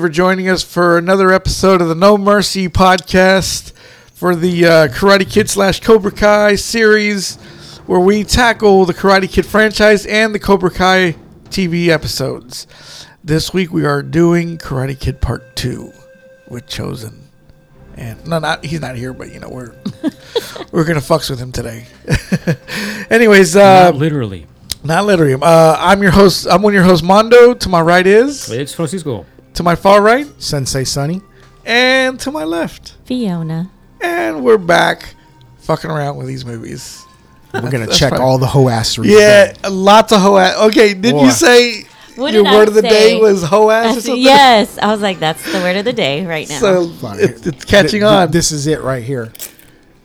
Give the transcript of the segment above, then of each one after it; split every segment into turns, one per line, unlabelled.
for joining us for another episode of the No Mercy podcast for the uh, Karate Kid slash Cobra Kai series, where we tackle the Karate Kid franchise and the Cobra Kai TV episodes. This week we are doing Karate Kid Part Two with Chosen, and no, not he's not here, but you know we're we're gonna fucks with him today. Anyways, uh,
Um,
Not literally.
not Litrium. Uh, I'm your host. I'm one of your hosts, Mondo. To my right is,
It's Francisco.
to my far right,
Sensei Sunny.
and to my left.
Fiona.
And we're back fucking around with these movies.
We're gonna
That's
check
fine.
all the hoasseries.
Yeah, lots of hoe ass. Okay, did
Boy.
you say
What
your
did I
word of the day
say?
was hoe ass or something?
yes, I was like, that's the word of the day right now.
So
Fine.
it, it's
Th-
catching
th-
on.
This is it right here.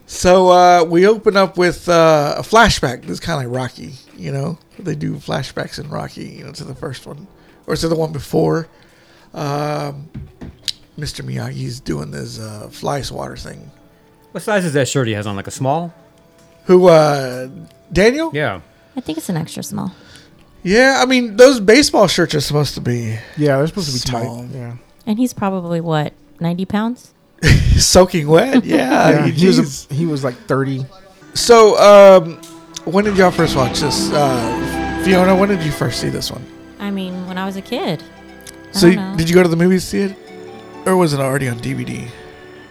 So uh, we open up with uh, a flashback. This is kind of like Rocky, you know. They do flashbacks in Rocky, you know, to the first one or to the one before. Um, Mr. Miyagi's doing this uh, fly swatter thing.
What size is that shirt he has on? Like a small?
Who uh, Daniel?
Yeah.
I think it's an extra small.
Yeah, I mean those baseball shirts are supposed to be
Yeah, they're supposed to be
Small.
tight. Yeah.
And he's probably what, 90 pounds?
soaking wet. Yeah,
Yeah, he
jeez.
was a, he was like thirty.
So, um, when did y'all first watch this? Uh, Fiona, when did you first see this one?
I mean, when I was a kid. I
So,
don't know.
did you go to the movies to see it? Or was it already on DVD?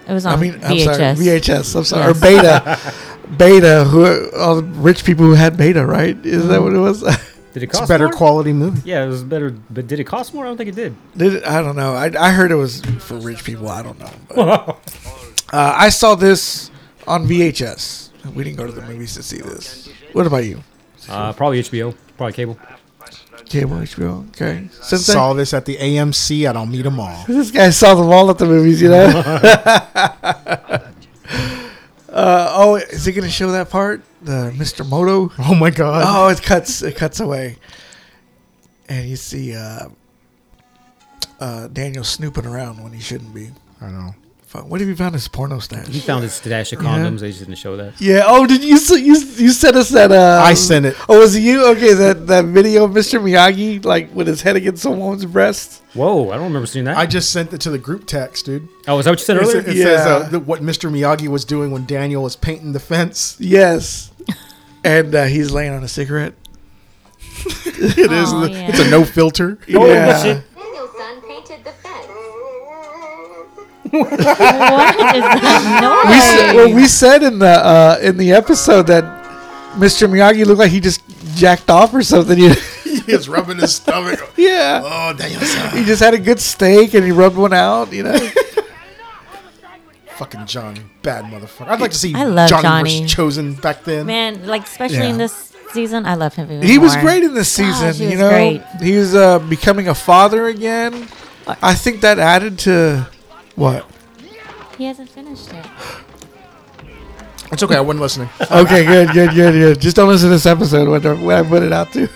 it was
I
on
mean,
VHS.
I'm sorry, VHS. I'm sorry, or
Yes.
Beta, Beta. Who all the rich people who had Beta, right? Is
Mm-hmm.
that what it was?
Did it
It's
cost
a better
more?
quality movie.
Yeah, it was better. But did it cost more? I don't think it did.
Did it, I don't know. I, I heard it was for rich people. I don't know. But, uh, I saw this on VHS. We didn't go to the movies to see this. What about you?
Uh, probably HBO. Probably cable.
Cable, HBO. Okay. Since then-
Saw this at the AMC at Alameda Mall.
This guy saw them all at the movies, you know. uh, oh, is it gonna show that part, the Mr. Moto?
Oh my god!
Oh, it cuts, it cuts away, and you see uh, uh, Daniel snooping around when he shouldn't be.
I know.
Fuck, what have you found his porno
He
stash?
found his stash of condoms. They just didn't show that.
Yeah. Oh, did you s- you you sent us that? Uh,
I sent it.
Oh, was it you? Okay, that that video of Mr. Miyagi like with his head against someone's breast.
Whoa, I don't remember seeing that.
I just sent it to the group text, dude.
oh, is that what you said
It,
earlier?
it says
Yeah.
uh, the, what Mr. Miyagi was doing when Daniel was painting the fence.
Yes. And uh, he's laying on a cigarette.
It is.
Oh,
the-
yeah.
It's a no filter.
Oh,
yeah.
shit.
Danielson painted the fence.
what is that
We
noise?
said, well, we said in the uh, in the episode that Mr. Miyagi looked like he just jacked off or something. You-
he is rubbing his stomach.
yeah,
Oh, Daniel,
he just had a good steak and he rubbed one out. You know,
fucking Johnny, bad motherfucker. I'd like to see
I love
Johnny,
Johnny.
was chosen back then.
Man, like, especially in
Yeah.
this season, I love him. Even
he was
more.
great in this
Gosh,
season.
he
you
was
know,
great. Uh,
he was uh, becoming a father again. I think that added to what?
He hasn't finished it.
It's okay. I wasn't listening.
Okay, good, good, good, good. Just don't listen to this episode when, I- when I put it out too.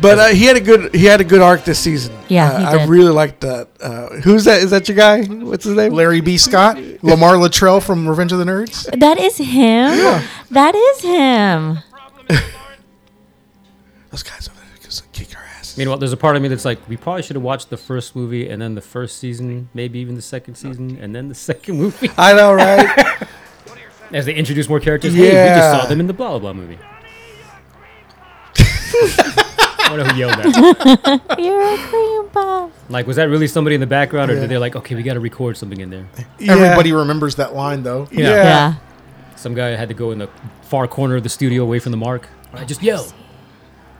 But uh, he had a good he had a good arc this season.
Yeah,
Uh,
he
I
did.
really liked that. Uh, who's that? Is that your guy? What's his name?
Larry B. Scott, Lamar Luttrell from Revenge of the Nerds.
That is him. That is him.
Those guys over there just kick our ass.
Meanwhile, there's a part of me that's like, we probably should have watched the first movie and then the first season, maybe even the second season, and then the second movie.
I know, right?
As they introduce more characters, hey, we just
Yeah.
saw them in the blah blah blah movie. I wonder who yelled that.
You're a cream puff.
Like, was that really somebody in the background, or did they like, okay, we got to record something in there?
Yeah.
Everybody remembers that line though.
Yeah.
Yeah.
Yeah.
Some guy had to go in the far corner of the studio, away from the mark. I just yo.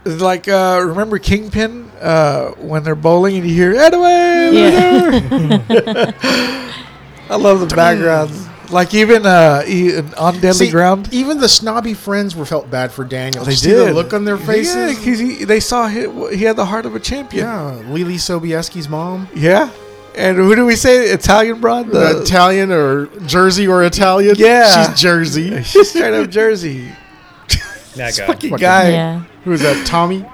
It's Like, uh, remember Kingpin uh, when they're bowling and you hear Edwin?
Yeah.
I love the backgrounds. Like even uh, e- on deadly
See,
ground.
Even the snobby friends were felt bad for Daniel.
They
Did you
did.
See the look on their
Yeah,
faces.
'cause he, they saw he, he had the heart of a champion.
Yeah, Lily Sobieski's mom.
Yeah. And who do we say? Italian broad?
The
The,
Italian or Jersey or Italian.
Yeah.
she's Jersey.
she's straight up Jersey.
That guy.
Fucking
Fucking-
guy.
Yeah.
Who is that? Tommy.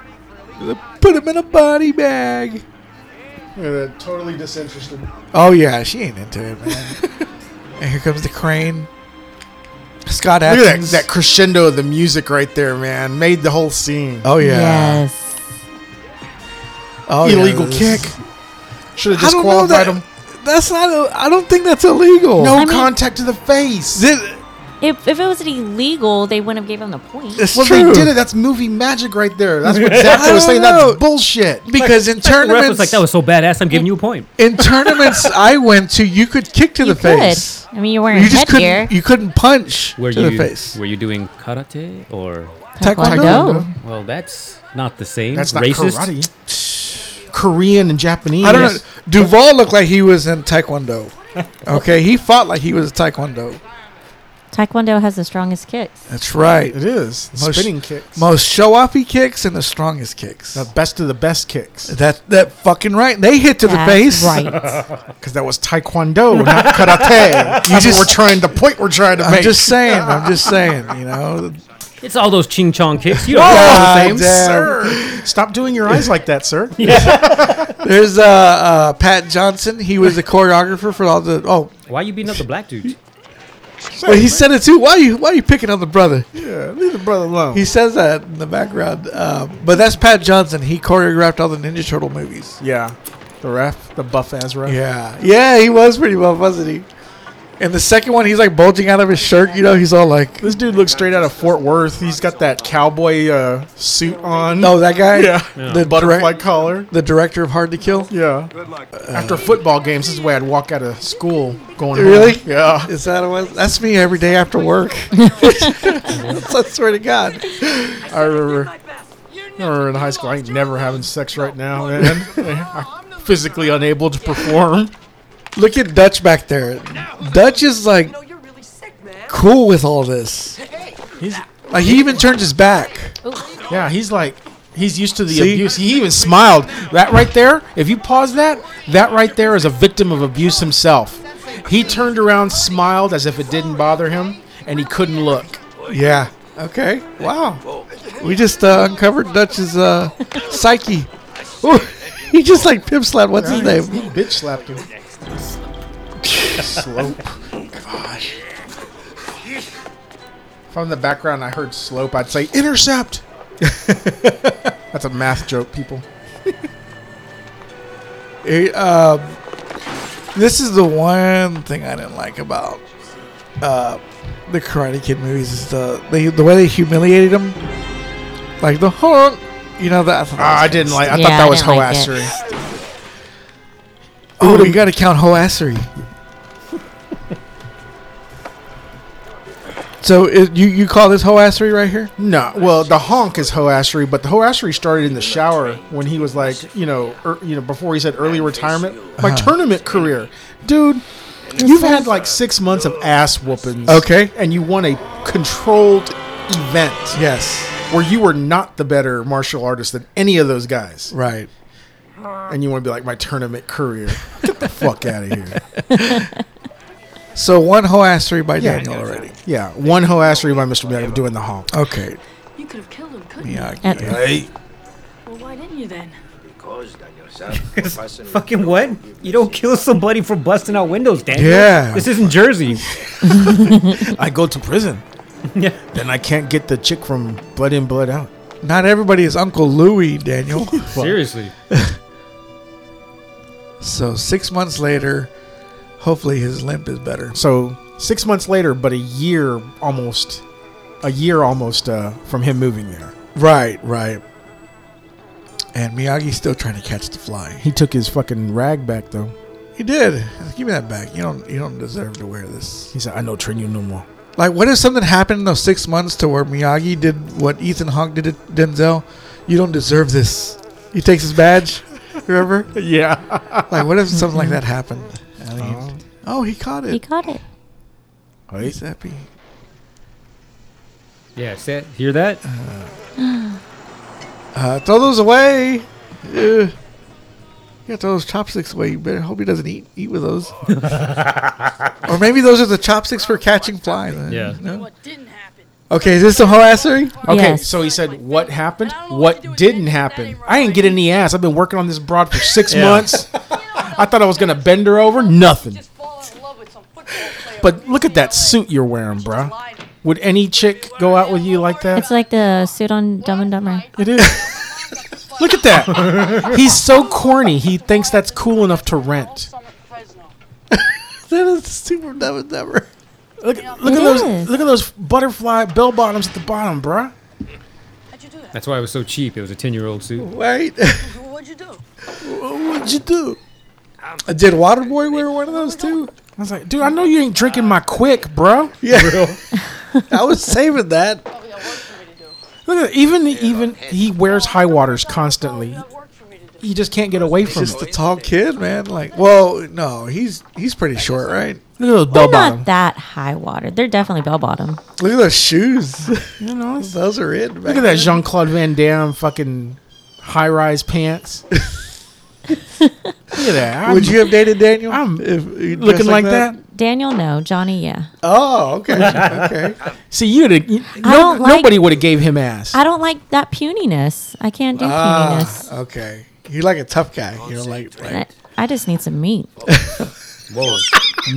Put him in a body bag.
Look at that, totally disinterested.
Oh, yeah. She ain't into it, man. and here comes the crane. Scott
Look at that,
Adkins.
that crescendo of the music right there, man. Made the whole scene.
Oh, yeah.
Yes.
Oh, yeah,
Illegal
this-
kick. Should have
I don't know
disqualified
that.
him.
That's not. A, I don't think that's illegal.
No
I mean-
contact to the face.
Thi-
If, if it was illegal, they wouldn't have gave him the point.
it's
well,
true.
they did it. That's movie magic right there. That's what
I
Zach was
don't
saying.
know.
That's bullshit.
because in
The ref was
tournaments,
like, "That was so badass. I'm giving you a point."
in tournaments I went to, you could kick to
you
the face.
could. I mean, you're wearing
You just couldn't.
headgear.
You couldn't punch
Were
to
you
the face.
were you doing karate or?
Taekwondo.
Well, that's not the same.
That's not
Racist.
karate. Korean and Japanese.
I don't know. Duval looked like he was in Taekwondo. Okay, he fought like he was Taekwondo.
Taekwondo has the strongest kicks.
That's right.
It is
Most-
spinning kicks.
Most show-offy kicks and the strongest kicks.
the best of the best kicks.
That that fucking right. They hit to the
That's
face.
Right.
Because that was taekwondo, not karate. That's
just-
what we're trying. The point we're trying to
I'm
make.
just saying. I'm just saying. You know.
It's all those ching chong kicks. You don't know.
God
Same,
damn.
sir. Stop doing your eyes like that, sir.
There's uh, uh Pat Johnson. He was the choreographer for all the. Oh,
Why you beating up the black dude?
but he said it too. Why you Why you picking on the brother?
Yeah, leave the brother alone.
He says that in the background. Uh, but that's Pat Johnson. He choreographed all the Ninja Turtle movies.
yeah, the ref, the buff ass ref.
Yeah, yeah, he was pretty buff, wasn't he? And the second one, he's like bulging out of his shirt. You know, he's all like,
This dude looks straight out of Fort Worth. He's got that cowboy uh, suit on.
"No, that guy,
Yeah.
Oh, the
butterfly
direct-
collar.
the director of Hard to Kill."
Yeah. After football games, this is the way I'd walk out of school going.
Really?
home. Yeah.
Is that what? That's me every day after work. I swear to God,
I remember. I remember in high school, I ain't never having sex right now, man. I'm physically unable to perform.
look at Dutch back there. Dutch is like
Oh,
cool with all this.
He's
Like he even turned his back.
yeah, he's like he's used to the
See?
abuse. He even smiled. That right there, if you pause that, that right there is a victim of abuse himself. He turned around, smiled as if it didn't bother him, and he couldn't look.
Yeah. Okay. Wow. We just uh, uncovered Dutch's uh, psyche. Ooh, he just like pimp slapped. What's his name?
He bitch slapped him. slope. Gosh. From the background, I heard slope. I'd say intercept. That's a math joke, people.
It, um, this is the one thing I didn't like about uh, the Karate Kid movies is the they, the way they humiliated him, like the honk. You know that. I, thought that was
Ah, I
kinda
didn't like. I
Yeah,
thought
I
that was
didn't like it.
hoassery.
stupid. Oh, you got to count hoassery. so it, you you call this hoassery right here?
No, well, the honk is hoassery, but the hoassery started in the shower when he was like, you know, er, you know, before he said early retirement, my
Uh-huh.
tournament career, dude. You've had like six months of ass whoopings,
Okay.
and you won a controlled event
Yes.
where you were not the better martial artist than any of those guys,
Right.
and you want to be like my tournament career. Get the fuck out of here.
So one hoassery by
Yeah.
Daniel already.
Yeah, one hoassery by Mr. Miyagi doing the honk.
Okay.
You could have killed him, couldn't you?
Miyagi.
At-
Well, why didn't you then?
Fucking what? You don't kill somebody for busting out windows, Daniel.
Yeah.
This isn't Jersey.
I go to prison,
yeah.
then I can't get the chick from Blood In Blood Out.
Not everybody is Uncle Louie, Daniel.
Seriously.
So six months later, hopefully his limp is better.
So six months later, but a year almost, a year almost uh, from him moving there.
Right, right. And Miyagi's still trying to catch the fly.
He took his fucking rag back though.
He did. Give me that back. You don't. You don't deserve to wear this.
He said, "I know train you no more."
Like, what if something happened in those six months to where Miyagi did what Ethan Hawke did to Denzel? You don't deserve this. He takes his badge. Remember?
Yeah,
Like, what if something like that happened? I mean, oh, he caught
He
it.
caught it.
He's happy.
Yeah. Say, hear that?
Uh, throw those away. Ugh. You gotta throw those chopsticks away. You better hope he doesn't eat eat with those. or maybe those are the chopsticks for catching flies. Uh,
Yeah.
no?
Didn't happen.
Okay, is this the harassery?
Okay,
Yes.
so he said, "What happened? What didn't happen? I ain't getting any ass. I've been working on this broad for six months. I thought I was gonna bend her over. Nothing.
Just fall out of love with some football player.
But look at that suit you're wearing, bruh. Would any chick go out with you like that?
It's like the suit on Dumb and Dumber.
It is. Look at that. He's so corny. He thinks that's cool enough to rent.
Summer Fresno.
That is super dumb and dumber.
Look, look at
It
those.
is.
Look at those butterfly bell bottoms at the bottom, bruh.
How'd you do that?
That's why it was so cheap. It was a ten-year-old suit.
Wait,
What'd you do?
what'd you do? Did Waterboy wear one of those too?
I was like, dude, I know you ain't drinking my quick, bruh.
Yeah, I was saving that.
Probably got work for me to do.
Look at even even he wears high waters constantly.
You got work for me to do.
He just can't get away from
Just
it.
a tall kid, man. Like, well, no, he's he's pretty short, right?
Look at those
They're
bell
not
bottoms.
that high water. They're definitely bell bottom.
Look at those shoes.
You know, it's-
those are it.
look at that Jean Claude Van Damme fucking high rise pants. look at that.
Would
I'm-
you have dated Daniel?
I'm
if you dressed
looking like that?
Daniel, no. Johnny, yeah.
Oh, okay, okay.
See, you'd have, you,
I
no,
don't like-
nobody would have gave him ass.
I don't like that puniness. I can't do puniness.
ah, okay. You're like a tough guy. You know, like, like
I, I just need some meat.
Whoa.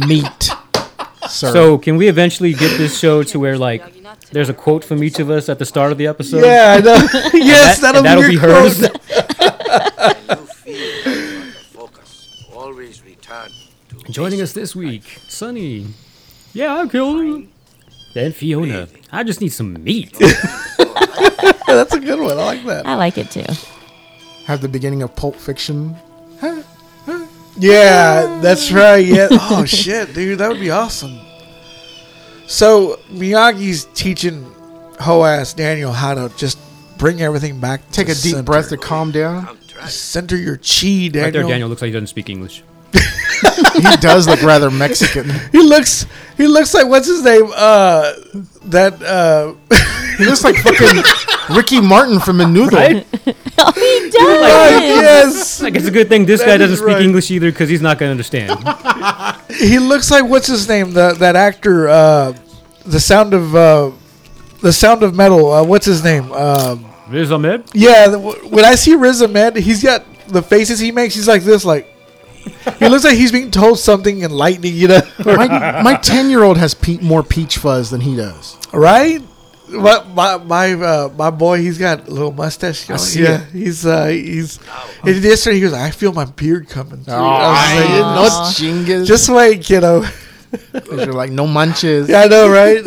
Meat, sir.
So can we eventually get this show to where like there's a quote from each of us at the start of the episode?
yeah, I know. yes,
That-
that'll,
and that'll
be,
be
your
hers.
quote.
new field under focus. Always return to
Joining us this week, Sunny. Yeah, I'm him. Then Fiona. I just need some meat.
That's a good one. I like that.
I like it too.
have the beginning of Pulp Fiction.
Yeah, that's right. Yeah. Oh shit, dude, that would be awesome. So Miyagi's teaching hoe ass Daniel how to just bring everything back.
Take
to
a deep
center.
breath to calm down.
Center your chi, Daniel.
Right there, Daniel looks like he doesn't speak English.
He does look rather Mexican.
He looks. He looks like what's his name? Uh, that uh,
He looks like fucking Ricky Martin from Menudo.
Oh, he does.
yes.
Like it's a good thing this guy
That is
doesn't speak
right.
English either because he's not gonna understand.
He looks like what's his name? The that actor. Uh, the sound of uh, the sound of metal. Uh, what's his name? Um.
Riz Ahmed.
Yeah, the- wh- when I see Riz Ahmed, he's got the faces he makes. He's like this, like he looks like he's being told something enlightening, you know?
My my ten year old has pe- more peach fuzz than he does.
right? My my my, uh, my boy, he's got a little mustache. Going.
see
yeah, he's uh, he's. And yesterday he was, I feel my beard coming. through." Oh, I was like,
no chingas. Just
Just wait, kiddo.
you're like no manches.
yeah, I know, right?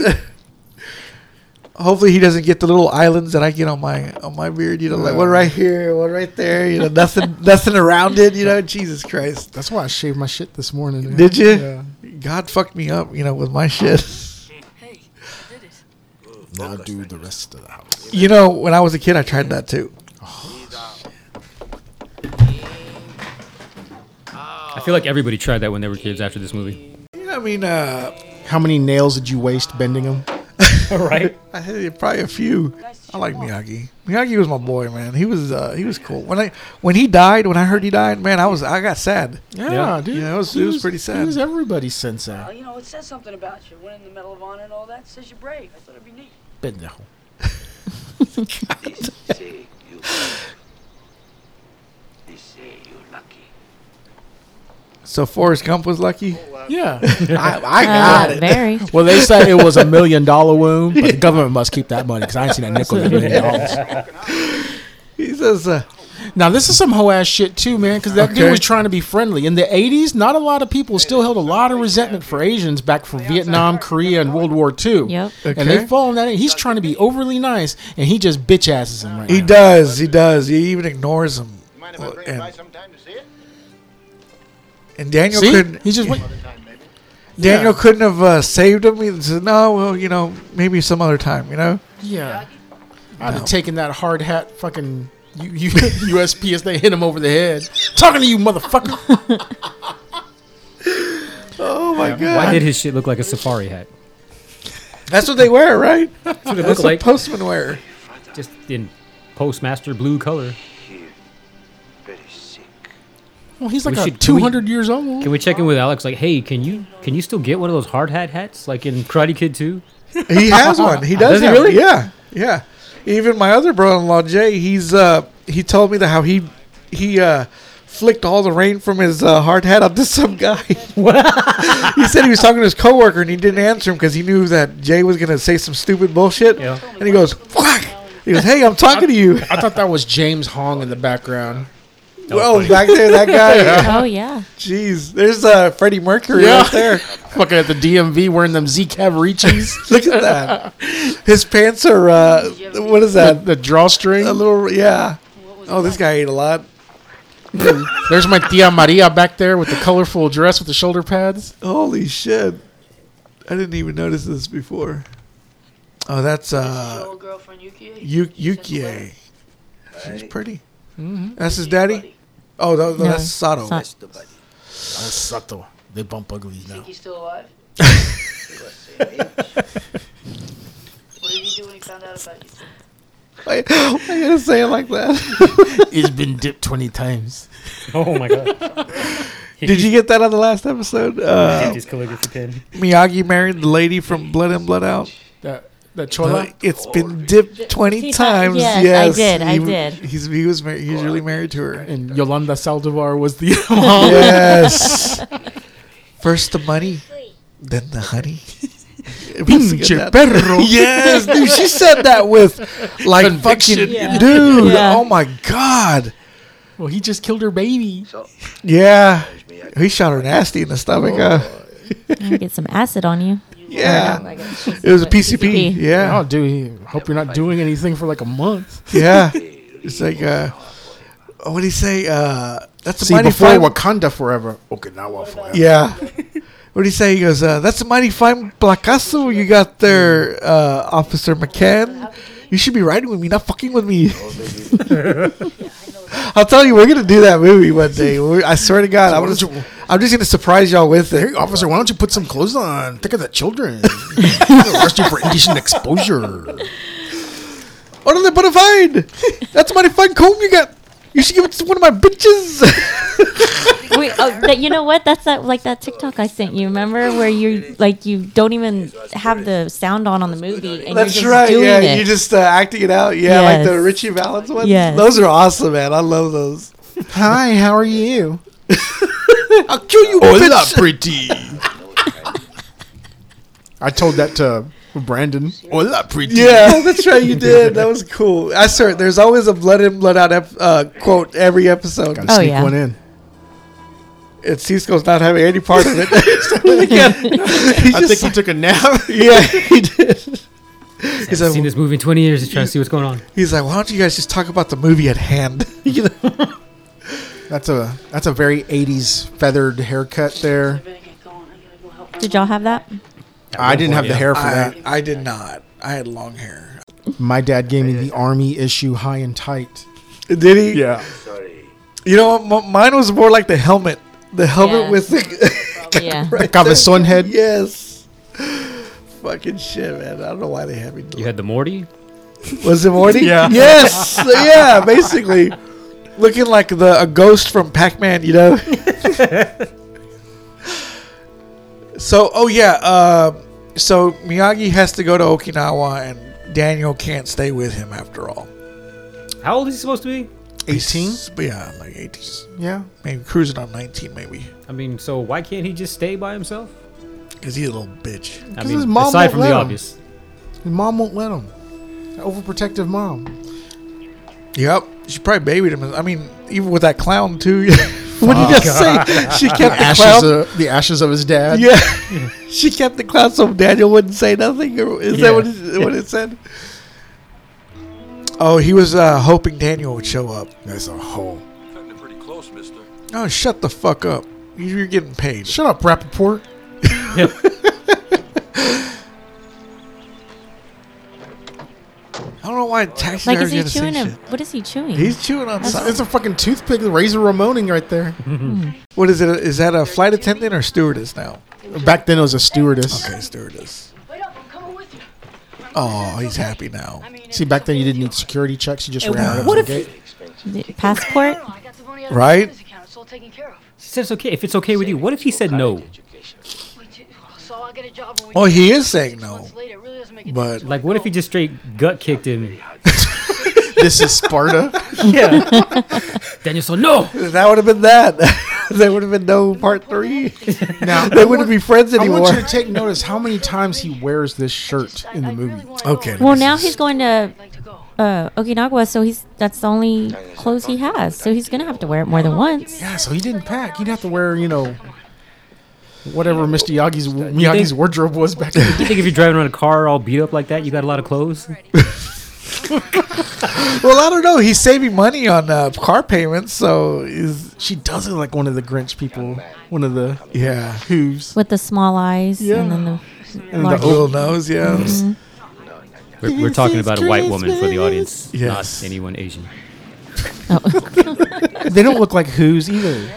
Hopefully he doesn't get the little islands that I get on my on my beard. You know, like one right here, one right there. You know, nothing nothing around it. You know, Jesus Christ.
That's why I shaved my shit this morning. man.
Did you?
Yeah.
God fucked me up, you know, with my shit.
Hey, I did it.
Now do the rest of the house.
You know, when I was a kid, I tried that too.
I feel like everybody tried that when they were kids after this movie.
Yeah, I mean, uh,
How many nails did you waste bending them?
right?
I had probably a few. I like Miyagi. Miyagi was my boy, man. He was uh, he was cool. When I when he died, when I heard he died, man, I was I got sad.
Yeah.
dude.
Yeah, it was-
he
it was pretty sad.
He was everybody's sensei.
Uh, you know, it says something about you. Winning the Medal of Honor and all that. says you're brave. I thought it'd be neat.
Pendejo.
They say you They say you lucky.
So Forrest Gump was lucky.
Yeah.
I, I got
Uh,
it.
very.
Well, they said it was a million dollar wound, but the government must keep that money because I ain't seen that nickel in a million dollars.
He says, uh,
Now, this is some hoe ass shit, too, man, because that
Okay.
dude was trying to be friendly. In the 80s, not a lot of people still held a lot of resentment for Asians back from Vietnam, Korea, and World War II.
Yep.
Okay.
And they fall in that. He's trying to be overly nice, and he just bitch asses him right
he
now.
does, he does. He even ignores him.
Mind if I
Uh,
bring it by
And,
sometime to see it?
and Daniel
See?
couldn't.
He just went.
Time, maybe.
Daniel
yeah.
couldn't have uh, saved him. He said, "No, well, you know, maybe some other time." You know.
Yeah. I'd have taken that hard hat fucking U- U- USPS. They hit him over the head. Talking to you, motherfucker.
Oh my God.
Why did his shit look like a safari hat?
That's what they wear, right?
That's what it
That's
looked
what
like.
postmen wear.
Just in postmaster blue color.
Here, very sick.
Well, he's like
We
a
should- can we-
200 years old.
Can we check in with Alex? Like, hey, can you can you still get one of those hard hat hats like in Karate Kid 2?
He has one. He does.
Does he
have-
really?
Yeah, yeah. Even my other brother-in-law Jay, he's uh, he told me that how he he uh, flicked all the rain from his uh, hard hat onto some guy. he said he was talking to his coworker and he didn't answer him because he knew that Jay was gonna say some stupid bullshit.
Yeah.
And he goes, "Fuck." He goes, "Hey, I'm talking to you."
I thought that was James Hong in the background.
Well, back there, that guy.
Oh yeah.
Jeez, there's uh, Freddie Mercury
Yeah.
right there.
Fucking at the DMV wearing them Z Cavaricis.
Look at that. His pants are uh, what is
the,
that?
the drawstring.
A little, yeah. Oh, this guy ate a lot.
There's my Tia Maria back there with the colorful dress with the shoulder pads.
Holy shit! I didn't even notice this before. Oh, that's uh,
old girlfriend Yuki.
Yu- Yukie. She's pretty. That's his daddy. Oh, no, no, that's Sato.
Sa-
That's the buddy.
That's subtle. They bump uglies now.
He's still alive. what did he do when he found out about you?
I, I gotta say it like that.
It's been dipped 20 times.
Oh my god.
Did you get that on the last episode? Uh,
His calligraphy pen.
Miyagi married the lady from Blood In Blood Out.
That, that
Uh,
chola.
it's been dipped twenty
Oh, He thought-
times.
yes, I
yes,
did, I
He w-
did.
He's he was mar- he's really married to her.
And Yolanda Saldivar was the
Oh.
mom.
Yes. First the money, then the honey. It was to get
Pinche
that-
perro.
yes, dude. She said that with like
Conviction.
fucking
Yeah.
dude.
Yeah.
Oh my god.
Well, he just killed her baby.
So,
Yeah. He shot her nasty in the stomach. huh?
Oh. I'll get some acid on you.
Yeah.
Like a-
It was a PCP.
PCP.
Yeah.
Oh, dude. Hope you're not doing anything for like a month.
Yeah. It's like uh what do you say? Uh that's a
See,
mighty
before
fine
Wakanda forever, Okinawa forever.
Yeah. What do you say? He goes, uh, that's a mighty fine placasso you got there, uh, Officer McCann. You should be riding with me, not fucking with me. I'll tell you, we're going to do that movie one day. We- I swear to God, I'm just, I'm just going to surprise y'all with it.
Hey, officer, why don't you put some clothes on? Think of the children. I'm gonna Arrest you for indecent exposure.
Oh, no, they put a fine. That's a mighty fine comb you got. You should give it to one of my bitches.
Wait, oh, that, you know what? That's that like that TikTok I sent you. Remember where you like you don't even have the sound on on the movie and you're just doing
Yeah,
it.
you're just uh, acting it out. Yeah, like the
Yes.
Richie Valens ones.
Yes.
Those are awesome, man. I love those.
Hi, how are you?
I'll kill you,
Hola,
bitch.
pretty. I told that to Brandon. Hola, pretty.
Yeah, Oh, that's right. You did. That was cool. I swear, there's always a blood in, blood out ep- uh, quote every episode. Uh,
Gotta
Oh,
sneak
yeah.
one in.
And Cisco's not having any part of it. He's
I think
just-
he took a nap.
yeah, he did. He's
I've seen
like,
this movie in 20 years. Just trying to see what's going on.
he's like, why don't you guys just talk about the movie at hand? You know?
That's a that's a very '80s feathered haircut there.
I better get going. I gotta go help. my
Did y'all have that?
I didn't have the hair for
I,
that.
I did not. I had long hair.
My dad gave me the army issue, high and tight.
Did he?
sorry.
You know, what? M- mine was more like the helmet. The helmet
Yeah.
with the
Yeah.
right
Cabezon
there.
head.
Yes. Fucking shit, man. I don't know why they had me.
You had the Morty.
Was it Morty?
Yeah.
Yes. yeah. Basically, looking like the a ghost from Pac Man. You know. so, oh yeah. Uh, so Miyagi has to go to Okinawa, and Daniel can't stay with him after all.
How old is he supposed to be?
18.
He's- Yeah, like eighteen.
Yeah.
Maybe cruising on nineteen, maybe.
I mean, so why can't he just stay by himself?
Cause he's a little bitch.
I
'Cause
mean,
his mom
aside
won't
from
let
the
him.
obvious.
His mom won't let him. Overprotective mom.
Yep. She probably babied him. I mean, even with that clown too. what do you gotta say? She kept the
Ashes
clown.
of, the ashes of his dad.
Yeah. she kept the clown so Daniel wouldn't say nothing. Or is
Yeah.
that what it, what it said? Oh, he was uh, hoping Daniel would show up.
That's a hole.
Oh, shut the fuck up. You- You're getting paid.
Shut up, Rappaport.
I don't know why taxis
Like,
are
is he
gonna say
chewing him?
shit.
What is he chewing?
He's chewing on
It's,
something.
it's a fucking toothpick, Razor Ramoning right there.
What is it? Is that a flight attendant or stewardess now?
Back then it was a stewardess.
Okay, stewardess.
Wait up! I'm coming with you.
Oh, he's happy now.
I mean,
See, back then you didn't need security checks. You just ran out
what
of
if-
the gate.
The passport?
Oh, I got the money out of
Right?
my savings account. It's all taken care of.
She says okay. If it's okay with you, what if he said no?
Education.
We did, so I get a job when we
Oh,
get
he
back.
is saying
Six
no.
months Later, it really doesn't make a
But-
difference.
Like, what if he just straight gut kicked him?
This is Sparta.
Yeah. Daniel said no.
That would have been that. there would have been no part three.
Now,
They wouldn't be friends
I
anymore.
want you to take notice how many times he wears this shirt in the movie.
Really wanna go.
Okay.
Well, now he's going to
I'd like to go.
uh, Okinawa, so he's that's the only clothes he has. So he's gonna have to wear it more than once.
Yeah, so he didn't pack. He'd have to wear, you know, whatever Mr. Yagi's Miyagi's wardrobe was back in the
You think if you're driving around a car all beat up like that, you got a lot of clothes?
Well, I don't know. He's saving money on uh, car payments, so is
She does look like one of the Grinch people, one of the
yeah.
who's.
With the small eyes
Yeah.
and then the
And
large.
the old-
Little nose, yeah.
Mm-hmm.
We're, we're talking about a white woman for the audience,
Yes.
not anyone Asian.
They don't look like who's either.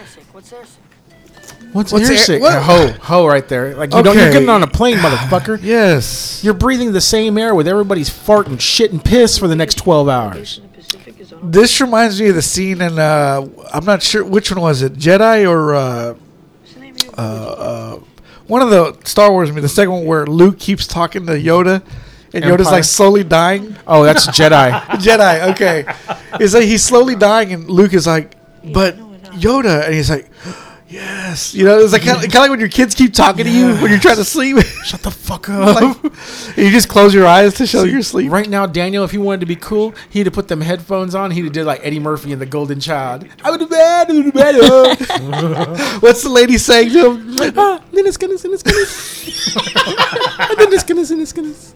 What's
What's air-
airsick?
what?
Yeah, Ho, ho, right there. Like you don't. You're
Okay.
getting on a plane, motherfucker.
Yes.
You're breathing the same air with everybody's fart and shit and piss for the next twelve hours.
This reminds me of the scene in uh, I'm not sure which one was it, Jedi or uh, one of the Star Wars movies, the second one where Luke keeps talking to Yoda, and Yoda's
Empire.
like slowly dying.
Oh, that's Jedi.
Jedi, okay. It's like he's slowly dying, and Luke is like, but Yoda, and he's like, yes. You know, it's like kind of, kind of like when your kids keep talking to you when you're trying to sleep. Shut the fuck up. you just close your eyes to show you're asleep.
Right now, Daniel, if he wanted to be cool, he'd have put them headphones on. He'd have did like Eddie Murphy in The Golden Child. I would have bad, I would have bad.
What's the lady saying to him?
Ah, Linus, Guinness, Linus, Guinness. Linus, Guinness, Linus, Guinness.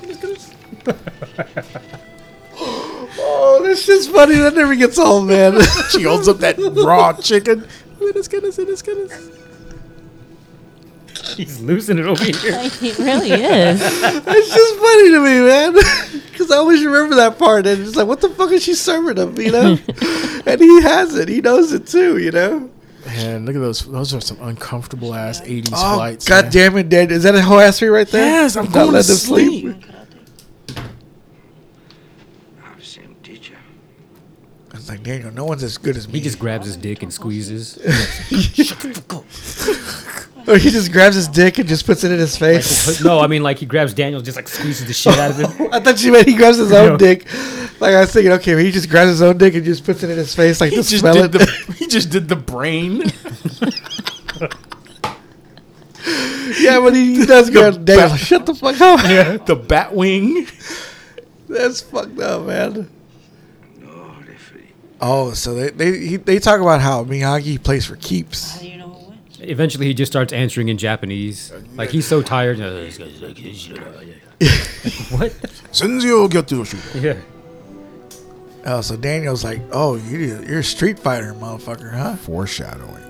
Linus, Guinness.
Oh, this shit's funny. That never gets old, man.
She holds up that raw chicken. Linus, Guinness, Linus, Guinness.
She's losing it over here.
it really is.
It's just funny to me, man. Because I always remember that part, and it's like, what the fuck is she serving him? You know, and he has it. He knows it too. You know.
Man, look at those. Those are some uncomfortable ass 80s
Oh,
flights.
God
man.
damn it, Dad! Is that a hoassery right there?
Yes, I'm
Not
going to
letting him
sleep.
Our same teacher.
I was like, Daniel, no one's as good as me.
He just grabs his dick and squeezes.
or he just grabs his dick and just puts it in his face.
But no, I mean like he grabs Daniel, just like squeezes the shit out of him.
I thought you meant he grabs his own
No.
dick. Like I was thinking, okay, he just grabs his own dick and just puts it in his face, like
He
to
just,
smell it.
did the, he just did the brain.
yeah, but he, he does grab Daniel.
bat-
Shut the fuck up.
yeah, the bat wing.
That's fucked up, man.
No, referee.
Oh, so they they he, they talk about how Miyagi plays for keeps.
Eventually, he just starts answering in Japanese. Like he's so tired. what?
Senzio Gyatsushi.
Yeah.
Oh, so Daniel's like, oh, you you're a street fighter, motherfucker, huh?
Foreshadowing.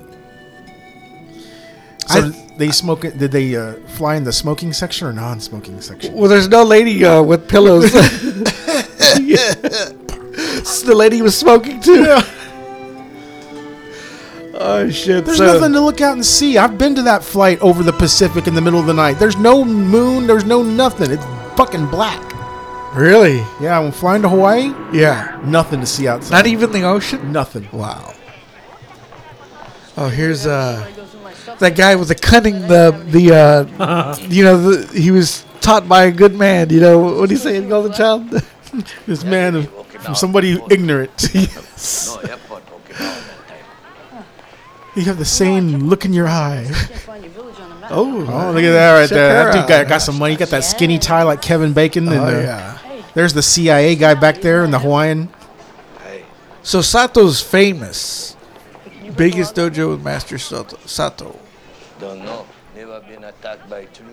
So they smoke it. Did they uh, fly in the smoking section or non smoking section?
Well, there's no lady uh, with pillows. It's the lady was smoking too. Oh shit!
There's
so-
nothing to look out and see. I've been to that flight over the Pacific in the middle of the night. There's no moon. There's no nothing. It's fucking black.
Really?
Yeah, when flying to Hawaii,
Yeah.
nothing to see outside.
Not even the ocean.
nothing.
Wow. Oh, here's uh that guy with the cunning the the uh you know the, he was taught by a good man. You know what do you say in Golden Child?
This man from somebody ignorant.
No airport Okinawa that time.
you have the same look in your eye.
Oh,
Oh, look at that right
Check
there.
her
That dude
out.
got, got some money. He got that skinny tie like Kevin Bacon. and
Oh,
the-
yeah.
There's the CIA guy back there in the Hawaiian.
Hey,
So Sato's famous. Biggest dojo with Master Sato. Sato.
don't know. Never been attacked by a tree.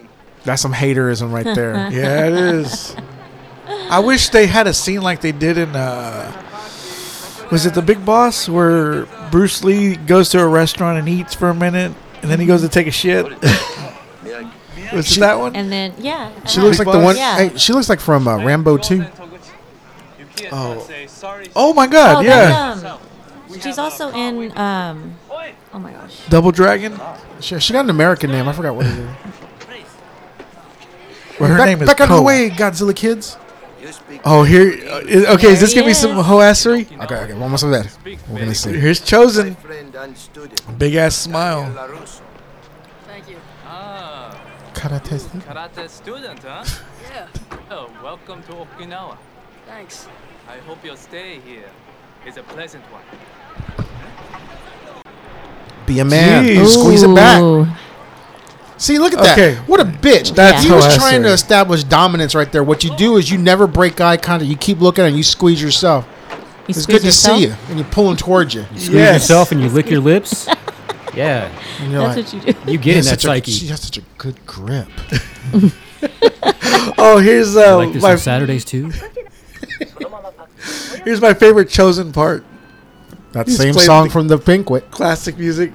That's some haterism right there.
Yeah, it is. I wish they had a scene like they did in uh was it the Big Boss where Bruce Lee goes to a restaurant and eats for a minute and then he goes to take a shit?
Miyagi.
was it that one?
And then yeah.
She looks
Big
like the one.
boss.
Yeah.
Hey, she looks like from uh, Rambo 2.
Oh. Oh my god,
Oh,
yeah.
that's, um, she's also in um. Oh my gosh.
Double Dragon?
She, she got an American name. I forgot what it is.
Well, her
back
name is
back out of the
Ko.
way, Godzilla kids.
You speak
Oh, here uh, is- Okay, is this
There
going to
he
be some
is.
hoassery?
Okay, okay. One more of that. We're gonna see.
Here's Chosen.
friend and student.
Big ass smile.
LaRusso.
Thank you.
Karate. thing?
Karate student, huh?
Yeah,
Oh, welcome to Okinawa.
thanks.
I hope your stay here is a pleasant one.
Be a man.
Jeez.
Squeeze it back.
Ooh.
See, look at that.
Okay.
What a bitch.
That's
he was
how I
trying to
see it.
establish dominance right there. What you do is you never break eye contact. You keep looking and you squeeze yourself.
You
It's
squeeze
good to
yourself?
see you, and you're pulling towards you.
Squeeze yourself and you lick your lips. Yeah,
And you're
That's
like,
what you do.
you get in
"Man,
that
such a-
psyche.
She has such a good grip.
Oh, here's uh,
like this
my
on Saturdays too.
here's my favorite chosen part.
That
He's
same
played
song
the-
from the banquet.
Classic music.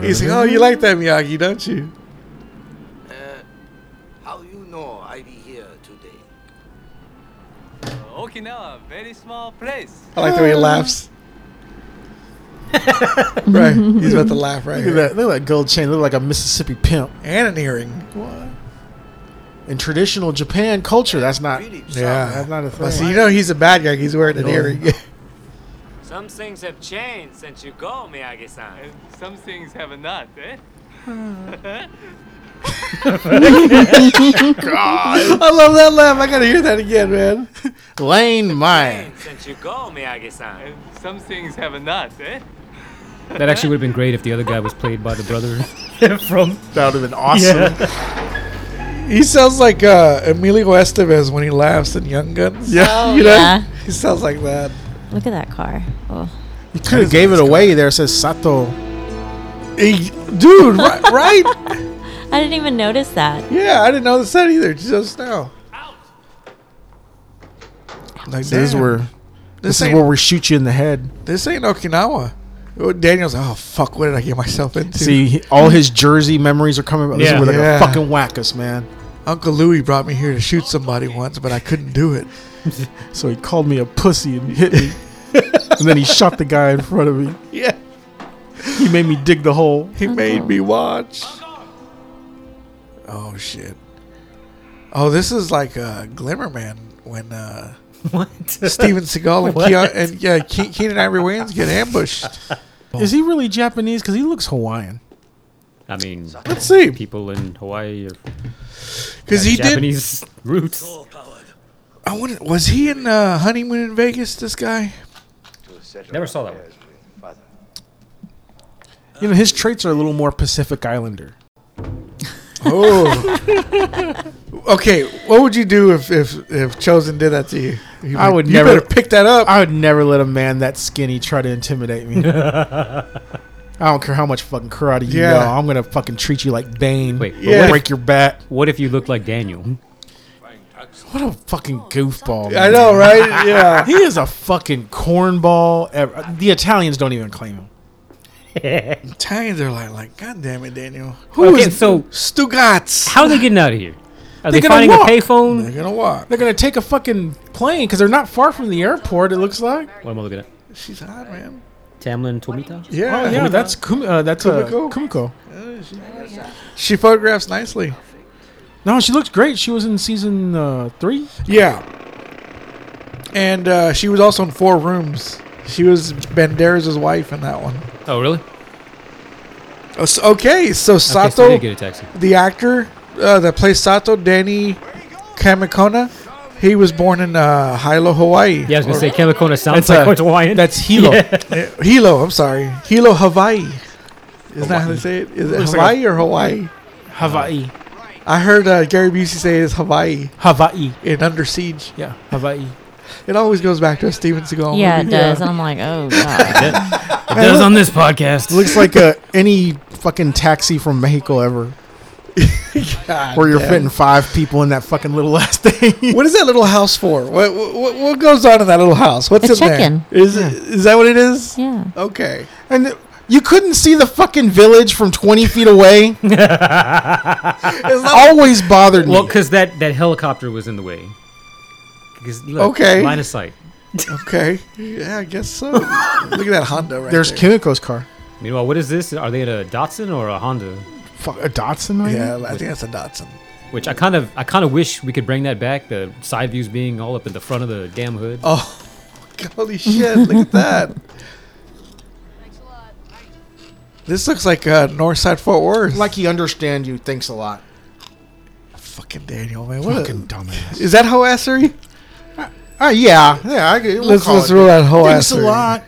He's like, oh, you like that Miyagi, don't you?
How you know I be here today?
Uh, Okinawa, very small place.
I like the
Ah.
way he laughs. right, he's about to laugh right
Look at
here.
that. Look at that gold chain. Look like a Mississippi pimp.
And an earring.
In traditional Japan culture, that's not.
Really?
Yeah,
that's not a
Well,
thing.
see, you know he's a bad guy. He's wearing an
No.
earring.
Some things have changed since you go, Miyagi-san.
And some things have not, eh?
I love that laugh. I gotta hear that again, man.
Lane Mine.
Changed Since you go, Miyagi-san.
And some things have not, eh?
That actually would have been great if the other guy was played by the brother.
From that would have been awesome.
He sounds like uh, Emilio Estevez when he laughs in Young Guns.
Yeah.
Oh,
you know,
yeah.
he sounds like that.
Look at that car. Oh.
You could have gave it away. There it says Sato.
He- dude, right, right?
I didn't even notice that.
Yeah, I didn't know this said either. Just now. Like,
This is
damn,
where
this,
this is
ain't,
where we shoot you in the head.
this ain't Okinawa. Oh, Daniel's like, oh fuck, what did I get myself into?
See, he- all his Jersey memories are coming. back. This
Yeah.
is where they're
Yeah.
gonna fucking whack us, man.
Uncle Louie brought me here to shoot somebody once, but I couldn't do it.
So he called me a pussy and hit me, and then he shot the guy in front of me.
Yeah,
He made me dig the hole.
he made me watch. Oh shit. Oh, this is like uh, Glimmer Man when uh,
what?
Steven Seagal and, Keon, and yeah, Ke- Keenan Ivory Wayans get ambushed.
Is he really Japanese? Because he looks Hawaiian.
I mean,
Let's see,
people in Hawaii are
because he did.
Japanese roots.
I wonder, was he in uh, honeymoon in Vegas? This guy.
To settle
Never saw that one.
affairs with father.
You know, his traits are a little more Pacific Islander.
Oh. okay, what would you do if if, if Chosen did that to you? You'd be
I would
you
never-
better pick that up.
I would never let a man that skinny try to intimidate me. I don't care how much fucking karate you
Yeah.
know. I'm gonna fucking treat you like Bane.
Wait, but
Yeah.
break your back.
What if you look like Daniel?
What a fucking goofball.
I
man.
know, right? Yeah.
He is a fucking cornball. ever- The Italians don't even claim him.
Italians are like, like, God damn it, Daniel.
Who
okay,
is-
so
Stugats.
how are they getting out of here? Are they
gonna
finding
walk.
a payphone?
They're gonna walk.
They're gonna take a fucking plane because they're not far from the airport. It looks like.
What am I looking at?
She's hot, man.
Tamlin Tomita?
Yeah.
Oh yeah, that's Kum- uh, that's Kumiko.
Kumiko?
Uh, Kumiko.
She photographs nicely.
No, she looked great. She was in season uh, three.
Yeah. And uh, she was also in four rooms. She was Banderas' wife in that one.
Oh, really?
Oh, so- Okay, so
Okay, so
Sato.
they did get a taxi.
the actor uh, that plays Sato, Danny Kamikona, he was born in uh, Hilo, Hawaii.
Yeah, I was gonna say Kemikona sounds
That's, uh,
like what's Hawaiian.
That's Hilo.
Hilo, I'm sorry. Hilo, Hawaii. Is that how they say it? Is it
Looks like
Hawaii or Hawaii?
Hawaii.
I heard uh, Gary Busey say it's Hawaii
Hawaii.
in Under Siege.
Yeah, Hawaii.
It always goes back to a Steven
Oh,
Seagal.
Yeah, it
movie.
does. And I'm like, oh, God.
it does on this podcast.
Looks like uh, any fucking taxi from Mexico ever,
God
where you're
Ah, damn.
fitting five people in that fucking little last thing.
What is that little house for? What, what what goes on in that little house? What's
A
in there?
chicken.
Is it- is that what it is?
yeah.
Okay.
and you couldn't see the fucking village from 20 feet away. Always bothered me.
Well, because that, that helicopter was in the way. 'Cause look,
Okay.
Line of sight.
Okay. Yeah, I guess so. Look at that Honda right
There's
there.
Kimiko's car.
Meanwhile, what is this? Are they at a Datsun or a Honda?
Fuck, a Datsun right
Yeah, I think that's a Datsun.
Which I kind of I kind of wish we could bring that back. The side views being all up in the front of the damn hood.
Oh, holy shit! Look at that. This looks like uh, Northside Fort Worth.
Like he understand you, thanks a lot.
fucking Daniel, man. What? a-
dumbass.
is that hoassery?
Oh, yeah. Yeah, I we
Let's let's rule out hoassery.
Thanks a lot.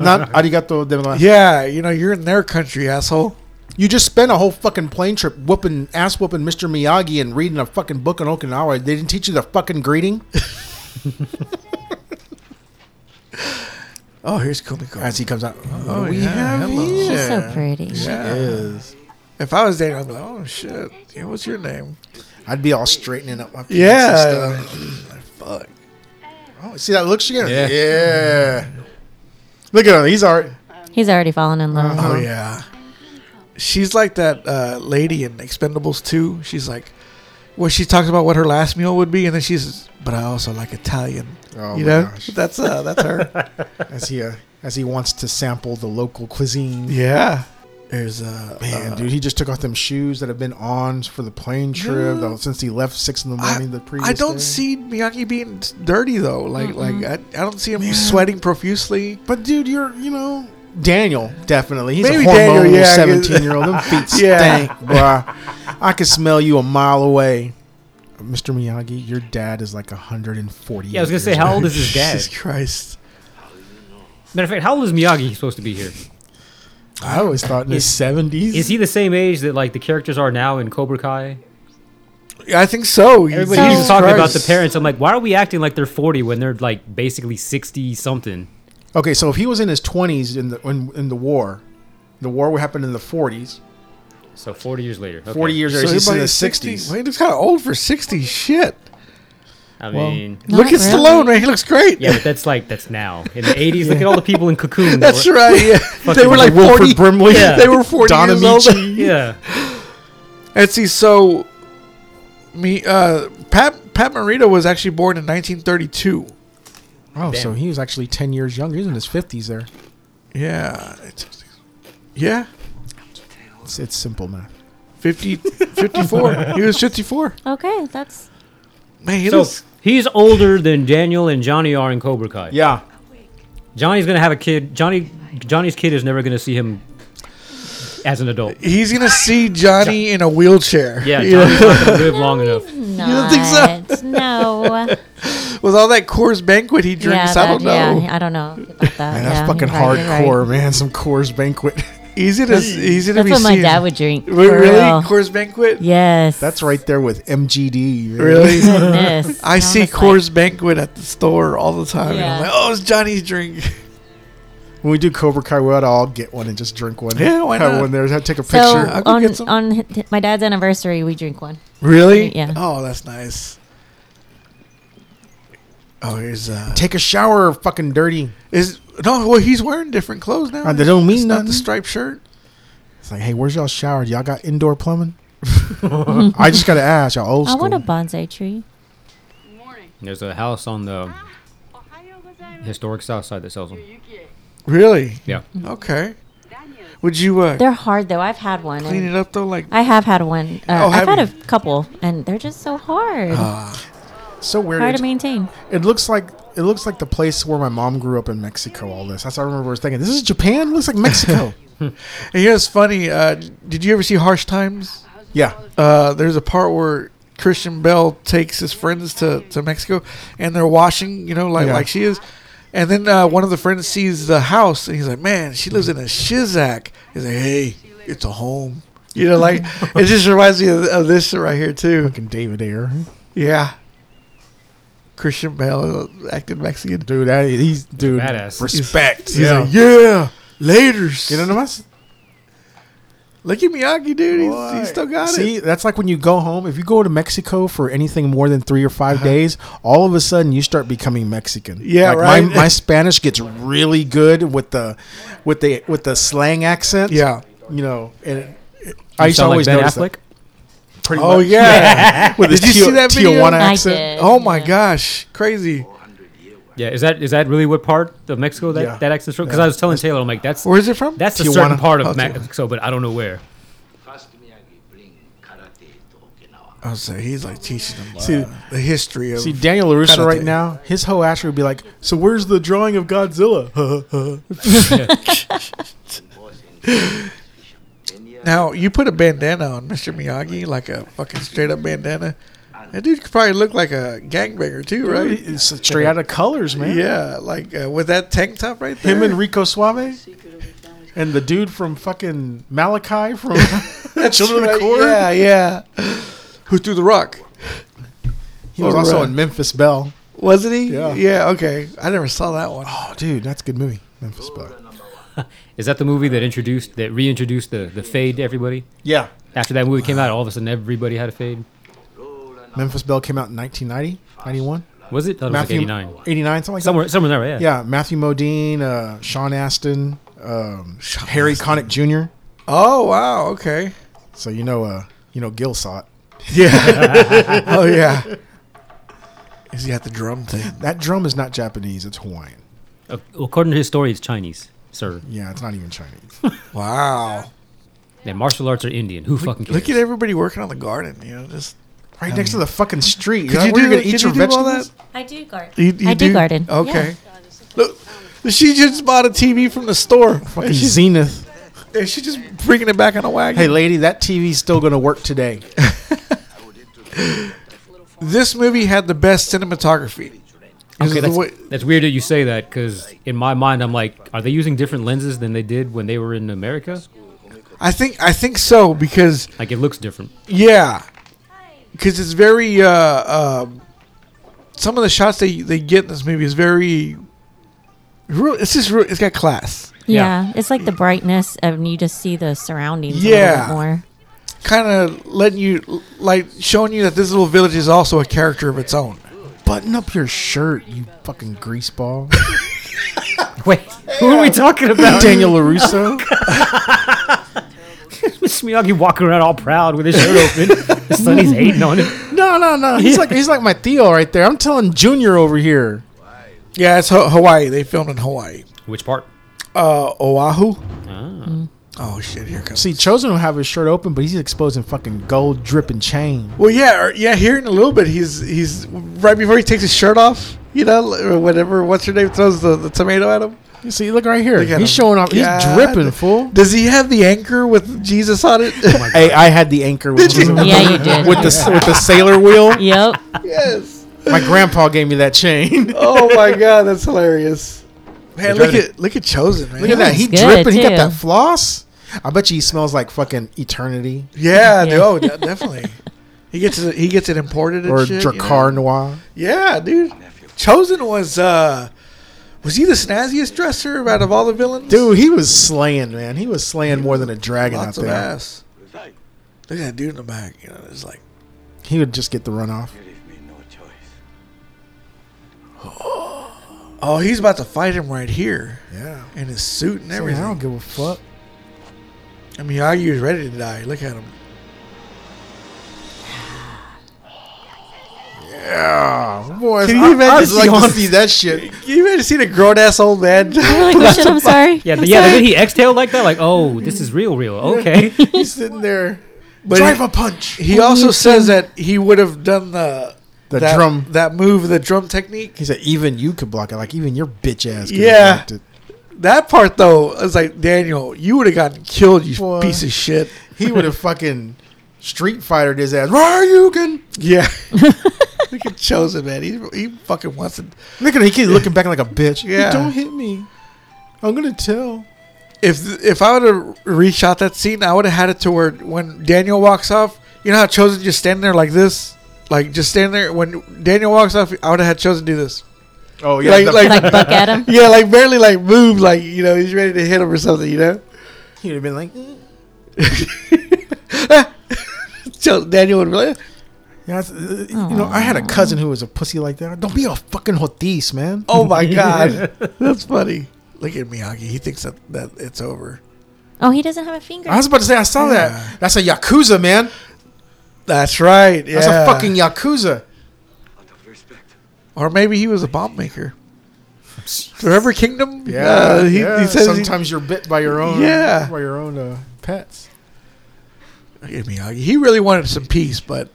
Not arigato
Yeah, you know you're in their country, asshole.
You just spent a whole fucking plane trip whooping ass whooping Mr. Miyagi and reading a fucking book on Okinawa. They didn't teach you the fucking greeting
Oh, here's Kumiko.
as he comes out.
Oh, we have
She's so pretty.
Is.
If I was dating, I'd be like, oh shit, yeah, what's your name?
I'd be all straightening up my pants and
Yeah.
stuff.
Fuck.
Oh, see that look she got?
Yeah.
Look at him. He's alright.
He's already fallen in love.
Uh-huh.
Oh yeah. She's like that uh, lady in Expendables 2. She's like, well, she talks about what her last meal would be, and then she's, but I also like Italian.
Oh,
you
my
know,
gosh.
that's uh, that's her.
As he uh, as he wants to sample the local cuisine.
yeah. There's uh,
Oh, Man,
uh,
dude, he just took off them shoes that have been on for the plane trip though, since he left six in the
I,
morning the previous
I don't
day.
see Miyagi being dirty though. Like like I, I don't see him sweating profusely.
But dude, you're you know Daniel definitely. He's
Maybe
a hormonal
Daniel, yeah, 'cause-
seventeen year old. Them feet
Yeah.
stink, bruh. I can smell you a mile away. Mr. Miyagi, your dad is like 140.
Yeah, I was gonna say, how old is his dad?
Jesus Christ.
Matter of fact, how old is Miyagi supposed to be here?
I always thought in his 70s.
Is he the same age that like the characters are now in Cobra Kai?
I think so.
Everybody
So-
keeps talking about
Christ.
the parents. I'm like, why are we acting like they're 40 when they're like basically 60 something?
Okay, so if he was in his 20s in the in, in the war, the war happened in the 40s.
So 40 years later. Okay.
40 years
So
later, he's in
everybody
the
is 60.
60s.
Wait, he's kind of old for 60. Shit.
I mean,
Look at
Not
Stallone,
really.
man. He looks great.
yeah, but that's like that's now in the 80s. Look at all the people in Cocoon. that
That's
were-
right. Yeah. they were like
Wilford
40.
Brimley.
Yeah.
They were 40
Don
years old.
Amici.
Yeah,
And see, so me, uh, Pat Pat Morita was actually born in 1932.
Oh, so
Damn.
he was actually 10 years younger. He's in his 50s there.
Yeah. It's- Yeah.
It's, it's simple math.
50, 54. he was 54.
Okay, that's
Man, he
so
looks.
he's older than Daniel and Johnny are in Cobra Kai.
Yeah.
Johnny's gonna have a kid. Johnny, Johnny's kid is never gonna see him as an adult.
He's gonna see Johnny in a wheelchair.
Yeah,
You know?
Johnny's not gonna live long enough.
not.
don't
No.
with all that Coors Banquet he drinks, I don't
that-
know.
Yeah, I don't know about that.
Man, that's
yeah,
fucking
you're right, you're right.
hardcore, man. Some Coors Banquet.
Easy to easy to
That's
be
what my
seen.
dad would drink.
Wait,
for
really?
real.
Coors Banquet?
Yes.
That's right there with MGD. man.
Really?
Goodness.
I
I'm
see
just like-
Coors Banquet at the store all the time. And I'm
Yeah.
like, oh, it's Johnny's drink.
When we do Cobra Kai, we'll all get one and just drink one.
Yeah, why
Have
not?
one there. Have- Take a picture.
So
I'll go
on
get some.
on h- th- my dad's anniversary, we drink one.
Really?
Yeah.
Oh, that's nice. Oh, here's uh,
Take a shower, fucking dirty.
is no. Well, he's wearing different clothes now.
Uh, they don't mean
It's Not the
nothing.
striped shirt.
It's like, hey, where's y'all shower? Y'all got indoor plumbing? I just gotta ask y'all old
I
school.
want a bonsai tree.
Morning.
There's a house on the historic South Side that sells them.
Really?
Yeah,
Okay. Would you uh,
They're hard though. I've had one.
clean it
And
up though? Like,
I have had one. Uh,
Oh, have
I've had
you? Uh,
a couple, and they're just so hard.
so weird.
hard
It's-
to maintain.
It looks like it looks like the place where my mom grew up in Mexico. All this. That's what I remember. I was thinking, this is Japan. Looks like Mexico.
and here's funny. Uh, did you ever see Harsh Times?
yeah.
Uh, there's a part where Christian Bell takes his friends to, to Mexico, and they're washing, you know, like
Yeah.
like she is. And then uh, one of the friends sees the house, and he's like, "Man, she lives in a shizak." He's like, "Hey, it's a home." You know, like it just reminds me of, of this right here too.
Fucking David Ayer,
Yeah, Christian Bell uh, acted Mexican.
dude. That, he's dude.
badass.
Respect.
He's
yeah.
like, "Yeah, later's."
You know what I'm
look at Miyagi, dude. He's,
Boy.
he's still got
See,
it.
that's like when you go home. If you go to Mexico for anything more than three or 5 days, all of a sudden you start becoming Mexican.
Yeah,
like
right.
My, my Spanish gets really good with the with the with the slang accent.
Yeah.
you know, and it, I used to
sound like
always
Ben
notice
Affleck.
that. Pretty
Oh
much.
yeah.
with
Did
his
you
Tia-
see that video?
Tijuana
I
accent.
did.
Oh my
yeah.
gosh, crazy.
Yeah, is that is that really what part of Mexico that
Yeah.
that accent's from? Because I was telling Taylor, I'm like, that's
Where is it from?
that's a
Tijuana.
certain part of
Okay.
Mexico, but I don't know where.
First Miyagi bring karate to Okinawa.
I was saying he's like teaching them uh,
See-
the history of.
See Daniel Larusso
Karate.
right now, his whole ass would be like, "So where's the drawing of Godzilla?"
now you put a bandana on Mr. Miyagi, like a fucking straight up bandana. That dude could probably look like a gangbanger too, right?
It's straight out of colors, man.
Yeah, like uh, with that tank top right there.
Him and Rico Suave. and the dude from fucking Malachi from
That's
Children of
right,
the Corn.
Yeah, yeah. Who threw the rock?
He was
All
also
right.
in Memphis Belle.
Wasn't he?
Yeah.
okay. I never saw that one.
Oh, dude, that's a good movie. Memphis Belle.
Is that the movie that introduced that reintroduced the, the fade to everybody?
Yeah.
After that movie came out, all of a sudden everybody had a fade.
Memphis Belle came out in 1990, 91.
Was it? I thought it was like
Matthew,
eighty nine.
89, something like
Somewhere somewhere in there, yeah.
that. Yeah, Matthew Modine, uh, Sean Astin, um, Harry Connick Jr.
Oh wow. Okay.
So you know, uh, you know, Gil saw it.
Yeah. oh yeah. Is he at the drum thing?
That drum is not Japanese; it's Hawaiian.
Ac- Uh, According to his story, it's Chinese, sir.
Yeah, it's not even Chinese.
Wow.
And martial arts are Indian. Who fucking cares?
Look at everybody working on the garden. You know, just
Right next to the fucking street.
could
Is that
you
where
do
you're gonna eat
could
your
you do all
vegetables?
that?
I do garden.
You- you
I do garden.
Okay. Look, she just bought a TV from the store.
Fucking
And she's,
Zenith.
and she's just bringing it back on a wagon.
Hey, lady, that TV's still gonna work today.
this movie had the best cinematography. This
Okay,
is the
that's,
way-
that's weird that you say that because in my mind I'm like, are they using different lenses than they did when they were in America?
I think I think so because
Like it looks different.
yeah, because it's very uh, um some of the shots they they get in this movie is very real. It's just real, it's got class.
Yeah.
Yeah. it's like the brightness, and you just see the surroundings a
Yeah.
little bit more.
Kind of letting you like showing you that this little village is also a character of its own.
Button up your shirt, you fucking greaseball.
Wait, who are we talking about?
Daniel Larusso.
Miyagi walking around all proud with his shirt open. His son he's hating on it.
No, no, no. He's like he's like my Theo right there. I'm telling Junior over here.
Yeah, it's Ho- Hawaii. They filmed in Hawaii.
Which part?
Uh, Oahu.
Ah.
Oh shit! Here it comes.
See, Chosen will have his shirt open, but he's exposing fucking gold dripping chain.
Well, yeah, or, yeah. Here in a little bit, he's he's right before he takes his shirt off. You know, or whatever. What's her name? Throws the, the tomato at him.
You see, look right here.
Look
He's
at him.
showing off.
God.
He's dripping, fool.
Does he have the anchor with Jesus on it?
Hey, I had the anchor with,
Did you?
with
Yeah, you did.
the with the sailor wheel.
yep.
yes.
My grandpa gave me that chain.
Oh my God, that's hilarious. Man,
They're
look
trying
at look at chosen man.
Look at that. He
good,
dripping. He got
too.
that floss. I bet you he smells like fucking eternity
Yeah,
Yeah.
dude. Oh, de- definitely. He gets it, he gets it imported and
or
shit, you know?
Dracar Noir.
Yeah, dude. Chosen was uh was he the snazziest dresser out of all the villains?
Dude, he was slaying, man. He was slaying more than a dragon
lots
out
of
there.
ass. Look at that dude in the back. You know, it's like
He would just get the runoff.
Leave me no choice.
Oh, he's about to fight him right here
Yeah.
in his suit and
See, I don't
everything.
give a fuck.
I mean, Miyagi is ready to die. Look at him.
Yeah, Oh, boy.
Can
Can
you
you
imagine
I, I'd like
Beyonce-
to see that shit.
Can you imagine seeing a grown ass old man?
Like, oh, shit, I'm sorry.
Yeah,
I'm
the, yeah. The
sorry.
way he exhaled like that, like, oh, this is real, real. Okay.
He's sitting there.
But
Drive
he-
a punch.
He also says that he would have done the
The
that,
drum.
that move, the drum technique.
He said, "Even you could block it. Like even your bitch ass." Could
Yeah.
blocked it.
That part though, I was like, Daniel, you would have gotten killed, you
Boy.
piece of shit.
He would have fucking Street Fightered his ass. Ryugan.
Yeah. Look at Chosen, man. He, he fucking wants to.
Look at him. He keeps looking back like a bitch.
Yeah.
Don't hit me. I'm gonna tell.
If if I would have reshot that scene, I would have had it to where when Daniel walks off, you know how Chosen just standing there like this, like just standing there. When Daniel walks off, I would have had Chosen do this.
Oh yeah.
Like-
the-
like-
like buck at him.
Yeah, like barely like move, like you know he's ready to hit him or something. You know,
he would have been like, "Eh."
so Daniel would be like,
yeah, it's- uh, you know, I had a cousin who was a pussy like that. Don't be a fucking hotis, man.
"Oh my god, that's funny." Look at Miyagi; he thinks that, that it's over.
Oh, he doesn't have a finger.
I was about to say I saw
Yeah.
that. That's a yakuza, man.
That's right. Yeah,
That's a fucking yakuza.
Out of respect.
Or maybe he was a bomb maker. Forever Kingdom.
Yeah,
Uh, he,
yeah.
he says he-
sometimes you're bit by your own,
Yeah.
by your own uh, pets.
Look at Miyagi. He really wanted some peace, but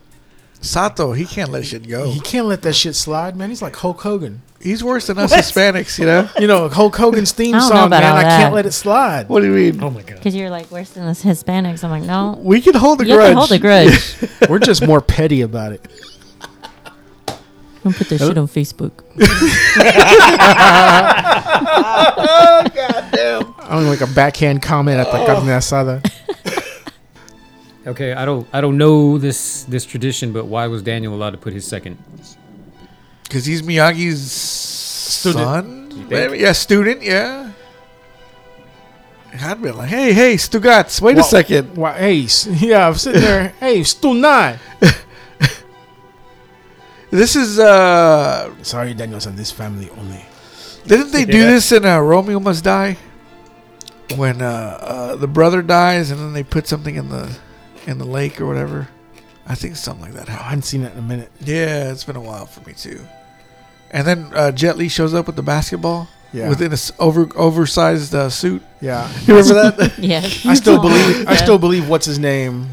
Sato, he can't let shit go.
He can't let that shit slide, man. He's like Hulk Hogan.
He's worse than us Hispanics, you know?
You know, Hulk Hogan's theme
I don't know
song,
about
man.
all
I can't
that.
let it slide.
What do you mean?
oh my god.
Because you're like worse than this Hispanics. I'm like, no.
We can hold a
You
grudge.
can hold a grudge.
We're just more petty about it.
I'm put this shit on Facebook.
God damn.
I only like a backhand comment at the
Oh.
carnasada.
Okay, I don't I don't know this this tradition, but why was Daniel allowed to put his second?
Because he's Miyagi's son? Maybe, yeah, student, yeah. I'd be like, hey, hey, Stugats, wait a second.
Why, hey, s- yeah, I'm sitting there. hey, still nine.
This is, uh,
Sorry, Daniel's in this family only.
didn't they do this in uh, Romeo Must Die? When uh, uh, the brother dies and then they put something in the in the lake or whatever. I think something like that
I
happened.
hadn't seen it in a minute.
Yeah, it's been a while for me too. And then uh, Jet Li shows up with the basketball
Yeah.
within a s- over oversized uh, suit.
Yeah,
You remember that?
Yes.
I still believe. I still believe. What's his name?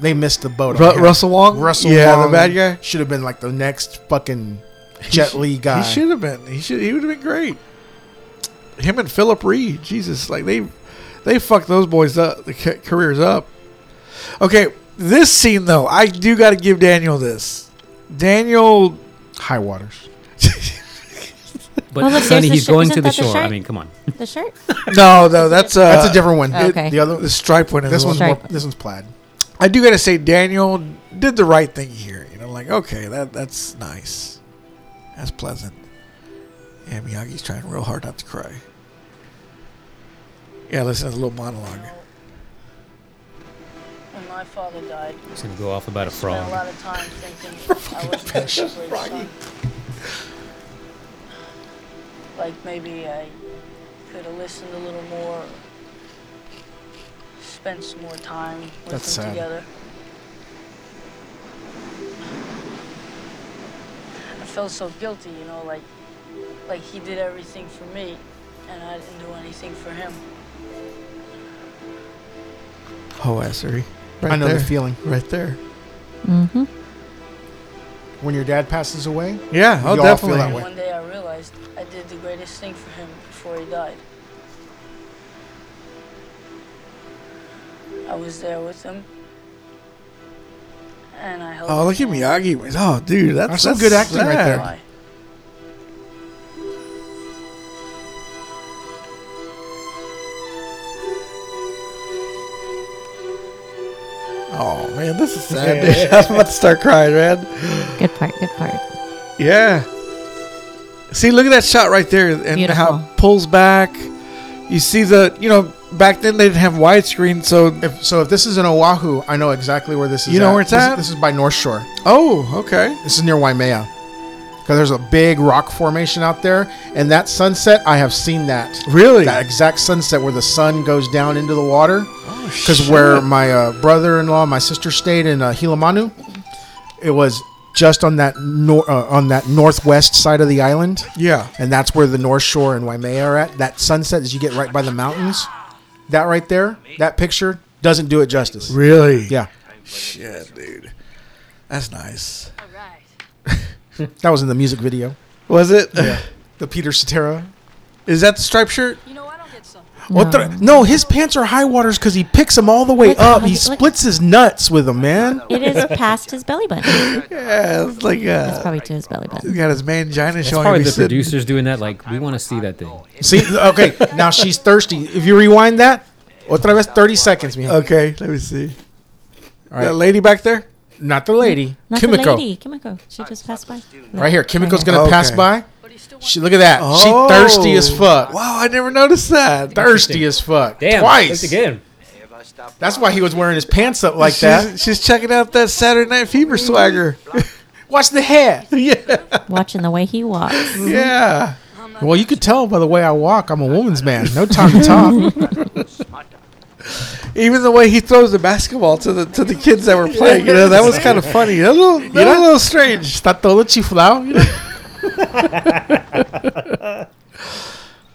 They missed the boat. on
Ru-
him.
Russell Wong.
Russell.
yeah,
Wong
the bad guy.
should have been like the next fucking Jet Li guy.
He should have been. He should. He would have been great. Him and Philip Reed. Jesus, like they, they fucked those boys up. The ca- careers up. Okay, this scene though, I do got to give Daniel this. Daniel.
High waters.
Uh,
But
Oh, look, there's
Sonny,
the
he's
shirt.
going
Isn't
to the
that the
shore. I
shirt?
mean, come on.
The shirt?
No, no, that's uh,
That's a different one.
Okay.
The other.
The stripe one. Is
This
the one.
one's more,
Stripe.
This one's plaid.
I do gotta say, Daniel did the right thing here. You know, like okay, that that's nice, that's pleasant. Yeah, Miyagi's trying real hard not to cry. Yeah, listen to the little monologue.
When my father died,
He's gonna go off about a
I spent a
frog.
lot of time thinking I wasn't going to his son. Like maybe I could have listened a little more, spent some more time with
That's
them
sad.
together. I felt so guilty, you know, like like he did everything for me, and I didn't do anything for him.
Hoassery. Oh, Right
I know
there.
the feeling.
Right there.
When your dad passes away,
Yeah,
We
oh,
all feel
definitely.
that way.
One day I realized I did the greatest thing for him before he died. I was there with him. And I helped
Oh, look at
him
Miyagi. Oh, dude, that's,
That's some good acting right
sad.
there.
fly.
Oh man, this is sad. dude. I'm about to start crying, man.
Good part. Good part.
Yeah. See, look at that shot right there, and how
Beautiful.
it pulls back. You see the, you know, back then they didn't have widescreen, so
if so, if this is in Oahu, I know exactly where this is.
You know where it's
This-
at?
This is by North Shore.
Oh, okay.
This is near Waimea. Because there's a big rock formation out there, and that sunset, I have seen that.
Really?
That exact sunset where the sun goes down into the water. Because
shit.
where my uh, brother-in-law, my sister stayed in uh, Hilamanu, it was just on that nor- uh, on that northwest side of the island,
Yeah.
and that's where the North Shore and Waimea are at. That sunset as you get right by the mountains, that right there, that picture doesn't do it justice.
Really?
Yeah,
Shit, dude. That's nice.
that was in the music video,
Was it? Is
the Peter Cetera
that the striped shirt?
You know, I don't get something.
What
Um,
the? No, his pants are high waters because he picks them all the way
Look,
up.
look,
He
look.
splits his nuts with them, man.
It is past his belly button.
Yeah, it's like
It's
uh,
probably to his belly button.
he's got his mangina
That's
showing.
probably
if
the
he's sitting.
producers doing that. Like, we want to see that thing.
See, okay, now she's thirsty. If you rewind that, otra vez, thirty seconds, man.
Okay, let me see. That lady back there.
Not the lady,
Not
Kimiko,
the lady. Kimiko. She just passed by.
right here. Kimiko's gonna
Okay.
pass by. She look at that.
Oh.
She thirsty as fuck.
Wow, Oh, I never noticed that.
Thirsty as fuck.
Damn,
Twice.
look again.
That's why he was wearing his pants up like
she's,
that.
She's checking out that Saturday Night Fever swagger.
Watch the hair.
Watching the way he walks.
yeah.
Well, you could tell by the way I walk. I'm a woman's man. No time to talk.
Even the way he throws the basketball to the to the kids that were playing, you know, that was kind of funny. A little, you know, a little strange.
Está todo chiflado. you know?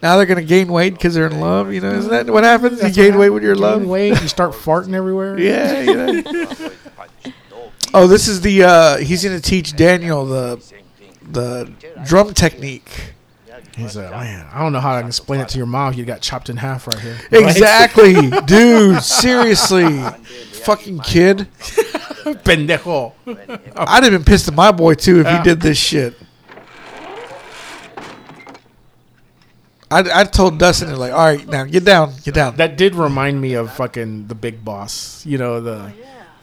Now they're gonna gain weight because they're in love. You know, isn't that what happens? You gain weight when you're in
Gain
love.
weight, You start farting everywhere.
Yeah. You know. oh, this is the. Uh, he's gonna teach Daniel the the drum technique.
He's like, man, I don't know how I can explain it to your mom. You got chopped in half right here.
Exactly, dude. Seriously, fucking kid.
Pendejo.
I'd have been pissed at my boy too if he did this shit. I, I told Dustin, like, all right, now get down, get down.
That did remind me of fucking the Big Boss. You know
Oh,
the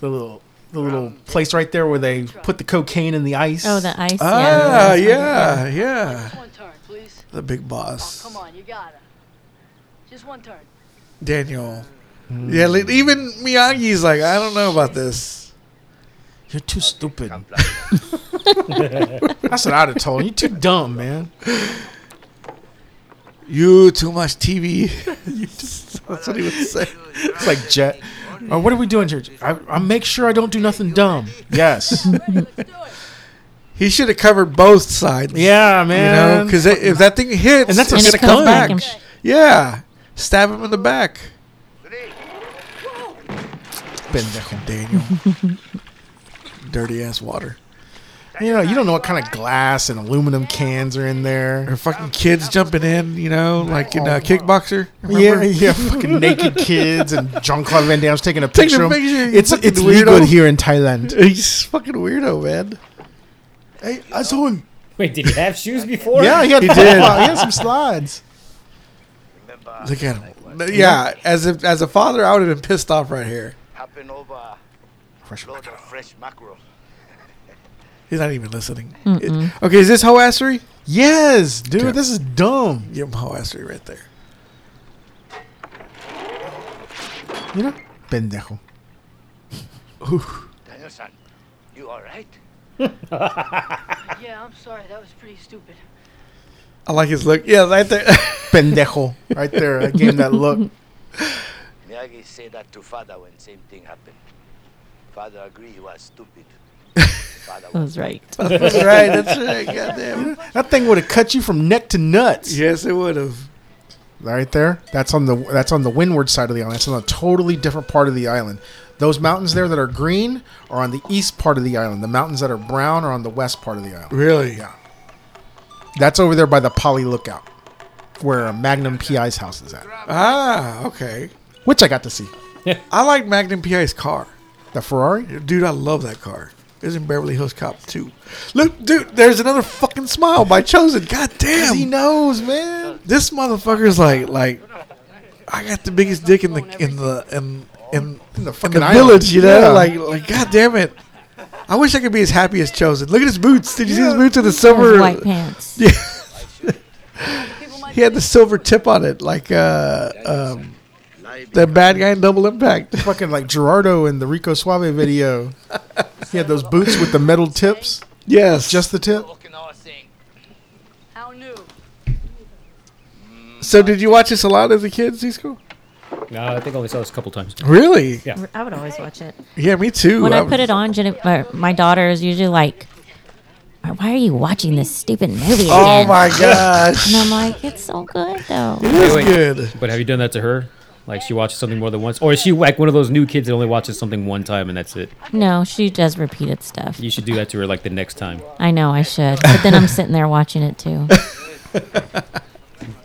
the little the little place right there where they put the cocaine in the ice.
Oh, the ice.
ah,
yeah.
yeah, yeah.
One turn, please.
The big
Oh,
boss,
come on, you gotta. Just one turn.
Daniel.
Hmm.
Yeah, li- even Miyagi's like, I don't know about this.
You're too stupid. That's what I'd have told him. You're too dumb, man.
You too much TV. You just- that's what he would say.
It's like Jet. Oh, what are we doing here? I, I make sure I don't do nothing dumb. Yes.
He should have covered both sides.
yeah,
you know,
man.
because if that thing hits,
And that's a
it's
And it
gonna come
comes back.
back.
and
Yeah, stab him in the back.
Pendejo.
Daniel. Dirty ass water.
You know, you don't know what kind of glass and aluminum cans are in there.
Or fucking kids jumping in, you know, like
Oh,
in uh, kickboxer.
Yeah, yeah, fucking naked kids and John Claude Van Damme's taking a
Taking
picture.
a
of 'em.
picture, you
It's
fucking
it's legal
weirdo.
here in Thailand.
He's fucking weirdo, man. Hey, I saw him.
Wait, did he have shoes before?
Yeah, he had,
He
flip
did.
flop- he had some slides.
Look at him. No, Yeah, as if as a father, I would have been pissed off right here.
Happen over
Fresh
load of fresh mackerel.
He's not even listening. It- okay, is this hoe assery?
Yes, dude,
Dude.
this is dumb.
Give him hoe assery right there.
You know, pendejo.
Daniel-san, you all right?
Yeah, I'm sorry. That was pretty stupid.
I like his look. Yeah, right there.
Pendejo, right there. I gave him that look.
Miyagi said that to father when same thing happened. Father agreed he was stupid. Father
That was right.
that's right. That's right. Goddamn.
That thing would have cut you from neck to nuts.
Yes, it would have.
Right there. That's on the that's on the windward side of the island. That's on a totally different part of the island. Those mountains there that are green are on the east part of the island. The mountains that are brown are on the west part of the island.
Really? Yeah.
That's over there by the Poly Lookout, where Magnum PI's house is at,
Ah, okay.
which I got to see.
I like Magnum PI's car.
The Ferrari.
Dude, I love that car. It's in Beverly Hills Cop 2. Look, dude, there's another fucking smile by Chosen. God damn.
He knows, man.
this motherfucker's like like I got the biggest dick in the in the in in, in the
fucking island.
village, you know?
Yeah.
Like like god damn it. I wish I could be as happy as Chosen. Look at his boots. Did you see his boots in the silver?
Those white pants.
Yeah. he had the silver tip on it, like uh um the bad guy in Double Impact.
Fucking like Gerardo in the Rico Suave video. He had those boots with the metal tips,
yes.
just the tip.
Okinawa saying,
How new?
so did you watch this a lot as a kid, Cisco?
No, I think I only saw this a couple times.
Really?
Yeah.
I would always watch it.
Yeah, me too.
When I
was-
put it on, Jen, my, my daughter is usually like, "Why are you watching this stupid movie?"
Oh
again?"
my gosh.
And I'm like, "It's so good though."
It was
Wait, wait.
good.
But have you done that to her? Like she watches something more than once, or is she like one of those new kids that only watches something one time and that's it?
No, she does repeated stuff.
You should do that to her like the next time.
I know I should, but then I'm sitting there watching it too.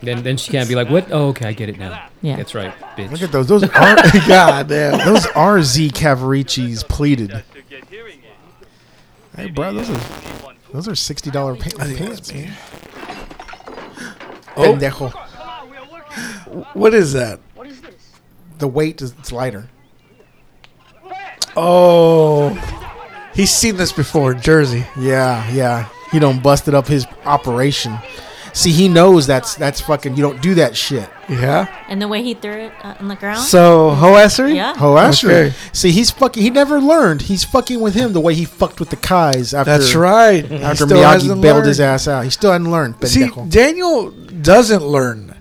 Then then she can't be like, what? Oh, okay, I get it now.
Yeah.
that's right,
Look
bitch.
at those. Those are
God damn.
those RZ Cavaricis pleated. Hey, bro, those are those are sixty dollar pa- pants, man. Pendejo.
What is that?
What is this?
The weight is it's lighter.
Oh, he's seen this before in Jersey.
Yeah, yeah. He don't busted up his operation. See, he knows that's that's fucking. You don't do that shit.
Yeah.
And the way he threw it uh, on the ground.
So Hoassery.
yeah.
Oh, Asher.
Okay.
See, he's fucking. He never learned. He's fucking with him the way he fucked with the Kais after.
That's right.
After
He still
Miyagi
hasn't
bailed his
learned.
ass out, he still hadn't learned.
See,
Pendejo.
Daniel doesn't learn.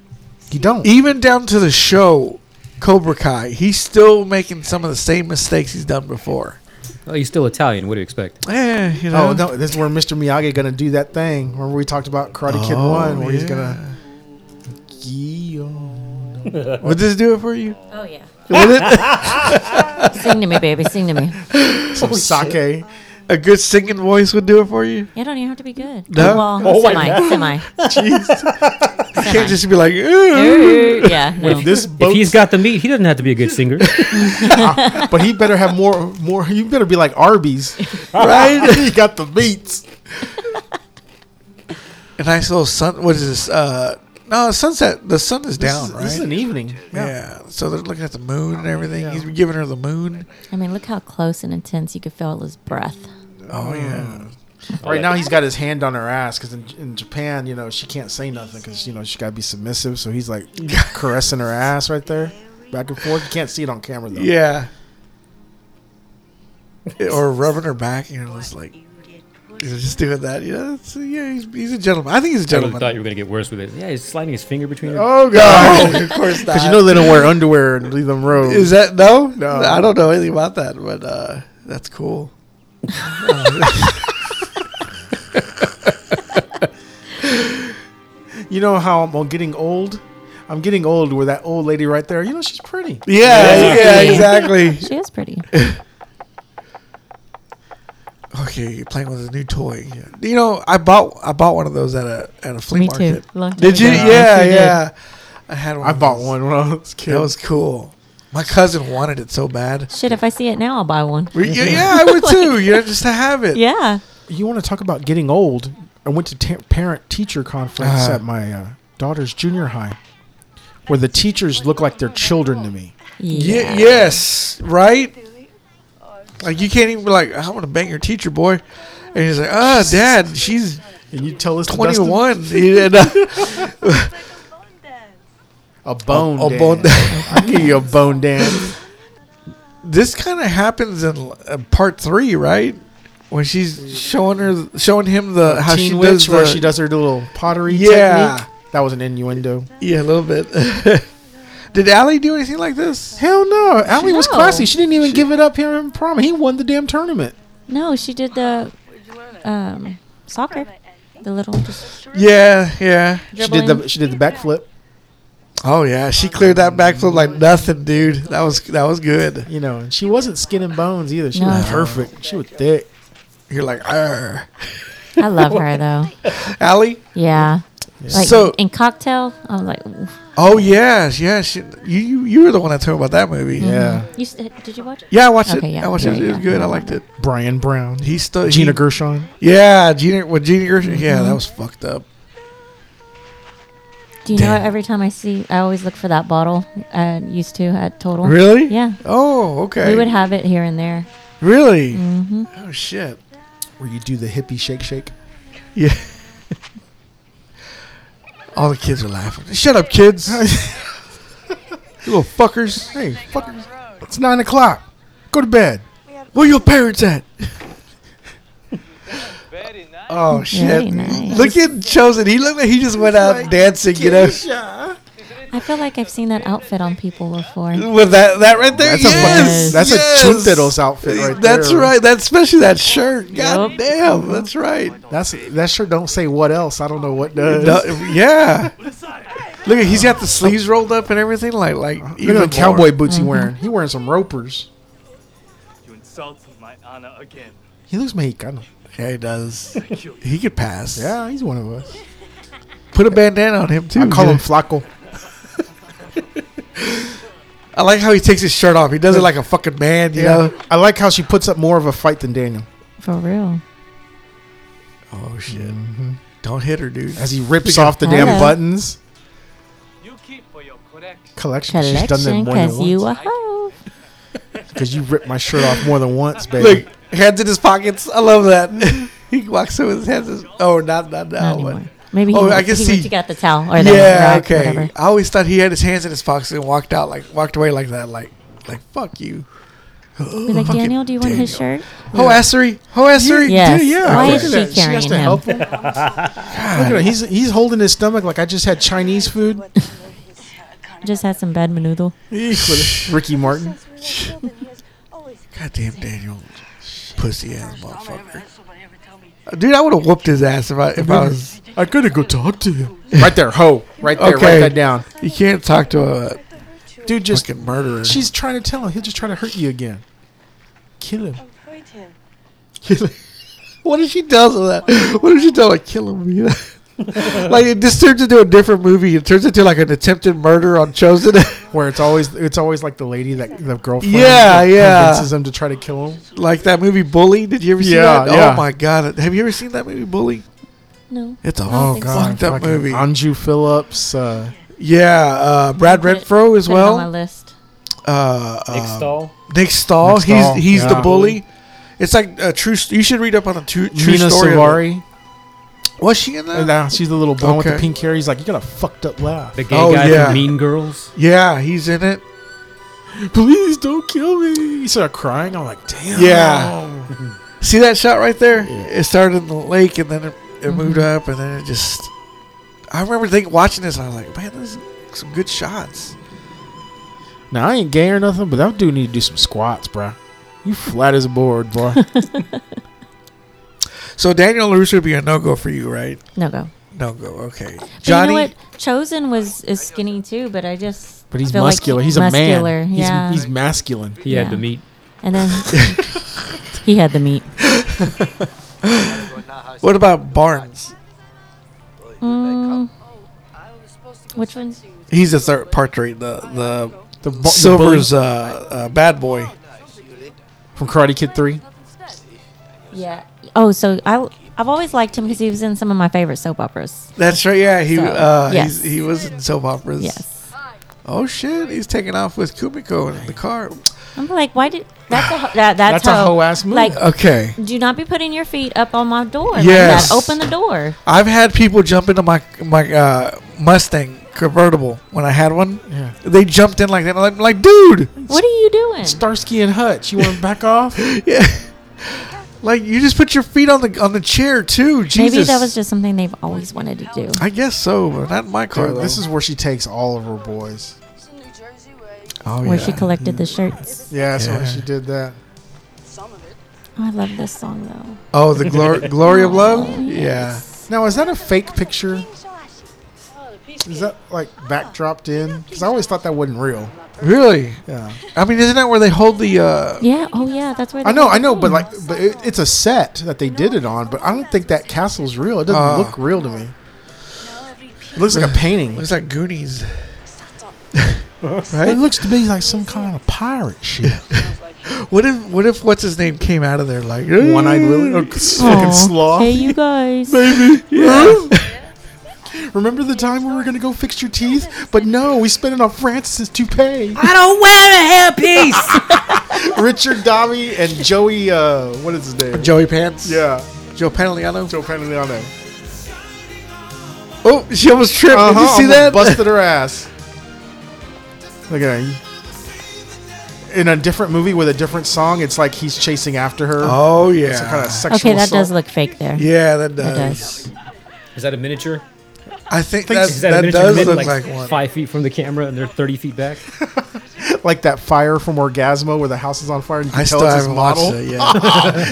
he don't.
Even down to the show, Cobra Kai, he's still making some of the same mistakes he's done before.
Oh, he's still Italian. What do you expect?
Eh, you know.
Oh no! This is where Mr. Miyagi gonna do that thing. Remember we talked about Karate Kid
Oh,
One, where he's
yeah.
gonna. Gyo.
Would this do it for you?
Oh yeah.
Would it?
Sing to me, baby. Sing to me.
Some
Oh,
sake.
A good singing voice would do it for you.
You don't even have to be good.
No?
Oh, Well, semi, semi.
You can't just be like, ooh.
Err, yeah. No.
This
If
boat,
he's got the meat, he doesn't have to be a good singer.
but he better have more. More. You better be like Arby's, right? he got the meats.
A nice little sun. What is this? Uh, No, sunset. The sun is down,
This is,
right?
this is an evening.
yeah. So they're looking at the moon and everything. He's giving her the moon.
I mean, look how close and intense you could feel his breath.
Oh yeah.
Right now, he's got his hand on her ass because in, in Japan, you know, she can't say nothing because you know she got to be submissive. So he's like caressing her ass right there, back and forth. You can't see it on camera though.
Yeah. or rubbing her back, you know, just like he's just doing that. You know, it's, yeah, he's, he's a gentleman. I think he's a
I really
gentleman.
thought you were gonna get worse with it. Yeah, he's sliding his finger between her.
oh god, of course not.
Because you know they don't wear underwear and leave them road.
is that no? No, I don't know anything about that, but uh, that's cool.
you know how I'm I'm getting old? I'm getting old where that old lady right there, you know, she's pretty.
Yeah, yeah,
Yeah.
exactly.
She is pretty.
okay, you're playing with a new toy. Yeah. You know, I bought I bought one of those at a at a flea
Me too.
market.
Long time
Did you?
ago.
Yeah,
Yes, we did.
yeah. I had one.
I
of
bought
those.
one when I was a kid.
That was cool. My cousin wanted it so bad.
Shit, if I see it now, I'll buy one.
We- yeah, yeah, I would too. You know, just to have it.
Yeah.
you want to talk about getting old? I went to ta- parent teacher conference
Uh-huh.
at my uh, daughter's junior high where the teachers look like they're children to me.
Ye- yes. Right. Like you can't even be like, I want to bang your teacher, boy. And he's like, Ah, dad, she's
And you tell us
21. Yeah, no.
a bone
A- a
dance.
bone dance.
I'll give you a bone dance.
this kind of happens in uh, part three, right? When she's showing her, showing him the how
Teen
she
Witch
does,
where
the,
she does her little pottery
Yeah.
technique. That was an innuendo.
yeah, a little bit. Did Allie do anything like this?
Hell no. Allie was
No.
classy. She didn't even give it up here in prom. He won the damn tournament.
No, she did the um, soccer. The little just
Yeah, yeah.
She
dribbling.
did the she did the backflip.
Oh yeah, she cleared that backflip like nothing, dude. That was that was good.
You know, and she wasn't skin and bones either. She was
No.
perfect. She was thick.
You're like, Arr.
I love her though.
Allie.
Yeah. Like
So-
in cocktail, I was like, ooh.
Oh yes, yes. She, you you you were the one that told me about that movie.
Yeah.
you, s- uh, did you watch it?
Yeah, I watched
Okay,
it.
yeah.
I watched it.
Yeah,
It was
yeah.
good. I liked it.
Brian Brown.
He still
Gina
he,
Gershon.
Yeah, Gina with Gina Gershon. Yeah,
Mm-hmm.
that was fucked up.
Do you know
Damn.
every time I see, I always look for that bottle. I used to at Total.
Really?
Yeah.
Oh, okay.
We would have it here and there.
really?
Mm.
Oh shit.
Where you do the hippie shake shake.
Yeah. All the kids are laughing. Shut up, kids. you little fuckers.
Hey, fuck. It's nine o'clock. Go to bed.
Where your parents at? oh
Very
shit!
nice.
Look at chosen. He looked like he just went out dancing. You know,
I feel like I've seen that outfit on people before.
with that that right there.
That's
yes,
a fucking, that's
yes.
a Chunteros outfit right there.
That's right. That's especially that shirt. God damn. That's right.
That's that sure don't say what else. I don't know what does.
No, yeah. Look, at he's got the sleeves rolled up and everything. Like like
Look
even
at the
more. Mm-hmm.
cowboy boots he wearing. He wearing some ropers.
You insulted my honor again.
He looks Mexicano.
Yeah, he does. He could pass.
Yeah, he's one of us.
Put a bandana on him too.
I call
Yeah.
him Flaco.
I like how he takes his shirt off. He does it like a fucking man. You
Yeah.
know.
I like how she puts up more of a fight than Daniel.
For real.
Oh shit! Don't hit her, dude.
As he rips off the
Hello.
damn buttons.
You keep for your collection.
Collection. She's done that
Collection,
more than
because
once.
you a hoe.
Because you ripped my shirt off more than once, baby.
Look, hands in his pockets. I love that. he walks in with his hands. In, oh, not not
Not
now. but-
anymore. Maybe he,
Oh,
went,
I can
he
see.
went to get the towel or the
yeah,
rag,
okay.
whatever.
I always thought he had his hands in his pockets and walked out like walked away like that, like like fuck you.
Be like,
Fucking
Daniel, do you want his shirt?
Ho assery, ho assery.
Yes.
dude, yeah.
Why
Look
is
at that.
she carrying
has to
him?
help him. Look at him. He's he's holding his stomach like I just had Chinese food.
Just had some bad menudo.
Ricky Martin.
Goddamn Daniel, pussy ass motherfucker. Dude, I would have whooped his ass if I if I was.
I gotta go talk to him. Right there, ho. Right there.
Okay.
Write that down.
You can't talk to a
Dude, just
fucking murderer.
she's trying to tell him. He'll just try to hurt you again. Kill him.
What did she tell him that? What did she tell him? Kill him. you know? like this turns into a different movie. It turns into like an attempted murder on Chosen.
Where it's always it's always like the lady that the girlfriend.
Yeah,
that
yeah.
Convinces him to try to kill him.
like that movie Bully. Did you ever see
Yeah,
that?
yeah.
Oh my god! Have you ever seen that movie Bully?
No.
It's a
I don't
oh,
think
God.
so.
fucked up
Fucking
movie.
Anju Phillips. Uh,
Yeah, uh, Brad
Put it-
Renfro as
put it on my
well.
list.
Uh, uh,
Nick Stahl.
Nick Stahl.
Nick
He's
Stahl,
he's the
yeah.
bully. It's like a true. st- You should read up on the true, true
Mina
story. of it.
Savari.
Was she in that?
Nah, she's the little blonde with
Okay.
the pink hair. He's like, you got a fucked up laugh.
The gay
Oh,
guy
yeah.
from Mean Girls.
Yeah, he's in it.
Please don't kill me. He started crying. I'm like, damn.
Yeah. See that shot right there? It started in the lake and then it, it moved
Mm-hmm.
up and then it just. I remember think watching this and I was like, man, this is some good shots.
Now I ain't gay or nothing, but that dude need to do some squats, bruh. You flat as a board, boy.
So Daniel LaRusso would be a no go for you, right?
No go.
No go. Okay.
But
Johnny.
you know what? Chosen was is skinny too, but I just
But he's
feel like
muscular.
he-
he's a
muscular,
man.
yeah.
He's, he's masculine.
He
Yeah.
had the meat.
and then he had the meat.
what about Barnes?
Mm, which one?
He's the third portrait, the the
The, bu- the
Silver's
bully
uh, uh, bad boy.
from Karate Kid Three.
Yeah. Oh, so I I've always liked him because he was in some of my favorite soap operas.
That's right. Yeah, he
So,
uh,
yes.
he's, he was in soap operas.
Yes.
Oh shit, he's taking off with Kumiko in the car.
I'm like, why did that's a ho- that, that's,
That's a
how-
hoe-ass movie.
Like,
Okay.
do not be putting your feet up on my door.
Yes.
Like that. Open the door.
I've had people jump into my my uh, Mustang convertible when I had one.
Yeah.
They jumped in like that. I'm like, dude,
What are you doing?
Starsky and Hutch. You want to back off?
yeah. like you just put your feet on the on the chair too. Jesus.
Maybe that was just something they've always wanted to do.
I guess so, but not in my car.
Dude,
though.
this is where she takes all of her boys.
It's in New Jersey where
oh,
Where
yeah.
she collected the shirts.
Yeah, that's
Yeah.
where she did that.
some of it.
Oh, I love this song though.
oh the glor- glory of
Oh,
love. Yeah.
Now, is that a fake picture?
Oh, the piece
Is that like backdropped in? Because I always thought that wasn't real.
Really?
Yeah.
I mean, isn't that where they hold the? uh
Yeah. Oh, yeah. That's where
I
they
know,
got
I
the
know, but
name.
like, but it, it's a set that they did it on. But I don't think that castle's real. It doesn't
Uh.
look real to me. It looks like a painting.
Looks like Goonies.
It
right.
looks to me like some kind of pirate shit.
What if what if what's his name came out of there like
One-eyed Willie, or Mm. fucking
Aw.
sloth.
Hey, you guys.
Remember the time we were gonna go fix your teeth, but no, we spent it on Francis's toupee.
I don't wear a hairpiece.
Richard Dobby and Joey. Uh, what is his name?
Joey Pants?
yeah,
Joe Pantoliano.
Joe Pantoliano.
Oh, she almost tripped.
Uh-huh,
Did you see
almost
that?
Busted her ass. Look at her. In a different movie with a different song, it's like he's chasing after her.
Oh yeah.
Some kind of sexual
Okay, that
assault.
does look fake there.
yeah, that
It
does.
does.
Is that a miniature?
I think
Think-
that,
Is that, a
that,
miniature
does
mid,
look like,
like,
one.
five feet from the camera and they're 30 feet back?
like that fire from Orgasmo where the house is on fire and you can
I
tell
still
it's his
haven't watched
model.
it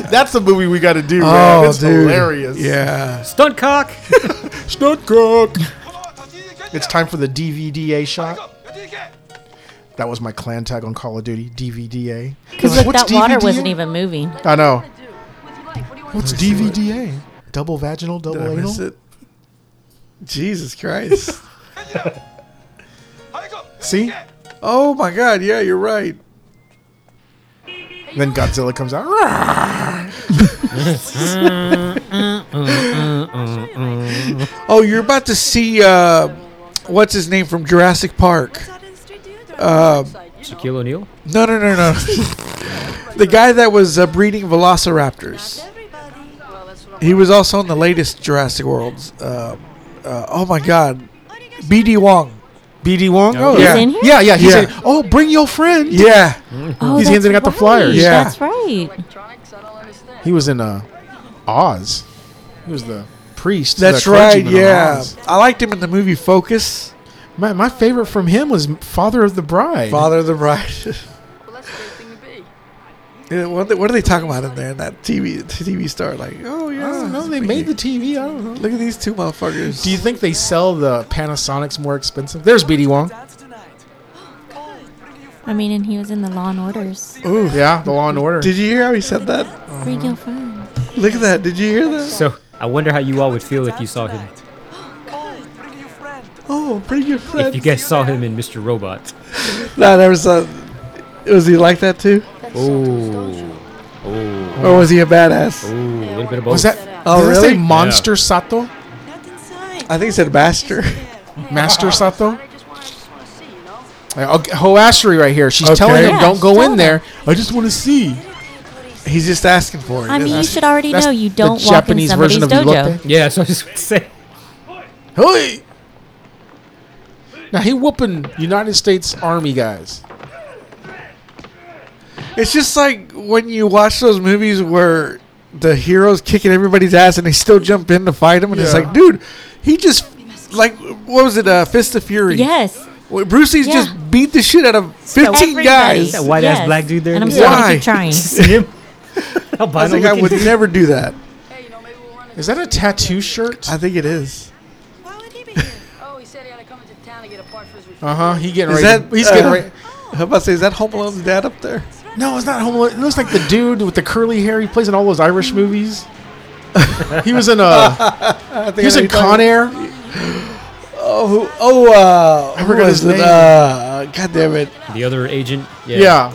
yet.
That's the movie we got to do, man.
oh,
It's
dude.
hilarious.
Yeah.
Stunt cock!
Stuttgart. It's time for the DVDA shot. That was my clan tag on Call of Duty. DVDA.
Because
Like,
look,
what's
that water
DVDA?
wasn't even moving.
I know.
What's
DVDA. Double vaginal, double
Did I miss
anal.
it? Jesus Christ.
See?
oh my God. Yeah, you're right.
Then Godzilla comes out. Rah!
Oh, you're about to see uh, what's his name from Jurassic Park. Uh,
Shaquille O'Neal?
no, no, no, no. the guy that was uh, breeding velociraptors. He was also in the latest Jurassic Worlds. Uh, uh, oh my God, BD Wong.
BD Wong. Oh,
He's
yeah.
in here?
yeah, yeah. He
Yeah.
said, "Oh, bring your friend."
Yeah,
Oh,
He's
that's
handing out the
right.
flyers.
Yeah.
That's right.
electronics, I don't understand.
He was in uh, Oz. He was the priest.
that's
the
right.
clergyman of
Yeah,
Oz.
I liked him in the movie Focus,
My, my favorite from him was Father of the Bride.
Father of the Bride.
Well, that's a great thing to be.
Yeah, what, they- what are they talking about in there? In that TV TV star, like, oh
I
yeah,
don't know.
it's
They
me.
made the TV. I don't know.
Look at these two motherfuckers.
Do you think they sell the Panasonics more expensive? There's BD Wong.
I mean, and he was in the Law and Orders.
Ooh. Yeah, Ah, The Law and Order.
Did you hear how he said that?
Bring your friend.
Look at that. Did you hear that?
So I wonder how you all would feel if you saw him.
Oh, pretty good
If
friend.
you guys saw him in Mr. Robot.
No, I never saw. Was he like that too,
Oh. Oh.
or was he a badass?
Oh, a little bit of both.
was that?
Oh,
did that say
really?
Monster Sato?
I think it said master.
Master Sato?
I just want, I just want to see, you know.
Okay, Hoashery right here. She's
Okay.
telling him,
Yeah,
"Don't
she's
go in
telling
there. I just want to see."
He's just asking for it.
I mean, you
That's-
should already
That's
know you
the
don't walk in
Japanese
somebody's
version of you looked
dojo.
at.
Yeah, so I was just gonna say.
Hey!
Now he whooping United States Army guys.
It's just like when you watch those movies where the hero's kicking everybody's ass and they still jump in to fight him, and it's
Yeah.
like, dude, he just like what was it, uh, Fist of Fury?
Yes.
Well, Bruce Lee's
Yeah.
just beat the shit out of fifteen
Everybody.
guys.
That white-ass black dude there.
And I'm
Yeah.
still
Why?
gonna keep trying.
See him?
I
Albino
think I
looking
would
dude.
never do that.
Hey, you know, maybe we'll run into
Is that a tattoo shirt?
I think it is.
Why would he be here? oh, he said he had to come into town to get a part for his refrigerator.
Uh-huh.
Uh huh. He getting
Is
ready. to-
that-
he's getting
uh,
ready.
How about to say is that Home Alone's dad up there?
No, it's not Home Alone. It looks like the dude with the curly hair. He plays in all those Irish movies. he was in a. he was in Con Air.
Oh, who, oh, uh,
I
who
forgot
was
his
it?
name.
Uh, God damn it!
The other agent. Yeah.
Yeah,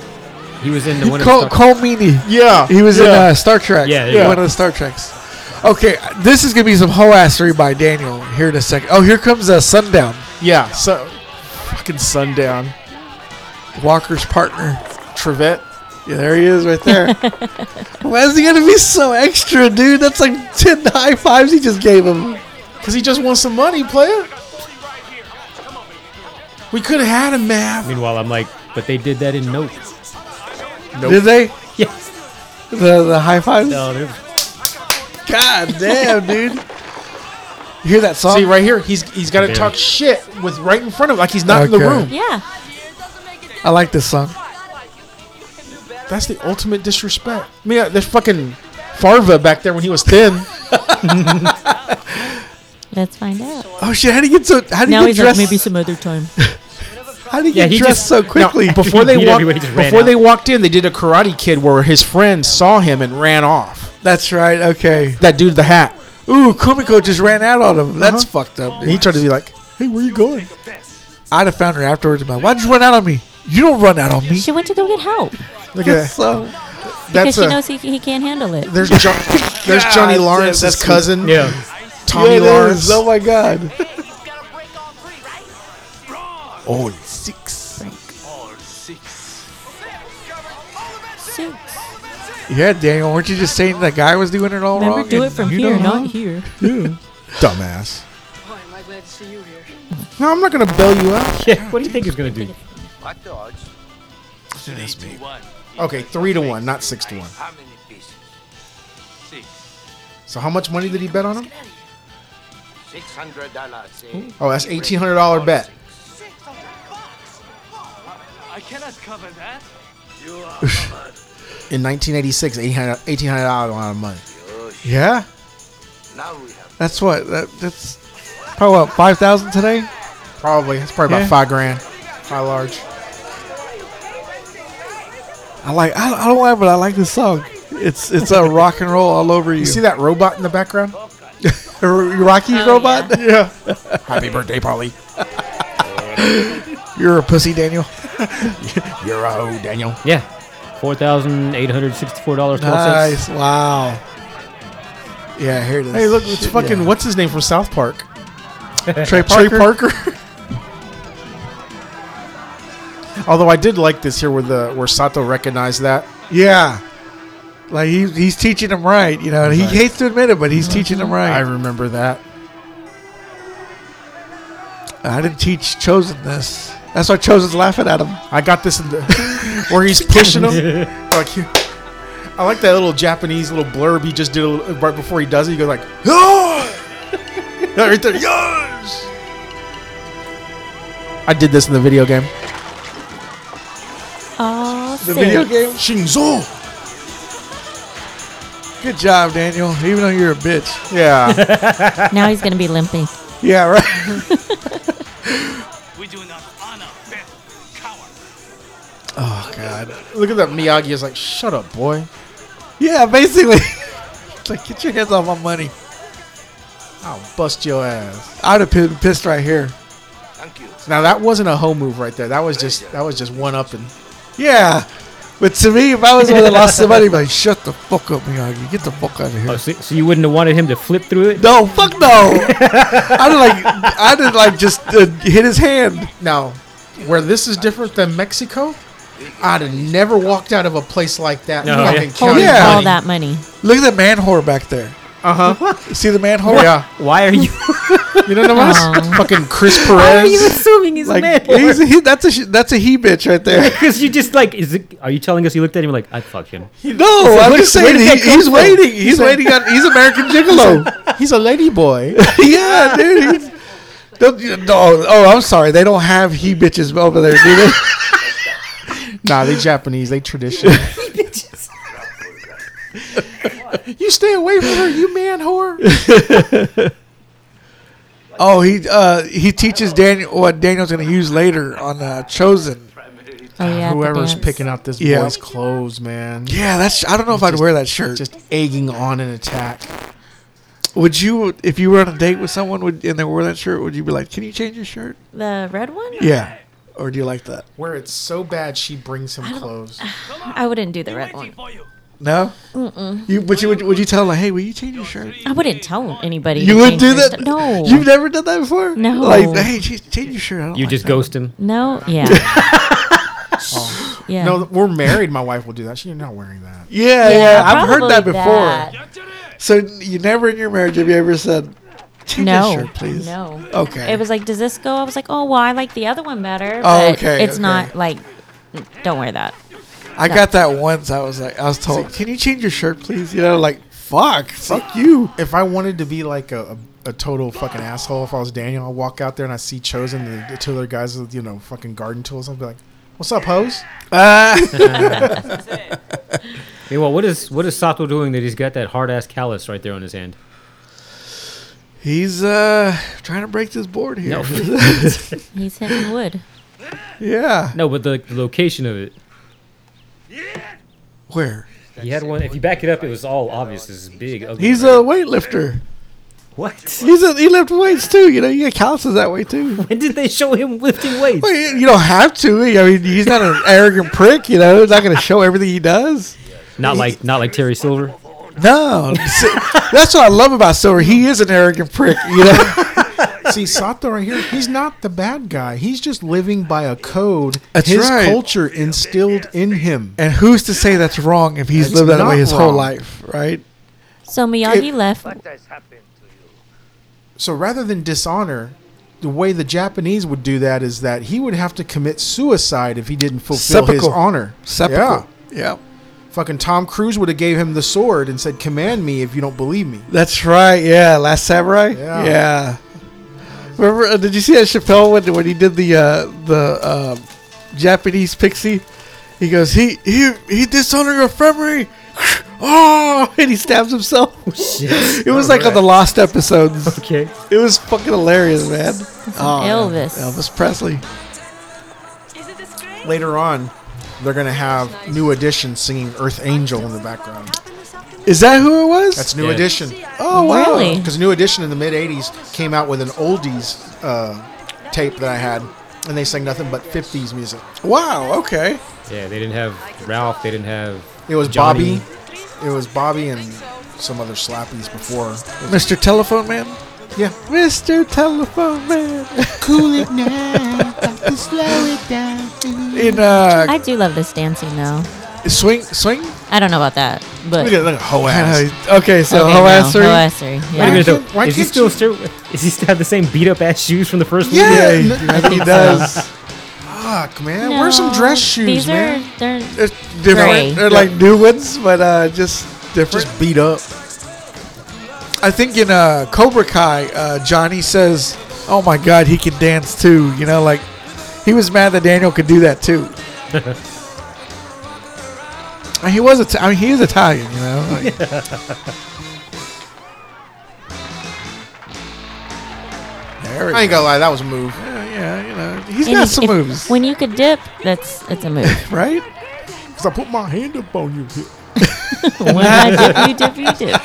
He was in the one. of
Cole,
the-
Cole Meany.
yeah.
He was in
yeah.
uh, Star Trek.
Yeah, yeah.
one of the Star Treks. Okay, this is gonna be some hoassery by Daniel here in a second. Oh, here comes uh, Sundown,
yeah. So, fucking sundown.
Walker's partner.
Trevette.
Yeah, there he is right there. Why is he gonna be so extra, dude? That's like ten high fives he just gave him.
Cause he just wants some money, player. We could have had him, man.
Meanwhile, I'm like, but they did that in Nope.
Did they?
Yes.
The the high fives.
No, they're-
God damn, dude. You hear that song?
See right here, he's he's got to
Yeah.
talk shit with right in front of, him, like he's not in the
Okay.
room.
Yeah.
I like this song.
That's the ultimate disrespect. I mean, uh, there's fucking Farva back there when he was thin.
Let's find out.
Oh shit! How do you get so? How do you
Now
get
he's like,
dressed?
maybe some other time.
how do you
Yeah,
get
he
dressed
just-
so quickly?
Now, before they
He beat
walked,
everybody, just ran
before
out.
they walked in, they did a Karate Kid where his friend saw him and ran off.
That's right. Okay.
That dude, with the hat.
Ooh, Kumiko just ran out on him. That's
Uh-huh.
fucked up.
And he
Dude.
tried to be like, "Hey, where you going?"
I'd have found her afterwards. and been Like, why'd you run out on me? You don't run out on me.
She went to go get help
Look at that.
So
because
That's
she
a,
knows he, he can't handle it.
there's jo- there's
God,
Johnny
dude,
Lawrence's
that's-
cousin,
yeah.
Yeah,
Tommy
it
Lawrence.
is. Oh my god.
Oh,
Six.
Six.
Yeah, Daniel. Weren't you just saying that guy was doing it
Oh,
all
Remember,
wrong?
do it
and
from
you
here,
don't know?
not here.
dumbass.
Boy, am I glad to see you here.
No, I'm not gonna bail you out.
yeah. What do you think he's gonna do?
What the odds?
Three to one.
Okay, three to one, not six to one.
How many pieces?
Six.
So how much money did he bet on him?
Six hundred dollars.
Oh, that's eighteen hundred dollar bet.
I cannot cover that.
In 1986, eighteen hundred dollar amount of money.
Yeah.
Now we have
That's what. That, that's probably what five thousand today.
Probably that's probably
Yeah.
about five grand. Five large.
I like. I, I don't know why, but I like this song. It's it's a rock and roll all over you.
You see that robot in the background?
Rocky robot?
Yeah. Happy birthday, Polly.
You're a pussy, Daniel.
You're a hoe, Daniel.
Yeah. Four thousand eight hundred sixty-four dollars.
Nice. Wow. Yeah, here it is.
Hey, look, it's
Shit,
fucking
yeah.
what's his name from South Park?
Trey
Trey
Parker.
Parker. Although I did like this here, where the where Sato recognized that.
Yeah. Like he, he's teaching him right, you know. And he
Right. Mm-hmm.
hates to admit it, but he's teaching him
I
right.
remember that.
I, didn't teach Chosen this. That's why Chosen's laughing at him.
I got this in the where he's pushing him. like he- I like that little Japanese little blurb he just did a little, right before he does it. He goes like, "Yeah!" right there, yes. I did this in the video game.
Oh,
The video
six.
game.
Shinzo.
Good job, Daniel. Even though you're a bitch.
Yeah.
Now he's gonna be limping.
Yeah, right.
We do not honor bet coward.
Oh God.
Look at that Miyagi. Is like, shut up, boy.
Yeah, basically. It's like get your hands off my money.
I'll bust your ass.
I'd have been pissed right here.
thank you.
Now that wasn't a home move right there. That was just that was just one up and
Yeah. But to me, if I was the one that lost somebody, I'd be like, shut the fuck up, Miyagi. Get the fuck out of
Oh,
here.
so, so you wouldn't have wanted him to flip through it?
No, fuck no. I did like, I did like just uh, hit his hand.
Now, where this is different than Mexico, I'd have never walked out of a place like that.
No,
fucking
yeah.
counting
Oh, yeah.
all
money.
that money.
Look at that man whore back there.
Uh huh.
See the man whore?
Yeah.
Why are you?
You don't know what? else?
Oh.
Fucking Chris
Why are you
Perez.
assuming he's a man?
Like he's a, he, that's a sh- that's a he bitch right there.
Because you just like is it? Are you telling us you looked at him like I'd fuck him?
No, I'm
where-
just
where
saying
did
he,
that come
he's
from?
waiting. He's waiting on. He's American Gigolo.
He's a lady boy.
yeah, dude. He's, don't, you- no, oh, I'm sorry. They don't have he bitches over there, do they?
nah, they Japanese. They traditional. you stay away from her, you man whore.
Oh, he uh, he teaches Daniel what Daniel's going to use later on uh, Chosen.
Oh yeah, the
Whoever's
dance.
picking out this
Yeah.
boy's clothes, man,
Yeah, that's. I don't know if I'd wear that shirt.
just egging on an attack.
would you if you were on a date with someone would, and they wore that shirt? Would you be like, "Can you change your shirt?"
the red one.
Yeah, or do you like that?
Where it's so bad, she brings him clothes.
I wouldn't do the red one.
For you.
No. Mm-mm. You but you would would you tell like, "Hey, will you change your shirt?"
I wouldn't tell anybody.
You
to
would
change
do
their
that?
stu- No.
You've never done that before?
No.
Like, hey, change, change your shirt. I don't
You
like
just
that.
ghost him.
No. Yeah. yeah.
No, we're married. My wife will do that. She's not wearing that.
Yeah, yeah. I've heard that
probably
before.
that.
So you never in your marriage have you ever said, change
No.
your shirt, please?
No.
Okay.
It was like, does this go? I was like, oh well, I like the other one better.
Oh,
but
okay,
It's
okay.
not like, don't wear that.
I got that once. I was like, I was told, can you change your shirt, please? You know, like, fuck, fuck you.
If I wanted to be like a, a, a total fucking asshole, if I was Daniel, I'd walk out there and I see Chosen, the, the two other guys with, you know, fucking garden tools. I'd be like, what's up, hoes?
Uh,
Meanwhile, what is what is Sato doing that he's got that hard ass callus right there on his hand?
he's uh trying to break this board here.
He's hitting wood.
yeah.
No, but the, the location of it.
Where?
He had one. If you back it up, it was all obvious. This big. Ugly
He's a
red-
weightlifter.
what?
He's a he lifts weights too. You know, you get calluses that way too.
When did they show him lifting weights?
Well, you- you don't have to. I mean, he's not an arrogant prick. You know, he's not going to show everything he does.
Not like not like Terry Silver.
No, that's what I love about Silver. He is an arrogant prick. You know,
See, Sato right here, he's not the bad guy. He's just living by a code
That's
his
right.
culture instilled in him.
and who's to say that's wrong if he's
It's
lived that
not
way his whole
wrong.
life, right?
So Miyagi left.
has happened to you?
So rather than dishonor, the way the Japanese would do that is that he would have to commit suicide if he didn't fulfill his
Seppuku.
honor.
Sepulchre. Yeah.
Fucking Tom Cruise would have gave him the sword and said, "Command me if you don't believe me."
that's right. Yeah, Last Samurai.
Yeah.
Remember? Uh, did you see that Chappelle when, when he did the uh, the uh, Japanese pixie? He goes, he he he dishonored your memory. Oh, and he stabs himself.
Shit.
It was like on the lost episodes.
Okay.
It was fucking hilarious, man. Oh,
Elvis.
Elvis Presley.
Later on, they're gonna have New Edition singing "Earth Angel" in the background.
Is that who it was?
That's New
Yeah.
Edition
oh wow.
Really?
because New Edition in the mid '80s came out with an oldies uh, tape that I had, and they sang nothing but '50s music.
Wow. Okay.
Yeah, they didn't have Ralph. They didn't have.
It was
Johnny.
Bobby, it was Bobby and some other slappies before.
Mr. Telephone Man.
Yeah.
Mr. Telephone Man.
Cool it now, got to slow it down.
In uh,
I do love this dancing though.
swing, swing.
I don't know about that, but
Look at look at hoe ass.
Okay, so
Okay, no,
Hoassery.
Hoassery, yeah.
Wait a minute though.
can't- why
is he
can't
still
you-
still? Is he still have the same beat up ass shoes from the first movie?
Yeah,
Yeah,
he- I think he
so.
does.
Fuck, man.
No,
Wear some dress shoes,
These
man.
are they're
It's different.
Gray.
They're like new ones, but uh, just different.
Just beat up.
I think in uh, Cobra Kai, uh, Johnny says, "Oh my God, he can dance too." You know, like he was mad that Daniel could do that too. and he was, Ita- I mean, he is Italian. You know, like, there we
I ain't
go.
gonna lie, that was a move.
Yeah, yeah, you know, he's
and
got
if-
some
if-
moves,
When you could dip, that's it's a move.
right?
Cause I put my hand up on you.
when I dip, you dip, you dip.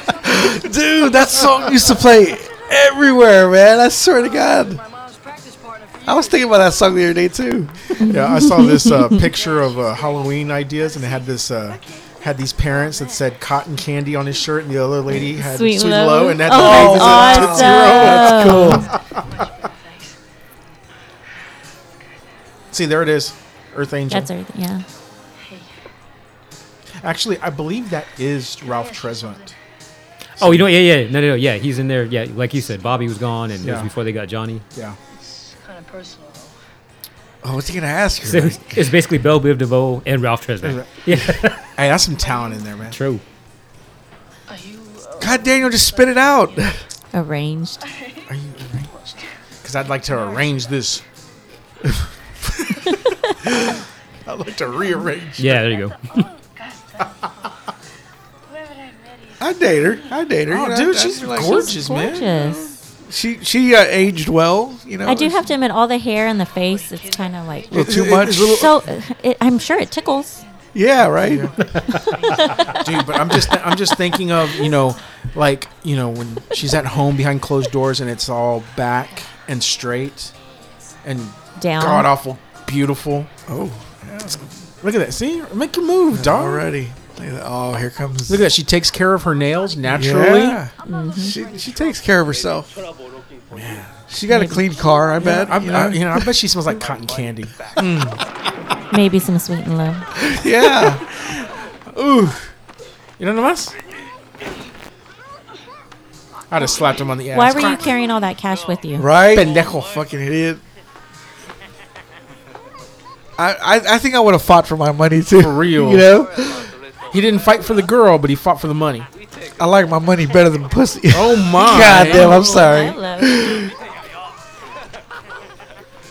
Dude, that song used to play everywhere, man. I swear to God.
My mom's practice partner for
I was thinking about that song the other day too.
Yeah, I saw this uh, picture of uh, Halloween ideas, and it had this uh, had these parents that said cotton candy on his shirt, and the other lady had sweet, low. and that
oh,
baby said Tootsie Roll.
awesome. That's
See, there it is, Earth Angel.
her. Yeah.
Actually, I believe that is Ralph Tresvant.
Oh, you know, what? yeah, yeah, no, no, no, yeah, he's in there. Yeah, like you said, Bobby was gone, and it
Yeah.
was before they got Johnny.
Yeah,
It's kind of personal. though.
Oh, what's he gonna ask
So
her?
it's, it's basically Belle Biv DeVoe and Ralph Tresvant. Yeah,
hey, that's some talent in there, man.
true.
Are you? Uh,
God, Daniel, just spit it out.
Arranged.
Are you arranged? Because I'd like to arrange this. I'd like to rearrange.
Yeah, there you go.
I date her. I date her. you know,
Oh, dude,
I- I
she's
feel like
gorgeous, man.
Gorgeous.
She she uh, aged well. You know,
I do have to admit, all the hair and the face, it's kind of like.
a little too much.
So, it, I'm sure it tickles.
yeah, right.
dude. But I'm just I'm just thinking of you know, like you know when she's at home behind closed doors and it's all back and straight and
Down.
god awful beautiful.
Oh,
Look at that. See, make your move, dog.
already. Look at that. Oh, here comes.
Look at that. She takes care of her nails naturally.
Yeah. She she takes care of herself. She got a clean car. I bet.
I,
you
I,
know?
you know, I bet she smells like cotton candy.
Maybe some sweet and low.
yeah. Ooh.
You know what else? I'd have slapped him on the ass.
Why were you carrying all that cash with you?
Right.
Pendejo.
Fucking idiot. I, I, I think I would have fought for my money too.
For real.
You know,
He didn't fight for the girl, but he fought for the money.
I like my money better than pussy.
Oh my!
God damn, I'm
I
sorry.
love it.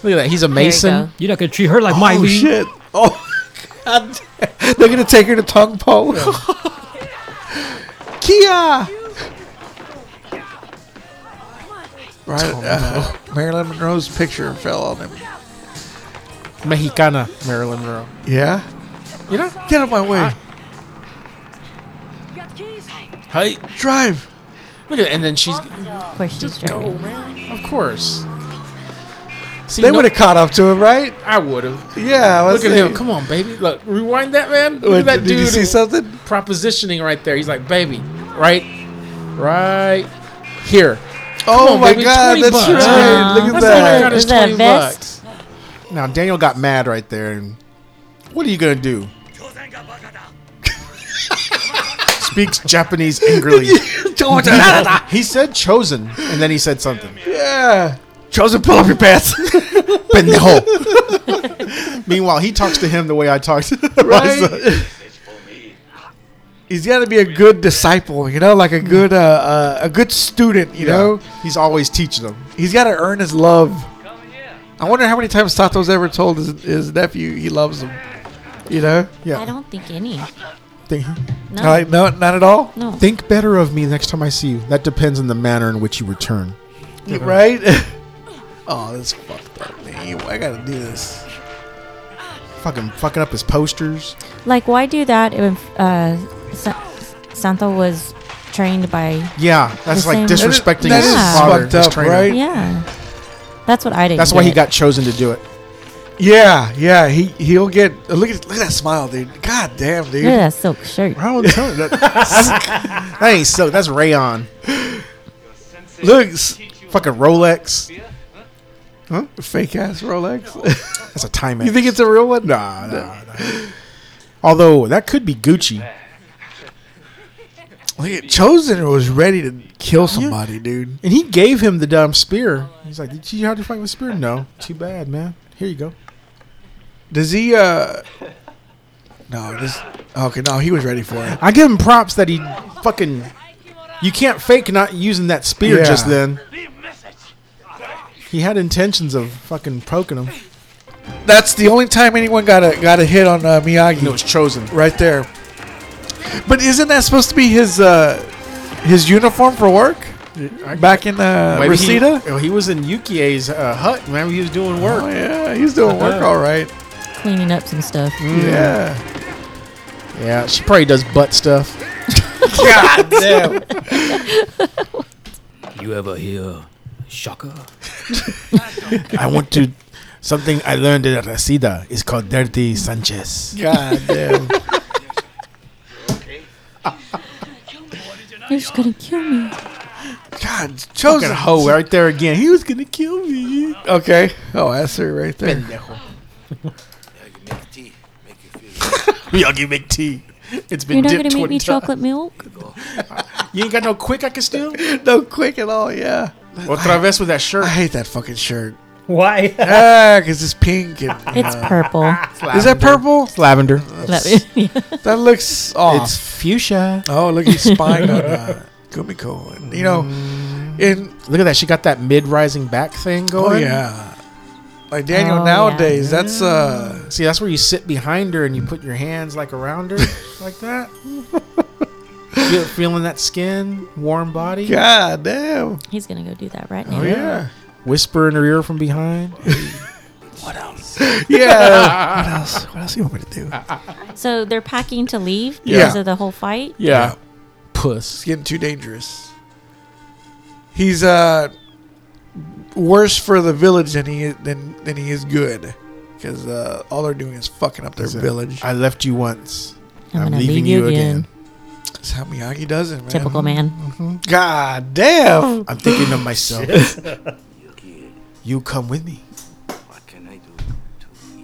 Look at that. He's a
There you
mason.
go.
You're not gonna treat her like my
oh
lead.
shit. Oh god. damn. They're gonna take her to Tong Po. Kia. Right, uh, Marilyn Monroe's picture fell on him.
Mexicana, Marilyn Monroe.
Yeah,
You know?
get out of my way.
Hey.
Drive.
Look at and then she's
Of course she's drunk.
of course. See,
They
no-
would have caught up to him, right?
I would have.
Yeah.
Look at him. Come on, baby. Look, rewind that man. Look at
What,
that
did
dude
you see something?
propositioning right there. He's like, baby, right, right here.
Oh
on,
my
baby,
god,
20
that's
bucks.
right.
Aw.
Look at
That's
That's all I
that.
got is
Is that a
twenty
vest?
bucks. Now Daniel got mad right there, and what are you gonna do? Speaks Japanese angrily. he said chosen, and then he said something.
yeah. Chosen, pull up your pants.
Pendejo. Meanwhile, he talks to him the way I talk to Liza.
right? He's got to be a good disciple, you know, like a good uh, uh, a good student, you
You know,
know.
he's always teaching them.
He's got to earn his love. I wonder how many times Sato's ever told his, his nephew he loves him. You know?
I
Yeah.
don't think any.
Think,
No.
Like, no, not at all.
no.
think better of me next time I see you. That depends on the manner in which you return.
Right? oh, that's fucked up, man. I gotta do this.
Fucking fucking up his posters.
Like, why do that if uh, Sa- Santa was trained by.
Yeah, that's
The
like
same-
disrespecting
That
his
is- that is
father.
fucked
his
up,
trainer.
right?
Yeah. That's what I didn't
That's why he
get.
got chosen to do it.
Yeah, yeah. He he'll get. uh, Look at look at that smile, dude. God damn, dude.
Look at that silk shirt.
that, that's, that ain't so. That's rayon.
Look, s-
Fucking Rolex.
fake ass Rolex.
That's a time.
you think it's a real one?
Nah, nah, nah. Although that could be Gucci.
Look at Chosen was ready to kill somebody, dude.
And he gave him the dumb spear. He's like, Did you have to fight with spear? No. Too bad, man. Here you go.
Does he? uh No, this. Okay, no, he was ready for it.
I give him props that he fucking. You can't fake not using that spear
Yeah.
just then. He had intentions of fucking poking him.
That's the only time anyone got a got a hit on uh, Miyagi.
You know, it's chosen.
right there. But isn't that supposed to be his uh his uniform for work? Back in uh,
Maybe he-
Reseda.
oh, He, was in Yukie's uh, hut. Remember, he was doing work.
Oh yeah, he's doing work all right.
Cleaning up some stuff.
Mm.
Yeah.
Yeah, she probably does butt stuff.
Damn.
You ever hear Shaka?
I want to. Something I learned at Rasida is called Dirty Sanchez.
God damn.
You're just gonna kill me.
God,
Fucking
chosen
hoe right there again. He was gonna kill me.
Okay. Oh, that's her right there.
Miyagi, make tea. Make you feel
Miyagi make tea. It's been
You're not
dipped
gonna make
20
me
times.
chocolate milk.
You ain't got no quick I can steal.
No quick at all. Yeah.
Otra vez with that shirt.
I hate that fucking shirt.
Why?
Ah, cause it's pink and
It's
Uh-huh.
purple.
is that purple?
It's lavender.
Let me-
That looks off.
It's fuchsia.
oh, look, he's spying on uh, Kumiko. And, you know, and
Look at that. She got that mid-rising back thing
oh
going.
yeah, like Daniel
Oh,
nowadays. That's uh,
See, that's where you sit behind her and you put your hands like around her, like that. Feel, feeling that skin, warm body.
god damn.
He's gonna go do that right now.
Oh yeah,
Whisper in her ear from behind.
yeah. what else? What else you want me to do?
So they're packing to leave because
Yeah.
of the whole fight.
Yeah. It's
Puss.
getting too dangerous. He's uh worse for the village than he than than he is good, because uh, all they're doing is fucking up their village.
I left you once.
I'm, gonna leave you again.
That's how Miyagi does it, man.
Typical man.
God damn.
I'm thinking of myself. you come with me.
What can I do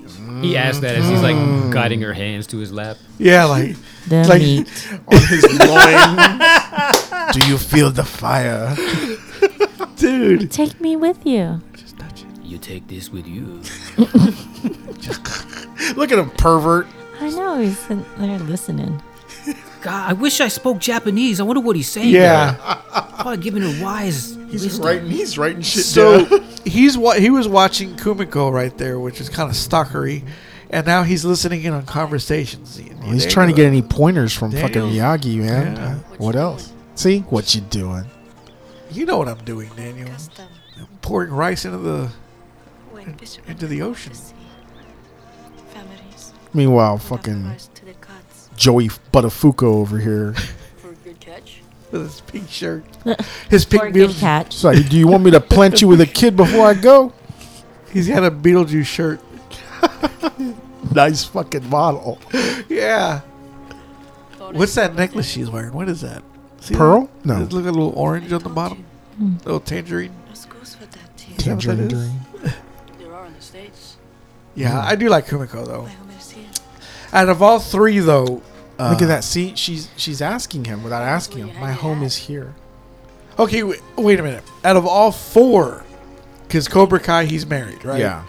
to ease
He asked that as he's like
Mm.
guiding her hands to his lap.
Yeah, like
The
Like-
meat.
On his loin. Do you feel the fire?
dude.
Take me with you.
You take this with you.
Look at him, pervert.
I know he's sitting there listening.
God, I wish I spoke Japanese. I wonder what he's saying.
Yeah.
Probably giving a wise.
He's
wisdom.
writing. He's writing shit
So
down.
he's what he was watching Kumiko right there, which is kind of stalkery, and now he's listening in on conversations.
He's trying to get any pointers from
Damn.
fucking Miyagi, man. Uh,
Yeah.
What else? See what you doing?
You know what I'm doing, Daniel. I'm pouring rice into the into the ocean.
Meanwhile, fucking Joey Buttafuoco over here.
For a good catch.
with his pink shirt. His pink
Or good
Beetlejuice.
catch.
It's like, do you want me to plant you with a kid before I go?
He's got a Beetlejuice shirt.
Nice fucking model.
Yeah.
Thought
What's
it-
that necklace she's wearing? What is that? See
Pearl?
That?
No.
Does it Look at a little orange on the bottom. Little tangerine. that what that
Tangerine
is?
dream.
There are in the States.
Yeah, I do like Kumiko though. Out of all three though, uh,
Look at that. See, she's she's asking him without asking him. My home is here.
Okay, wait, wait a minute. Out of all four, because Cobra Kai he's married, right?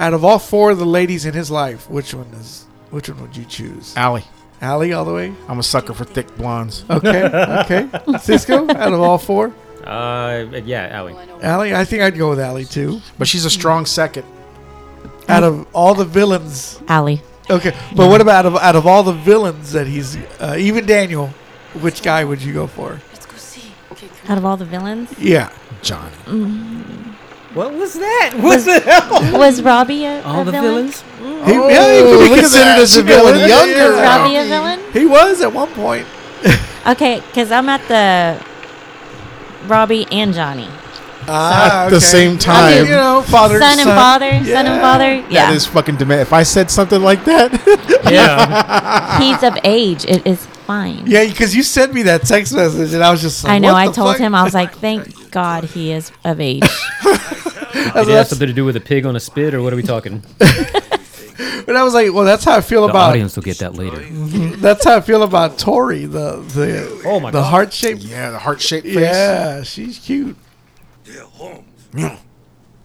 Out of all four of the ladies in his life, which one is? Which one would you choose?
Allie,
Allie all the way.
I'm a sucker for thick blondes.
Okay, okay. Cisco, out of all four,
Uh, yeah, Allie.
Allie. I think I'd go with Allie too.
But she's a strong second.
out of all the villains.
Allie.
Okay, but what about out of, out of all the villains that he's uh, even Daniel? Which guy would you go for?
Out of all the villains,
Yeah,
Johnny.
What was that? What the hell?
was Robbie a,
All
a
the
villain?
villains?
he, yeah, he could be
look at
considered
that.
as a
She got
villain.
it.
Younger,
Was Robbie a villain?
he was at one point.
Okay, because I'm at the Robbie and Johnny.
Ah,
At the same time.
I mean, you know, father,
son and father, son and father.
That
Yeah,
is fucking demand. If I said something like that,
Yeah.
he's of age. It is fine.
Yeah, because you sent me that text message, and I was just. Like,
I know.
what
I
the
told
fuck?
him I was like, thank God he is of age.
Did it have
that's-
something to do with a pig on a spit, or what are we talking?
but I was like, well, that's how I feel
The
about.
audience will get that later.
That's how I feel about Tori, the the
Oh my
the
God.
heart shaped.
yeah, the heart shaped face.
Yeah, she's cute.
their homes,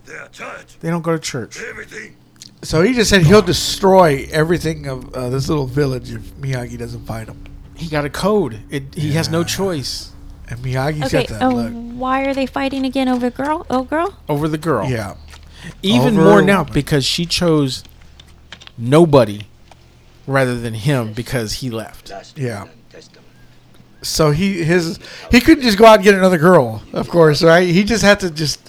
their church,
They don't go to church.
everything?
So he just said he'll destroy everything of uh, this little village if Miyagi doesn't fight him.
He got a code. It, he has no choice
And Miyagi's
okay.
got that
Oh,
look.
why are they fighting again over girl? Oh, girl.
over the girl.
Yeah.
Even
Over
more
a
now
woman.
because she chose nobody rather than him because he left.
Last
Yeah.
and testament.
So he his he couldn't just go out and get another girl, of course, right? He just had to just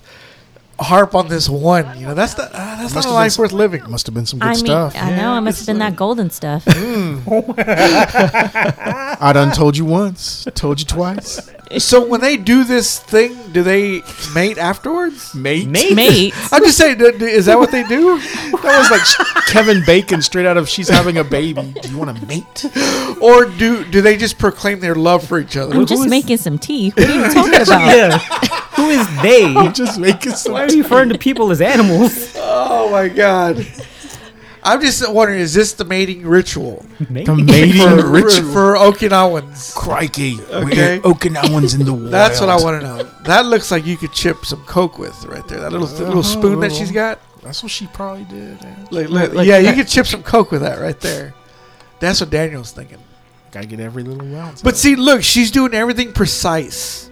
harp on this one. You know, that's the uh, that's not
Must
a
have
life
been
worth living.
Must have been some good
I mean,
stuff.
I know. I must have been that golden stuff.
I done told you once, told you twice.
So when they do this thing, do they mate afterwards?
Mate.
Mate.
I'm just saying, do- do- is that what they do?
That was like Kevin Bacon straight out of She's Having a Baby. Do you want a mate?
Or do do they just proclaim their love for each other?
I'm just making some tea. What are you talking about?
Yeah. Who is they?
Just make it so.
Why are you referring to people as animals?
Oh my god! I'm just wondering, is this the mating ritual
The mating
for,
ritual.
for Okinawans?
Crikey.
Okay.
We're Okinawans in the wild.
That's what I want to know. That looks like you could chip some coke with right there. That little little spoon that she's got.
That's what she probably did. Man.
Like, like- yeah, you could chip some coke with that right there. That's what Daniel's thinking.
Gotta get every little ounce.
But see, look, she's doing everything precise.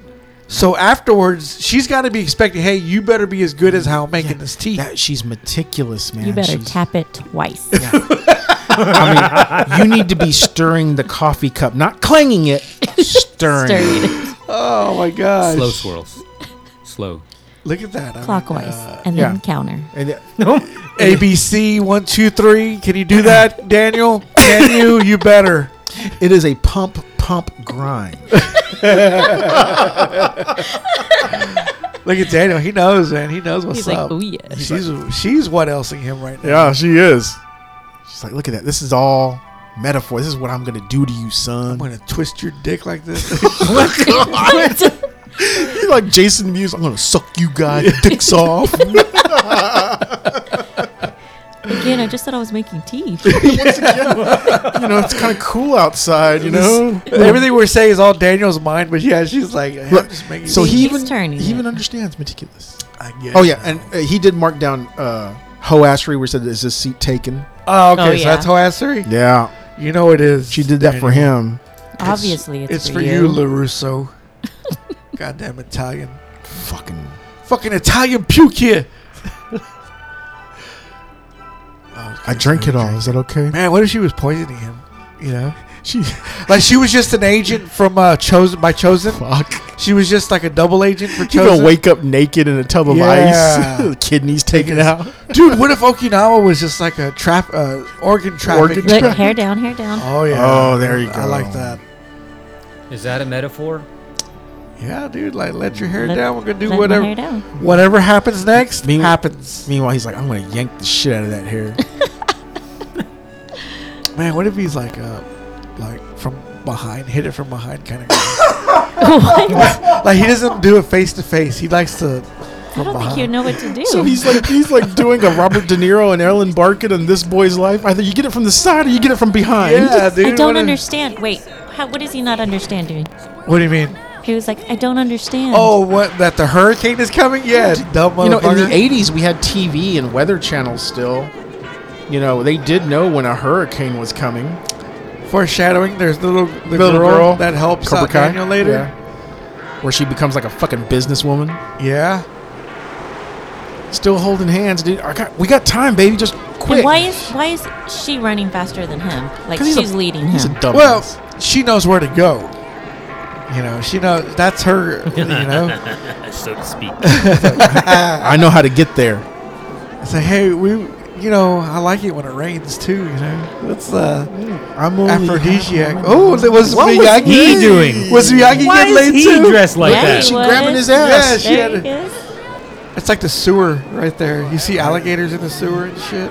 So afterwards, she's got to be expecting, hey, you better be as good as how I'm making this tea.
that, she's meticulous, man.
You better
She's-
tap it twice.
I mean, you need to be stirring the coffee cup, not clanging it, stirring.
Stir
it.
it
Oh my gosh.
Slow swirls. Slow.
Look at that. I mean,
clockwise
uh,
and
yeah.
then counter.
And it-
ABC one two three. Can you do that, Daniel? Can you? You better.
it is a pump, pump, grind.
Look at Daniel. He knows, man. He knows what's
He's like,
up.
oh yeah.
she's she's what elsing him right now.
Yeah, she is. She's like, look at that. This is all metaphor. This is what I'm gonna do to you,
I'm
son.
gonna twist your dick like this.
You're like Jason Mewes. I'm gonna suck you guys' dicks off.
Again, I just said I was making tea.
You know, it's kind of cool outside. You know.
Everything we're saying is all Daniel's mind, but yeah, she's like, hey, I'm
Look,
just making.
so he
He's
even
turning
he even
it.
understands meticulous.
I guess.
Oh yeah, and uh, he did mark down uh, Hoassery, where it said, "Is this seat taken?"
Oh, okay.
Oh,
So
yeah.
that's Hoassery.
Yeah,
You know it is.
she did that for
Daniel.
him.
Obviously, it's,
It's for you, Larusso. Goddamn Italian.
Fucking
Fucking Italian puke here.
I drank it all. Is that okay?
Man, what if she was poisoning him? You know,
She
like she was just an agent from uh, chosen by chosen.
fuck.
She was just like a double agent for
You
chosen.
gonna wake up naked in a tub of
Yeah.
ice, kidneys taken out.
dude. What if Okinawa was just like a trap, uh, organ trafficking?
Organ
Look,
Right.
hair down, hair down.
oh yeah.
Oh, there you
I
go.
like that.
Is that a metaphor?
Yeah, dude. Like, let your hair
Let-
down. We're gonna do
let my
whatever.
hair down.
Whatever happens next
Meanwhile-
happens.
Meanwhile, he's like, "I'm gonna yank the shit out of that hair."
Man, what if he's like, uh, like from behind, hit it from behind kind of guy? like he doesn't do it face to face. He likes to.
I don't think you know what to do.
so he's like, he's like doing a Robert De Niro and Ellen Barkin in This Boy's Life. Either you get it from the side or you get it from behind.
Yeah, dude.
I
what
don't
if-
understand. Wait, how, what is he not understanding?
What do you mean?
He was like, I don't understand.
Oh, what? That the hurricane is coming? Yeah, dumb
you know, in the
motherfucker.
'80s, we had TV and weather channels still. You know, they did know when a hurricane was coming.
Foreshadowing. There's the little the
Little
girl,
girl,
that helps
Cobra
out
Kai.
Daniel later.
Yeah. Where she becomes like a fucking businesswoman.
Yeah.
Still holding hands, dude. I got, we got time, baby. Just quick.
And why is why is she running faster than him? Like
'Cause he's
she's
a-
leading
He's a
him.
dumbass.
Well, she knows where to go. You know, she knows that's her. You know,
so to speak.
I know how to get there.
say, hey, we, you know, I like it when it rains too. You know, that's uh,
I'm only
aphrodisiac. Oh, that was
Oh, What was
Miyagi
he
in-
doing?
Was Miyagi
Why
getting
is
laid
he
too?
dressed like
yeah,
that?
he
She
was.
grabbing his ass.
Yeah, she
There
had
he is.
It's like the sewer right there. You see alligators in the sewer and shit.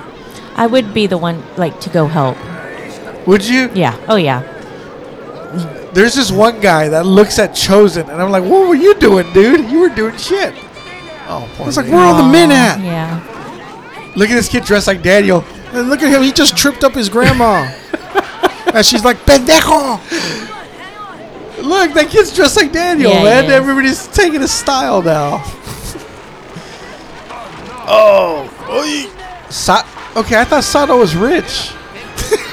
I would be the one like to go help.
Would you?
Yeah. Oh yeah.
There's this one guy that looks at Chosen, and I'm like, what were you doing, dude? You were doing shit. Oh, poor
It's like,
lady.
where are all the men at?
Yeah.
Look at this kid dressed like Daniel.
And look at him. He just tripped up his grandma. and she's like, pendejo.
Look, that kid's dressed like Daniel,
Yeah, he
man.
is.
Everybody's taking his style now. oh, Sa- okay. I thought Sato was rich.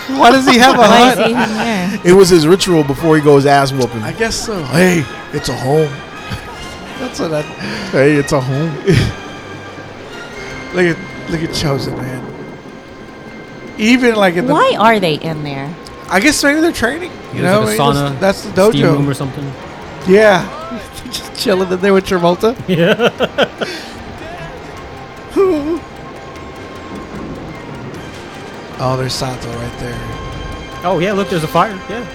Why does he have a
Why is
hut?
he even there?
It was his ritual before he goes ass whooping.
I guess so. Hey, it's a home. That's what I.
Hey, it's a home.
Look at look at Chosen, man. Even like in the,
Why are they in there?
I guess maybe they're training. You know,
There's
maybe
like a
that's-
sauna,
that's the
steam room or
dojo.
something.
Yeah, just chilling in there with Travolta. oh, there's Santo right there. Oh,
Oh yeah, look, there's a fire. Yeah.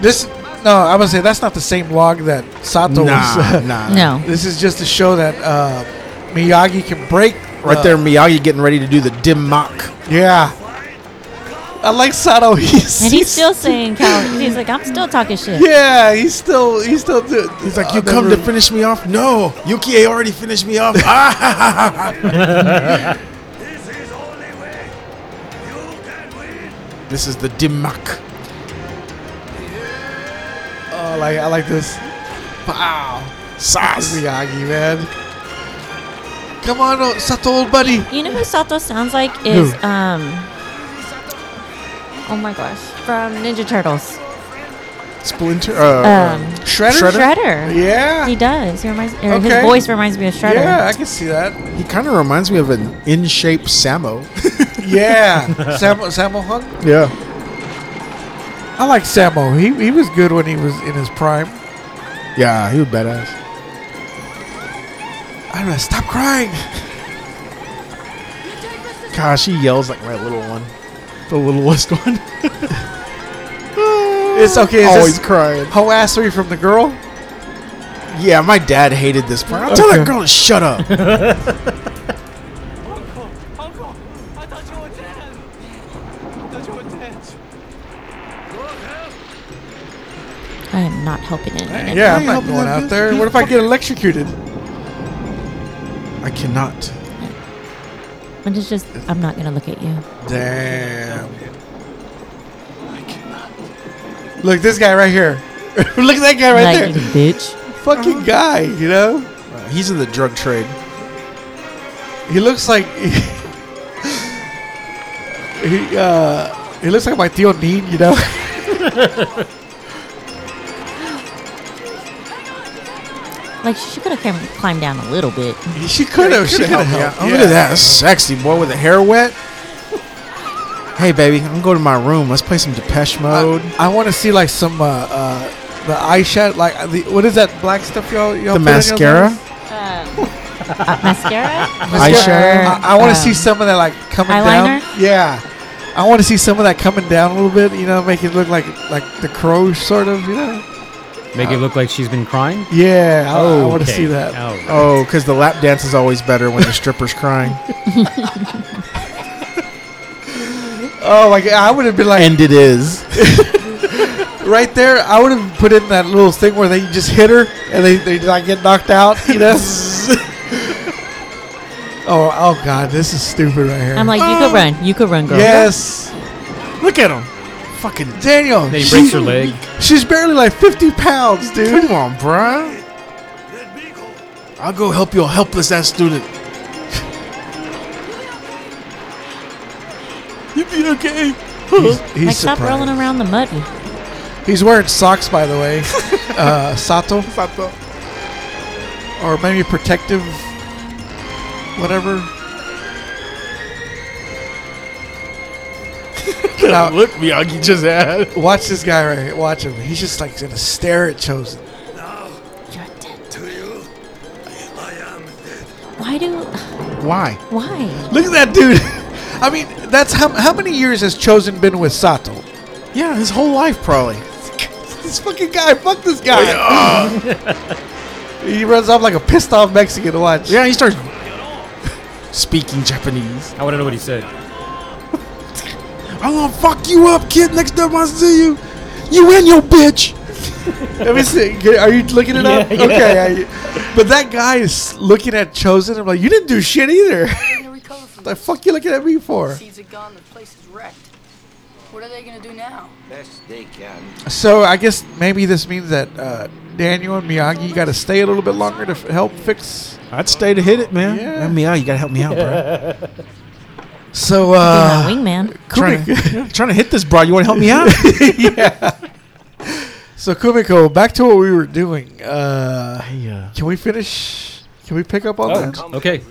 This no, I was gonna say that's not the same log that Sato was.
Nah, nah.
No.
This is just to show that uh, Miyagi can break.
Right
uh,
there, Miyagi getting ready to do the dim mock.
Yeah. I like Sato. He's,
And he's still saying Cal. He's like, I'm still talking shit.
Yeah, he's still. He's still. Do- uh,
He's like, you come to finish me off? No, Yukie already finished me off. this is the dim mock.
Oh, like I like this. Wow.
Sauce.
Miyagi, man. Come on, oh, Sato, old buddy.
You know who Sato sounds like is um. Oh my gosh, from Ninja Turtles.
Splinter. Uh,
Um,
Shredder.
Shredder?
Shredder.
Yeah.
He does. He reminds. Or
Okay.
His voice reminds me of Shredder.
Yeah, I can see that.
he kind of reminds me of an in shape Samo.
Yeah, Samo Samo Hung.
yeah.
I like Samo. He he was good when he was in his prime.
Yeah, he was badass.
I don't know. Stop crying.
Gosh, he yells like my little one. The littlest one.
It's okay. Is
Always
this
crying.
hoassery from the girl?
Yeah, my dad hated this part. I'll Tell that girl to shut up.
Uncle, uncle, I thought you were dead. I thought you were dead.
I am not helping in a minute.
Uh, Yeah,
I
I'm not
helping
going
that
out
bitch.
there. What if I get electrocuted?
I cannot.
But it's just, I'm not gonna look at you.
Damn. Look, this guy right here. Look at that guy right
like,
there.
you bitch.
Fucking
Uh-huh.
guy, you know?
Uh, he's in the drug trade.
He looks like he uh he looks like my Tio Nin, you know.
Like she could have came climbed down a little bit.
she could have. She could have
Yeah.
helped.
Oh, Look at that That's sexy boy with the hair wet. hey, baby, I'm going to my room. Let's play some Depeche Mode.
I, want to see like some uh, uh the eyeshadow, like uh, the, what is that black stuff y'all y'all
the
put on y'all's
mascara.
eyes?
Uh, mascara,
Eyeshadow?
I, I want
Uh,
to see
Um,
some of that like coming
eyeliner?
down. Yeah. I want to see some of that coming down a little bit, you know, make it look like like the crow sort of, you know.
Make it look like she's been crying.
Yeah, I, Oh, I want to
Okay.
see that.
All right.
Oh, because the lap dance is always better when the stripper's crying.
Oh my god, I would have been like
and it is.
right there. I would have put in that little thing where they just hit her and they they like get knocked out, you know. oh oh god, this is stupid right here.
I'm like, you could run, you could run, girl.
yes,
Look at him. Fucking.
Daniel.
Then he
she-
breaks her leg.
She's barely like 50 pounds, dude.
Come on, bruh. I'll go help your helpless ass student. You'll be okay.
He's, he's
like stop
surprised.
rolling around the mud.
He's wearing socks, by the way. uh, Sato. Sato. Or maybe protective, whatever. Now,
Look, Miyagi just had.
watch this guy right here. Watch him. He's just like gonna stare at Chosen.
You're dead. To Why do?
Why?
Why?
Look at that dude. I mean, that's how how many years has Chosen been with Sato?
Yeah, his whole life probably.
This fucking guy. Fuck this guy.
Oh,
he runs off like a pissed off Mexican. Watch.
Yeah, he starts speaking Japanese.
I want to know what he said.
I'm gonna fuck you up, kid. Next time I see you, you and your bitch.
Let me see. G- Are you looking it up?
Yeah, yeah.
Okay. I- but that guy is looking at Chosen. I'm like, you didn't do shit either.
gonna recover from
the fuck you looking at me for?
Seeds are gone. The place is wrecked. What are they gonna do now?
Best they can.
So I guess maybe this means that uh, Daniel and Miyagi got to stay a little bit longer to f- help fix.
I'd stay to hit it, man.
Yeah.
Help me out. You gotta help me out, bro.
So
Being
uh,
my wingman.
trying, to, trying to hit this, bro. You wanna help me out?
so Kumiko, back to what we were doing. Uh,
yeah.
can we finish? Can we pick up on that?
Okay,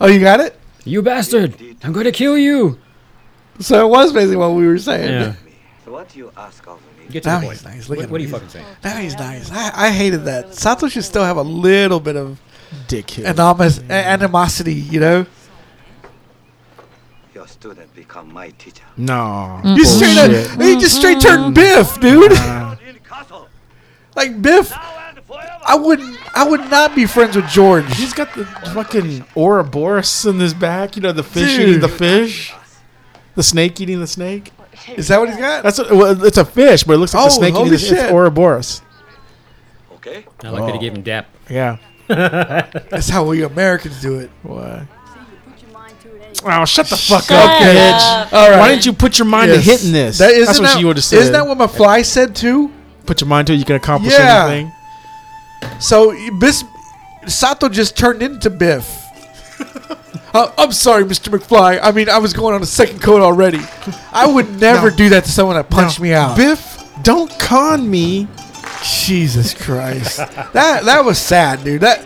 Oh, you got it.
you bastard! I'm going to kill you.
So it was basically what we were saying.
Yeah,
What you ask of me?
get to
Now
the
he's
point.
nice. Look
What,
at
what are you
him.
fucking saying?
Now he's nice. I, I hated that. Sato should still have a little bit of
Dickhead.
anonymous,
Mm.
a- animosity, you know?
Your student become my teacher.
no.
You straight up,
Bullshit. Mm.
he just straight turned Biff, dude.
castle.
Like Biff,
Now and forever.
I would I would not be friends with George.
He's got the fucking Ouroboros in his back. You know, the fish
Dude.
eating the fish, the snake eating the snake.
Is that what he's got?
That's a, well, it's a fish, but it looks like
Oh,
the snake
holy
eating the fish.
shit.
It's Ouroboros.
Okay.
I like
Oh.
that he gave him dap.
Yeah.
That's how we Americans do it.
What? Oh, shut the fuck
Shut
up, bitch!
up.
All right.
Why didn't you put your mind
Yes.
to hitting this?
That isn't
That's what
that,
you would have said.
Isn't that what McFly said too?
put your mind to? it, You can accomplish
Yeah.
anything.
So Biff, Sato just turned into Biff. Uh, I'm sorry, Mr. McFly. I mean, I was going on a second coat already. I would never
No.
do that to someone that punched
Now,
me out.
Biff. Don't con me.
Jesus Christ, that that was sad, dude. That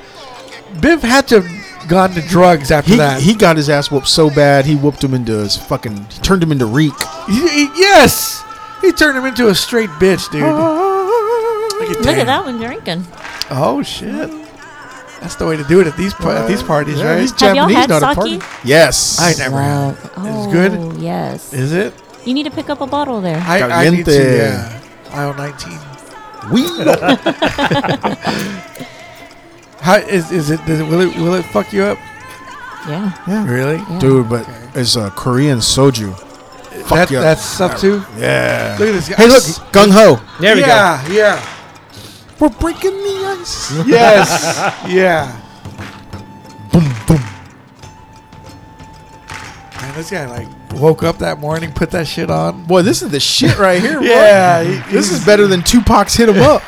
Biff had to have gone to drugs after
He,
that.
he got his ass whooped so bad he whooped him into his fucking he turned him into reek.
He- he- yes, he turned him into a straight bitch, dude.
Look at that one drinking.
Oh shit, that's the way to do it at these par- at these parties,
Yeah,
right?
he's
Have y'all
Japanese,
had
not a party.
sake?
Yes,
I never.
Love.
Is
Oh,
it good?
Yes.
Is it?
you need to pick up a bottle there.
I, I need to.
Caliente.
Yeah, aisle 19.
We
How is is it? Does it will it will it fuck you up?
yeah.
Really?
dude, but it's a Korean soju.
That,
Fuck you up.
That's stuff too.
Yeah.
Look at this guy.
Hey, look, gung ho.
There we go.
yeah, yeah,
We're breaking the ice.
yes, yeah.
boom, boom.
Man, this guy like woke up that morning, put that shit on.
Boy, this is the shit right here. bro.
Yeah, he-
this is better than Tupac's hit 'em up.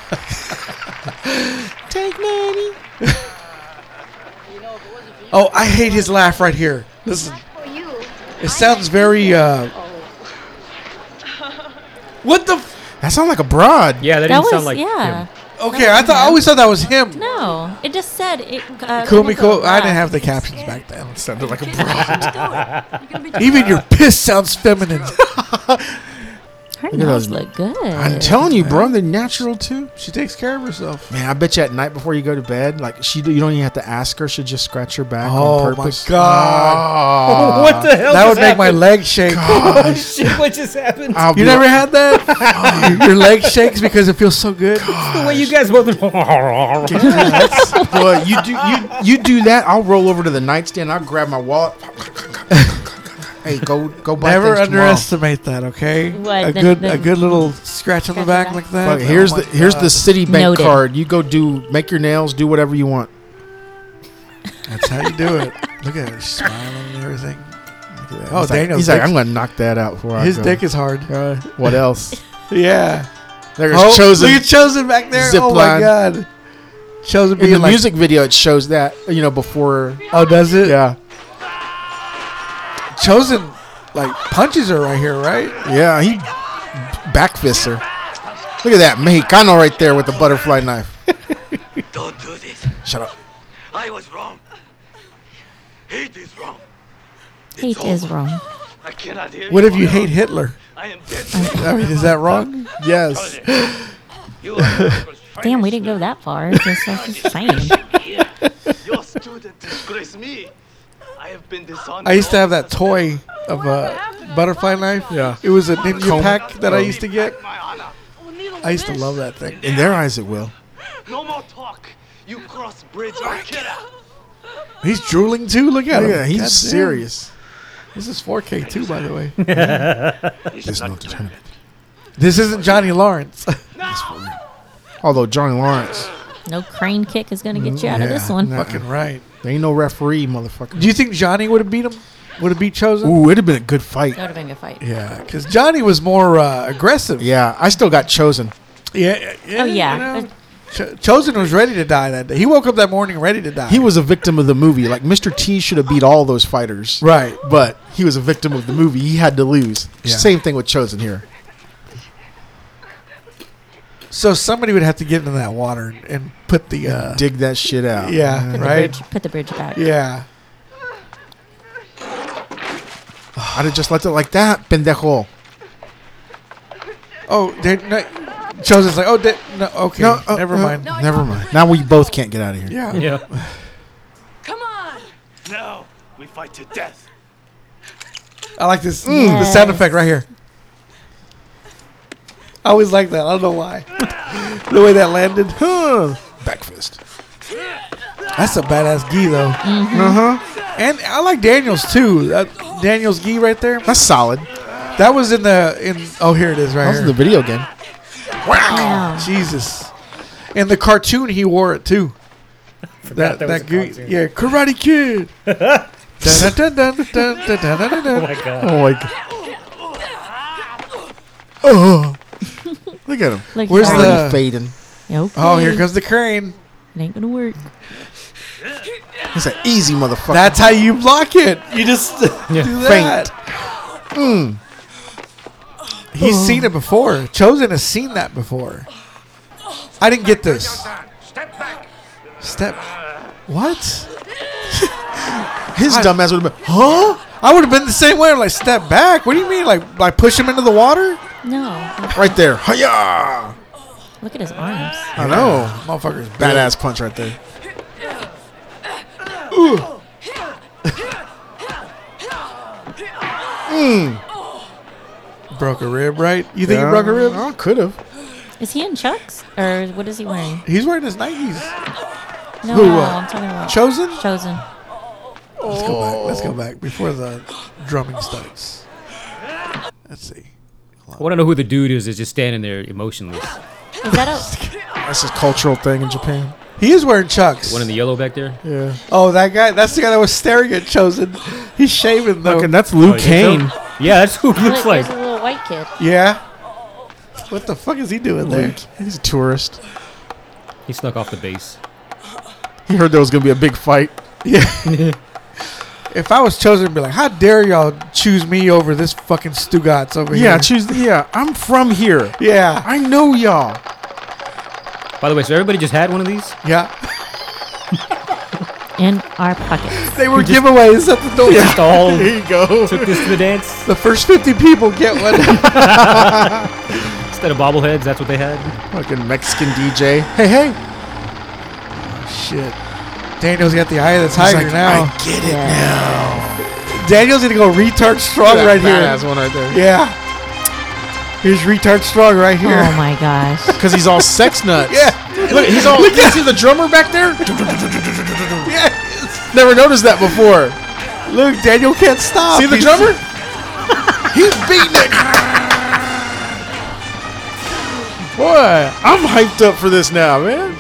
Take money.
Oh, I hate his laugh right here. Listen,
For you.
it sounds very. uh What the? F-
That sounds like a broad.
Yeah, that,
That
didn't
was
sound like
yeah.
him.
okay, I thought I always thought that was him.
No, it just said it. Uh,
Kumiko, I didn't have the captions back then.
Sounded like a broad.
Even your piss sounds feminine.
Her
at those-
nails look good.
I'm telling you, bro, they're natural too.
she takes care of herself.
Man, I bet you at night before you go to bed, like she, you don't even have to ask her. She'll just scratch your back
Oh
on
my
purpose.
god!
Ah.
what the hell?
That would
just
make my Ah,
happened?
leg shake.
Shit, what just happened?
I'll
You
be
never
like,
had that? Your leg shakes because it feels so good.
the way you guys both. That's
boy, you do you you do that. I'll roll over to the nightstand. I'll grab my wallet. hey, go go buy
Never
things tomorrow.
underestimate that, okay?
What,
a
the-
good
the-
a good little scratch on the back like that.
Fuck, here's
Oh
the
my
here's the Citibank
Noted.
card. You go do make your nails, do whatever you want.
God, That's how you do it. Look at her smiling and everything. Oh,
he's Like,
Daniel's
he's like,
dick's-
I'm gonna knock that out before I
His
go." Uh,
dick is hard.
What else?
Yeah.
There's
Oh,
chosen.
Look at chosen back there.
zip
oh my
line.
god. Chosen
in
being
the
like,
music video, it shows that you know before.
Oh, does it?
Yeah,
Chosen like punches her right here, right?
yeah. He backfists her. Look at that Mexicano right there with the butterfly knife.
Don't do this.
Shut up.
I was wrong. Hate is wrong.
Hate is wrong.
I cannot hear
What
you.
if you hate Hitler?
I am dead.
I mean, is that wrong?
Yes.
you are
Damn, we didn't go that far. It's Just, I was just saying.
here. Your student disgrace me. I have been dishonored.
I used to have that toy of a butterfly knife.
Yeah.
It was a ninja
Comb.
pack that I used to get.
My honor.
I used to love that thing.
In their eyes, it will.
No more talk. You cross bridge or killer.
He's drooling too. Look at
Look
him.
at that. He's
God damn.
serious.
This is 4K too, by the way.
There's no deterrent.
this isn't Johnny Lawrence.
Although Johnny Lawrence,
No crane kick is gonna get you out of this
Yeah,
one.
Fucking right.
there ain't no referee, motherfucker.
Do you think Johnny would have beat him? Would have beat Chosen?
Ooh, it'd have been a good fight.
That would have been a fight.
Yeah, because Johnny was more uh, aggressive.
Yeah, I still got chosen.
Yeah. yeah
Oh yeah.
you know. Cho- Chosen was ready to die that day. He woke up that morning ready to die.
He was a victim of the movie. Like Mr. T should have beat all those fighters.
right.
But he was a victim of the movie. He had to lose.
Yeah.
Same thing with Chosen here.
So somebody would have to get into that water and- and put the. Uh,
Dig that shit out.
yeah.
Put
Right.
the bridge. Put the bridge back.
Yeah.
I'd have just left it like that, pendejo.
Oh, they no, Chosen's like, oh, they, no, okay,
No, uh,
never
uh,
mind.
Never mind. Now we both can't get out of here.
Yeah.
yeah.
Now we fight to death.
I like this the sound effect right here. I always like that. I don't know why. the way that landed.
Huh. Backfist.
That's a badass gi though.
Mm-hmm.
Uh-huh.
And I like Daniels too. That Daniels gi right there.
That's solid.
That was in the in. Oh, here it is right
That was
here.
in the video game.
Wow.
Jesus. In the cartoon, he wore it too.
that
That that,
was a
gi-
cartoon.
yeah, Karate Kid. Dun, dun, dun, dun, dun, dun, dun, dun, dun, dun.
Oh my god.
Oh my god. Oh. Look at him.
Look,
Where's
sorry.
the-
Already fading.
Okay.
Oh, here comes the crane.
It ain't gonna work.
He's an easy motherfucker.
That's how you block it.
You just
Do that. Hmm. He's seen it before. Chosen has seen that before. I didn't get this. Step. What?
his dumbass would have been.
Huh? oh, I would have been the same way. Like step back. What do you mean? Like like push him into the water?
No.
Right there. Hiya!
Look at his arms.
I know.
Motherfucker's
Badass punch right there.
big. Broke a rib, right? You think he broke a rib?
Oh, could have.
Is he in Chucks? Or what is he wearing?
He's wearing his Nikes.
No,
Who,
no,
uh,
I'm talking about
Chosen?
Chosen.
Let's go back. Let's go back before the drumming starts. Let's see.
I want to know who the dude is that's just standing there emotionless.
Is that a
That's his cultural thing in Japan.
He is wearing chucks.
One in the yellow back there.
Yeah.
Oh, that guy. That's the guy that was staring at Chosen. He's shaving though.
Fucking, that's Luke Kane.
Yeah, that's who it looks
look,
like.
there's a little white kid?
Yeah. What the fuck is he doing there?
Luke. He's a tourist.
He snuck off the base.
He heard there was gonna be a big fight.
If I was chosen, I'd be like, how dare y'all choose me over this fucking Stugatz over
Yeah,
here?
choose. Yeah, I'm from here.
yeah.
I know y'all.
By the way, so everybody just had one of these?
Yeah.
In our pockets.
They were giveaways at the door.
Just all
There you go.
took this to the dance?
The first 50 people get one.
Instead of bobbleheads, that's what they had?
Fucking Mexican DJ. Hey, hey.
Shit. Daniel's got the eye of the tiger
like,
now.
I
get it now. Daniel's gonna go retard strong right here.
one right there.
Yeah. Here's retard strong right here.
Oh my gosh.
Because he's all sex nuts.
Yeah.
Look, he's all. you see the drummer back there?
Yes.
Never noticed that before.
Look, Daniel can't stop.
See the
He's-
drummer? He's beating it. Boy, I'm hyped up for this now, man.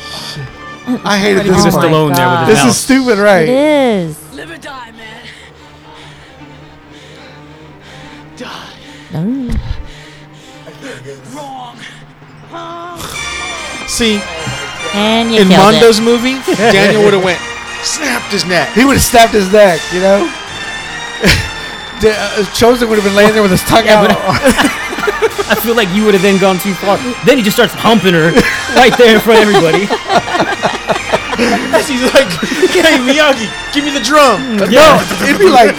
I hated this
He
one.
was alone there with his
This
mouth.
is stupid,
It
right?
is.
Live or die, man. Die.
No.
Wrong.
See,
And you
in
killed
Mondo's
it.
movie, Daniel would have went, snapped his neck.
He would have snapped his neck, you know? Da- uh, Chosen would have been laying there with his tongue out.
I feel like you would have then gone too far. Then he just starts humping her right there in front of everybody.
He's like, hey, Miyagi, give me the drum.
No, it'd be like,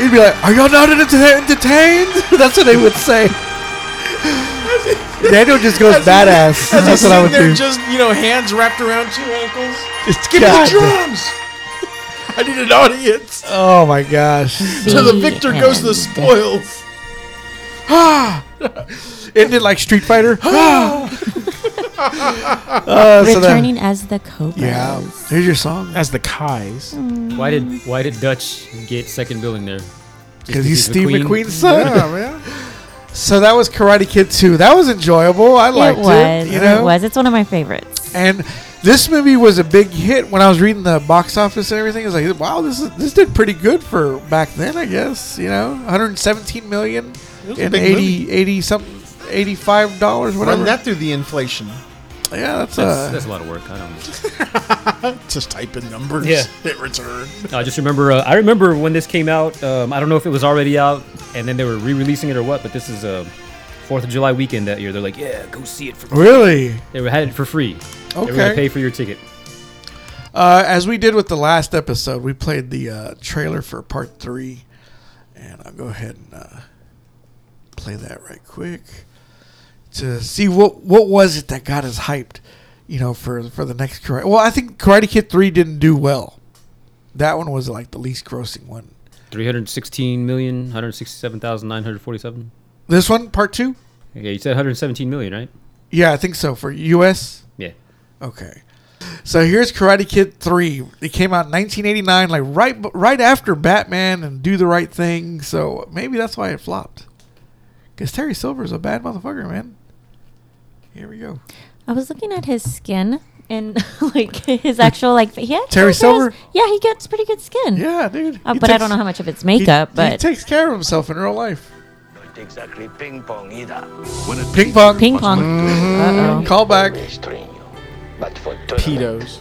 it'd be like, are y'all not enter- entertained? That's what they would say. Daniel just goes badass. That's what I would do.
just, you know, hands wrapped around two ankles.
It's God.
drums. I need an audience.
Oh my gosh!
To the victor goes the
end.
spoils.
Isn't it like Street Fighter? Ah. uh, so then-
Returning as the Cobra.
yeah, here's your song.
As the Kais.
Why did why did Dutch get second billing there?
Because he's Steve McQueen's son.
Yeah, man.
So that was Karate Kid 2. That was enjoyable. I
It
liked it.
was.
you know?
It was. It's one of my favorites.
And this movie was a big hit when I was reading the box office and everything. I was like, wow, this is this did pretty good for back then, I guess. You know, 117 million
was a
and
big
80, 80 something, 85 dollars, whatever.
Run that through the inflation.
yeah, that's,
That's,
uh,
that's a lot of work. I don't know.
Just type in numbers.
Yeah.
Hit return.
I just remember. Uh, I remember when this came out. Um, I don't know if it was already out, and then they were re-releasing it or what. But this is a Fourth of July weekend that year. They're like, yeah, go see it for. Free.
really
They had it for free. They were
Okay.
gonna pay for your ticket.
uh, as we did with the last episode. We played the uh, trailer for part three, and I'll go ahead and uh, play that right quick to see what what was it that got us hyped. You know, for for the next Karate. Well, I think Karate Kid three didn't do well. That one was like the least grossing one.
Three hundred sixteen million, one hundred sixty-seven thousand nine hundred forty-seven.
This one, part two.
Yeah, you said 117 million, right?
Yeah, I think so for U.S.
Yeah.
Okay. So here's Karate Kid 3. It came out in 1989, like right right after Batman and Do the Right Thing. So maybe that's why it flopped. Because Terry Silver's a bad motherfucker, man. Here we go.
I was looking at his skin and like his actual like he actually
Terry
does-
Silver?
Yeah, he gets pretty good skin.
Yeah, dude.
Uh,
He
but I don't
takes-
know how much of it's
he-
makeup.
He
but
takes care of himself in real life.
Not exactly ping pong either.
Ping pong.
ping pong. Uh
Mm-hmm. Call back.
Estreño. But for
Pedos.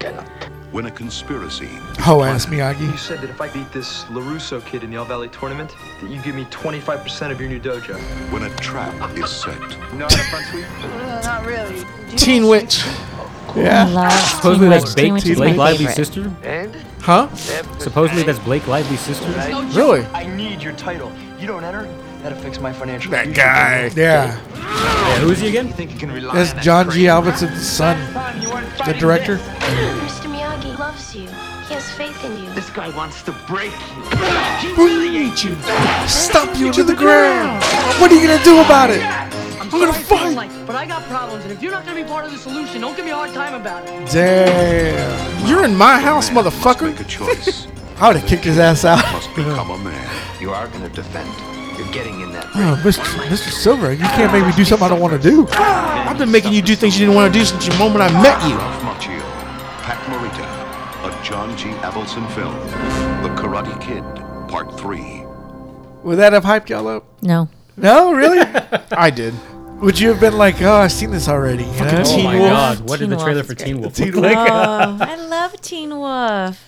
cannot.
When a conspiracy
Ho ass Miyagi.
You said that if I beat this LaRusso kid in the All Valley tournament, that you give me 25% of your new dojo.
when a trap is set.
You know how to front sweep?
No, not really. Do you
Teen
know-
Witch.
I
Yeah.
love
Supposedly
Teen
that's
Witch. Teen Witch
Blake,
is
Blake
my
Lively's
favorite.
sister.
And
Huh?
Supposedly that's Blake Lively's sister.
Really?
I need your title. You don't enter, that affects my financial
That
future.
guy.
Yeah.
Yeah, who is he
You
again?
think you can rely on
That's
that
John G.
crazy-
Albertson's son,
Son, you weren't
the
fighting
director.
this.
Mr. Miyagi loves you. He has faith in you.
This guy wants to break you.
Humiliate you. Stomp you to the ground. What are you going to do about it? I'm going to fight.
Like, but I got problems, and if you're not gonna be part of the solution, don't give me a hard time about it.
Damn.
You're in my house,
Must
motherfucker.
make a choice.
I would have kicked his ass out.
Must become a man.
You are gonna defend. You're getting in that.
Oh, Mr. Mr. Silver, you can't make me do something I don't want to do.
I've been making you do things you didn't want to do since the moment I met you.
Ralph Macchio, Pat Morita, a John G. Avildsen film, The Karate Kid, Part Three.
Would that have hyped y'all up?
No.
No, really?
I did.
Would you have been like, oh, I've seen this already? you know?
Oh my
Wolf.
God! What did
Teen
the
Wolf
trailer
is
for
great.
Teen Wolf?
Teen
look like?
Oh, I love Teen Wolf.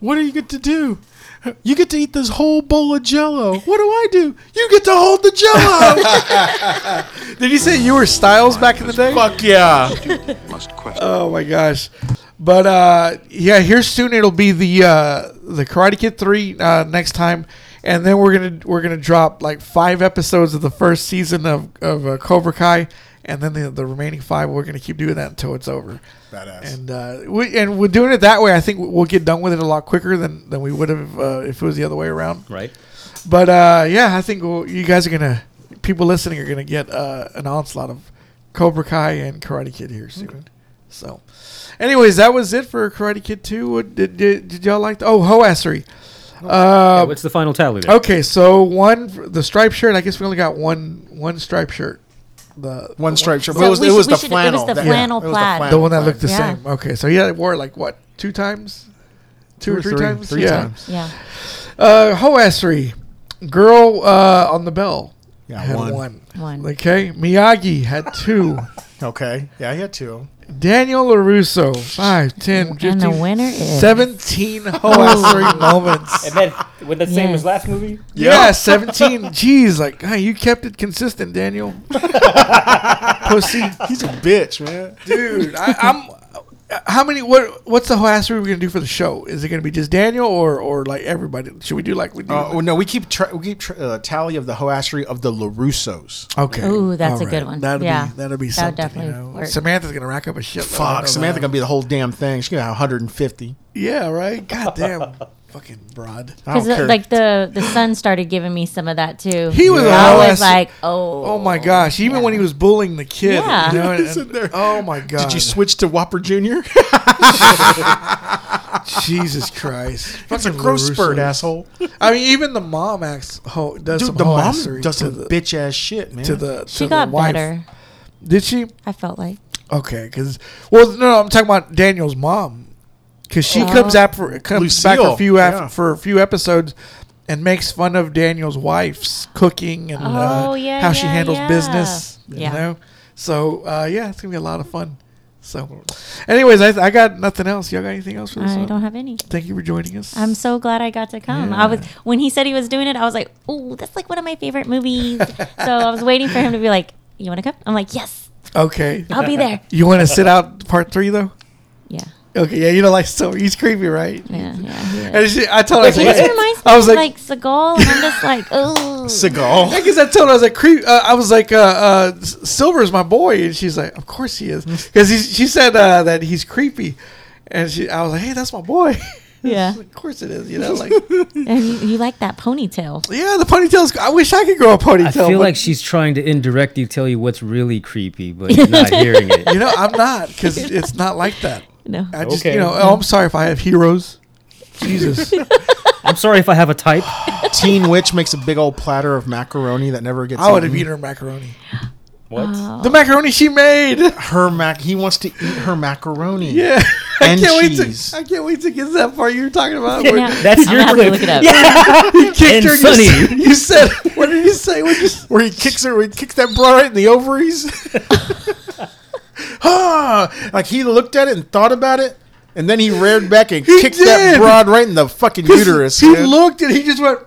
What do you get to do? You get to eat this whole bowl of jello. What do I do? You get to hold the jello.
Did you say you were Styles back in the day?
Fuck yeah.
Must question.
Oh my gosh. But uh, yeah, here soon it'll be the uh, the Karate Kid three uh, next time, and then we're gonna we're gonna drop like five episodes of the first season of of uh, Cobra Kai, and then the, the remaining five we're gonna keep doing that until it's over.
Badass.
And uh, we and we're doing it that way. I think we'll get done with it a lot quicker than than we would have uh, if it was the other way around.
Right.
But uh, yeah, I think we'll, you guys are gonna people listening are gonna get uh, an onslaught of Cobra Kai and Karate Kid here soon.
Mm-hmm.
So, anyways, that was it for Karate Kid Two. What, did, did did y'all like? The, oh, Hoassery.
Yeah,
Uh,
what's the final tally? There?
okay, so one the striped shirt. I guess we only got one one striped shirt. The
One stripe shirt.
So
but it was,
we
it
should-
was
we
the
should- it was
flannel.
the
that-
flannel
it was
plaid.
the one that looked the
Yeah.
same. Okay, so yeah, it wore it like what two times, two,
Two
or
or
three,
three.
times,
Three
yeah.
times.
Yeah.
Uh, Hoassery, girl uh, on the bell.
Yeah,
had
one.
one.
One.
Okay, Miyagi had two.
Okay. Yeah, he had two.
Daniel LaRusso, 5, 10,
And the
15,
winner is-
17 Hoassery moments.
And then with the same as
Yes.
last movie.
Yeah, 17. Jeez, like, hey, you kept it consistent, Daniel. Pussy.
He's a bitch, man.
Dude, I, I'm. How many? What? What's the hoassery we're gonna do for the show? Is it gonna be just Daniel or or like everybody? Should we do like we do?
Uh, well, no, we keep tra- we keep tra- uh, tally of the hoassery of the Larussos.
okay.
Ooh, that's
All
a good one.
That'll
Yeah.
be that'll be
That would
something.
definitely
you know?
work.
Samantha's gonna rack up a shit.
Fuck, Samantha gonna be the whole damn thing. She's gonna have 150.
Yeah, right. Goddamn, fucking broad.
I don't
Because
care.
uh, like the the son started giving me some of that too.
He was a
I
whole ass-
was like, oh,
Oh my gosh! Even when he was bullying the kid,
Yeah.
you know, and-
He's in there.
oh my god!
Did you switch to Whopper Jr.?
Jesus Christ!
That's a
Fucking
gross
LaRusso.
spurt, asshole.
I mean, even the mom acts ho- does some
Dude, the mom
hoassery
does
to
some
the,
bitch ass shit, man.
to the to
she
the
got
wife.
better.
Did she?
I felt like
Okay, because well, no, no, I'm talking about Daniel's mom because she
Oh.
comes up for comes back
Lucille,
a few af-
yeah.
for a few episodes and makes fun of Daniel's wife's cooking and uh,
Oh, yeah,
how she
yeah,
handles
yeah.
business. You
Yeah.
know, so uh, yeah, it's gonna be a lot of fun. So, anyways, I, I got nothing else. Y'all got anything else for this?
I
one?
don't have any.
Thank you for joining us.
I'm so glad I got to come. I was when he said he was doing it, I was like, oh, that's like one of my favorite movies. so I was waiting for him to be like, you want to come? I'm like, yes,
okay.
I'll be there.
You want to sit out part three though?
Yeah,
Okay, yeah, you don't like so he's creepy, right?
yeah, yeah. yeah.
And she, I told her, I, was
He
like-
just reminds me
I was
of
like,
like Seagal, and I'm just like, oh,
Seagal.
I guess I told her I was like, creep. Uh, I was like, uh, uh, S- Silver's my boy, and she's like, of course he is, because she said uh, that he's creepy, and she, I was like, hey, that's my boy.
Yeah.
Of course it is. You know, like
and you, you like that ponytail.
yeah, the ponytails. I wish I could grow a ponytail.
I feel
but-
like she's trying to indirectly tell you what's really creepy, but you're not hearing it.
You know, I'm not because it's not like that.
No.
I just,
Okay.
you know, oh, I'm sorry if I have heroes. Jesus.
I'm sorry if I have a type.
Teen Witch makes a big old platter of macaroni that never gets.
I would have
eaten.
eaten her macaroni.
What?
The macaroni she made.
Her mac. He wants to eat her macaroni.
Yeah.
and
I can't
cheese.
wait to I can't wait to get to that part you were talking about.
Yeah.
where-
That's
I'm
your
gonna have to
clip.
look it up.
Yeah, he kicked
And
her.
Sunny.
You said, you said, what did you say? What you s-
Where he kicks her, where he kicks that bra right in the ovaries. Ah, like he looked at it and thought about it, and then he reared back and
He
kicked that
did.
broad right in the fucking uterus.
He
dude.
looked and he just went,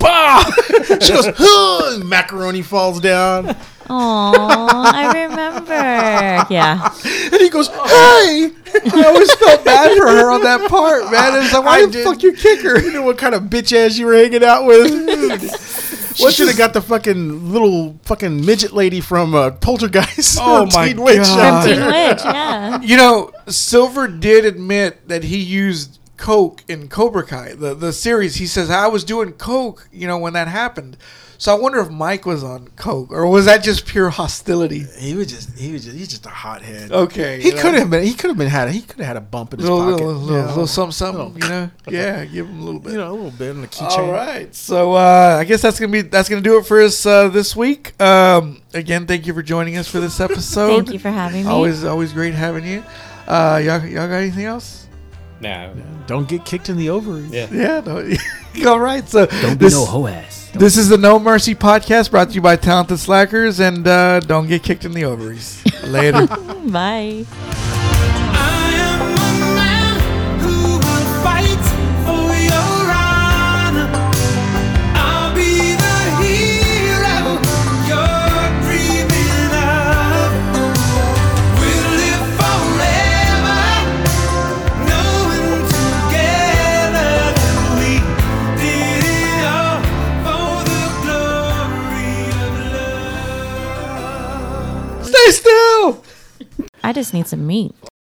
bah.
she goes, huh, and macaroni falls down,
Aw, I remember. Yeah.
and he goes, hey.
I always felt bad for her on that part, man. It's like, why
I
the
did.
fuck you kick her?
You know what kind of bitch ass you were hanging out with? What should have got the fucking little fucking midget lady from uh, Poltergeist?
Oh
or
my
Teen Witch
God.
out
Teen
there.
Witch, yeah.
You know, Silver did admit that he used coke in Cobra Kai, the the series. He says I was doing coke, you know, when that happened. So I wonder if Mike was on coke or was that just pure hostility?
He was just he was just he's just a hothead.
Okay,
Uh, He
you know.
could have been he could have been had he could have had a bump in his
Little,
pocket.
little, little,
you know?
little something, something, you know? Yeah, give him a little bit.
you know, a little bit in the keychain.
All right, so uh, I guess that's gonna be that's gonna do it for us uh, this week. Um, again, thank you for joining us for this episode.
Thank you for having me.
Oh. Always, always great having you. Uh, y'all, y'all got anything else?
Nah.
Don't get kicked in the ovaries.
Yeah.
Yeah. No. All right. So
Don't be
this,
no hoe ass.
This is the No Mercy podcast brought to you by Talented Slackers, and uh, don't get kicked in the ovaries. Later.
Bye.
Stay still.
I just need some meat.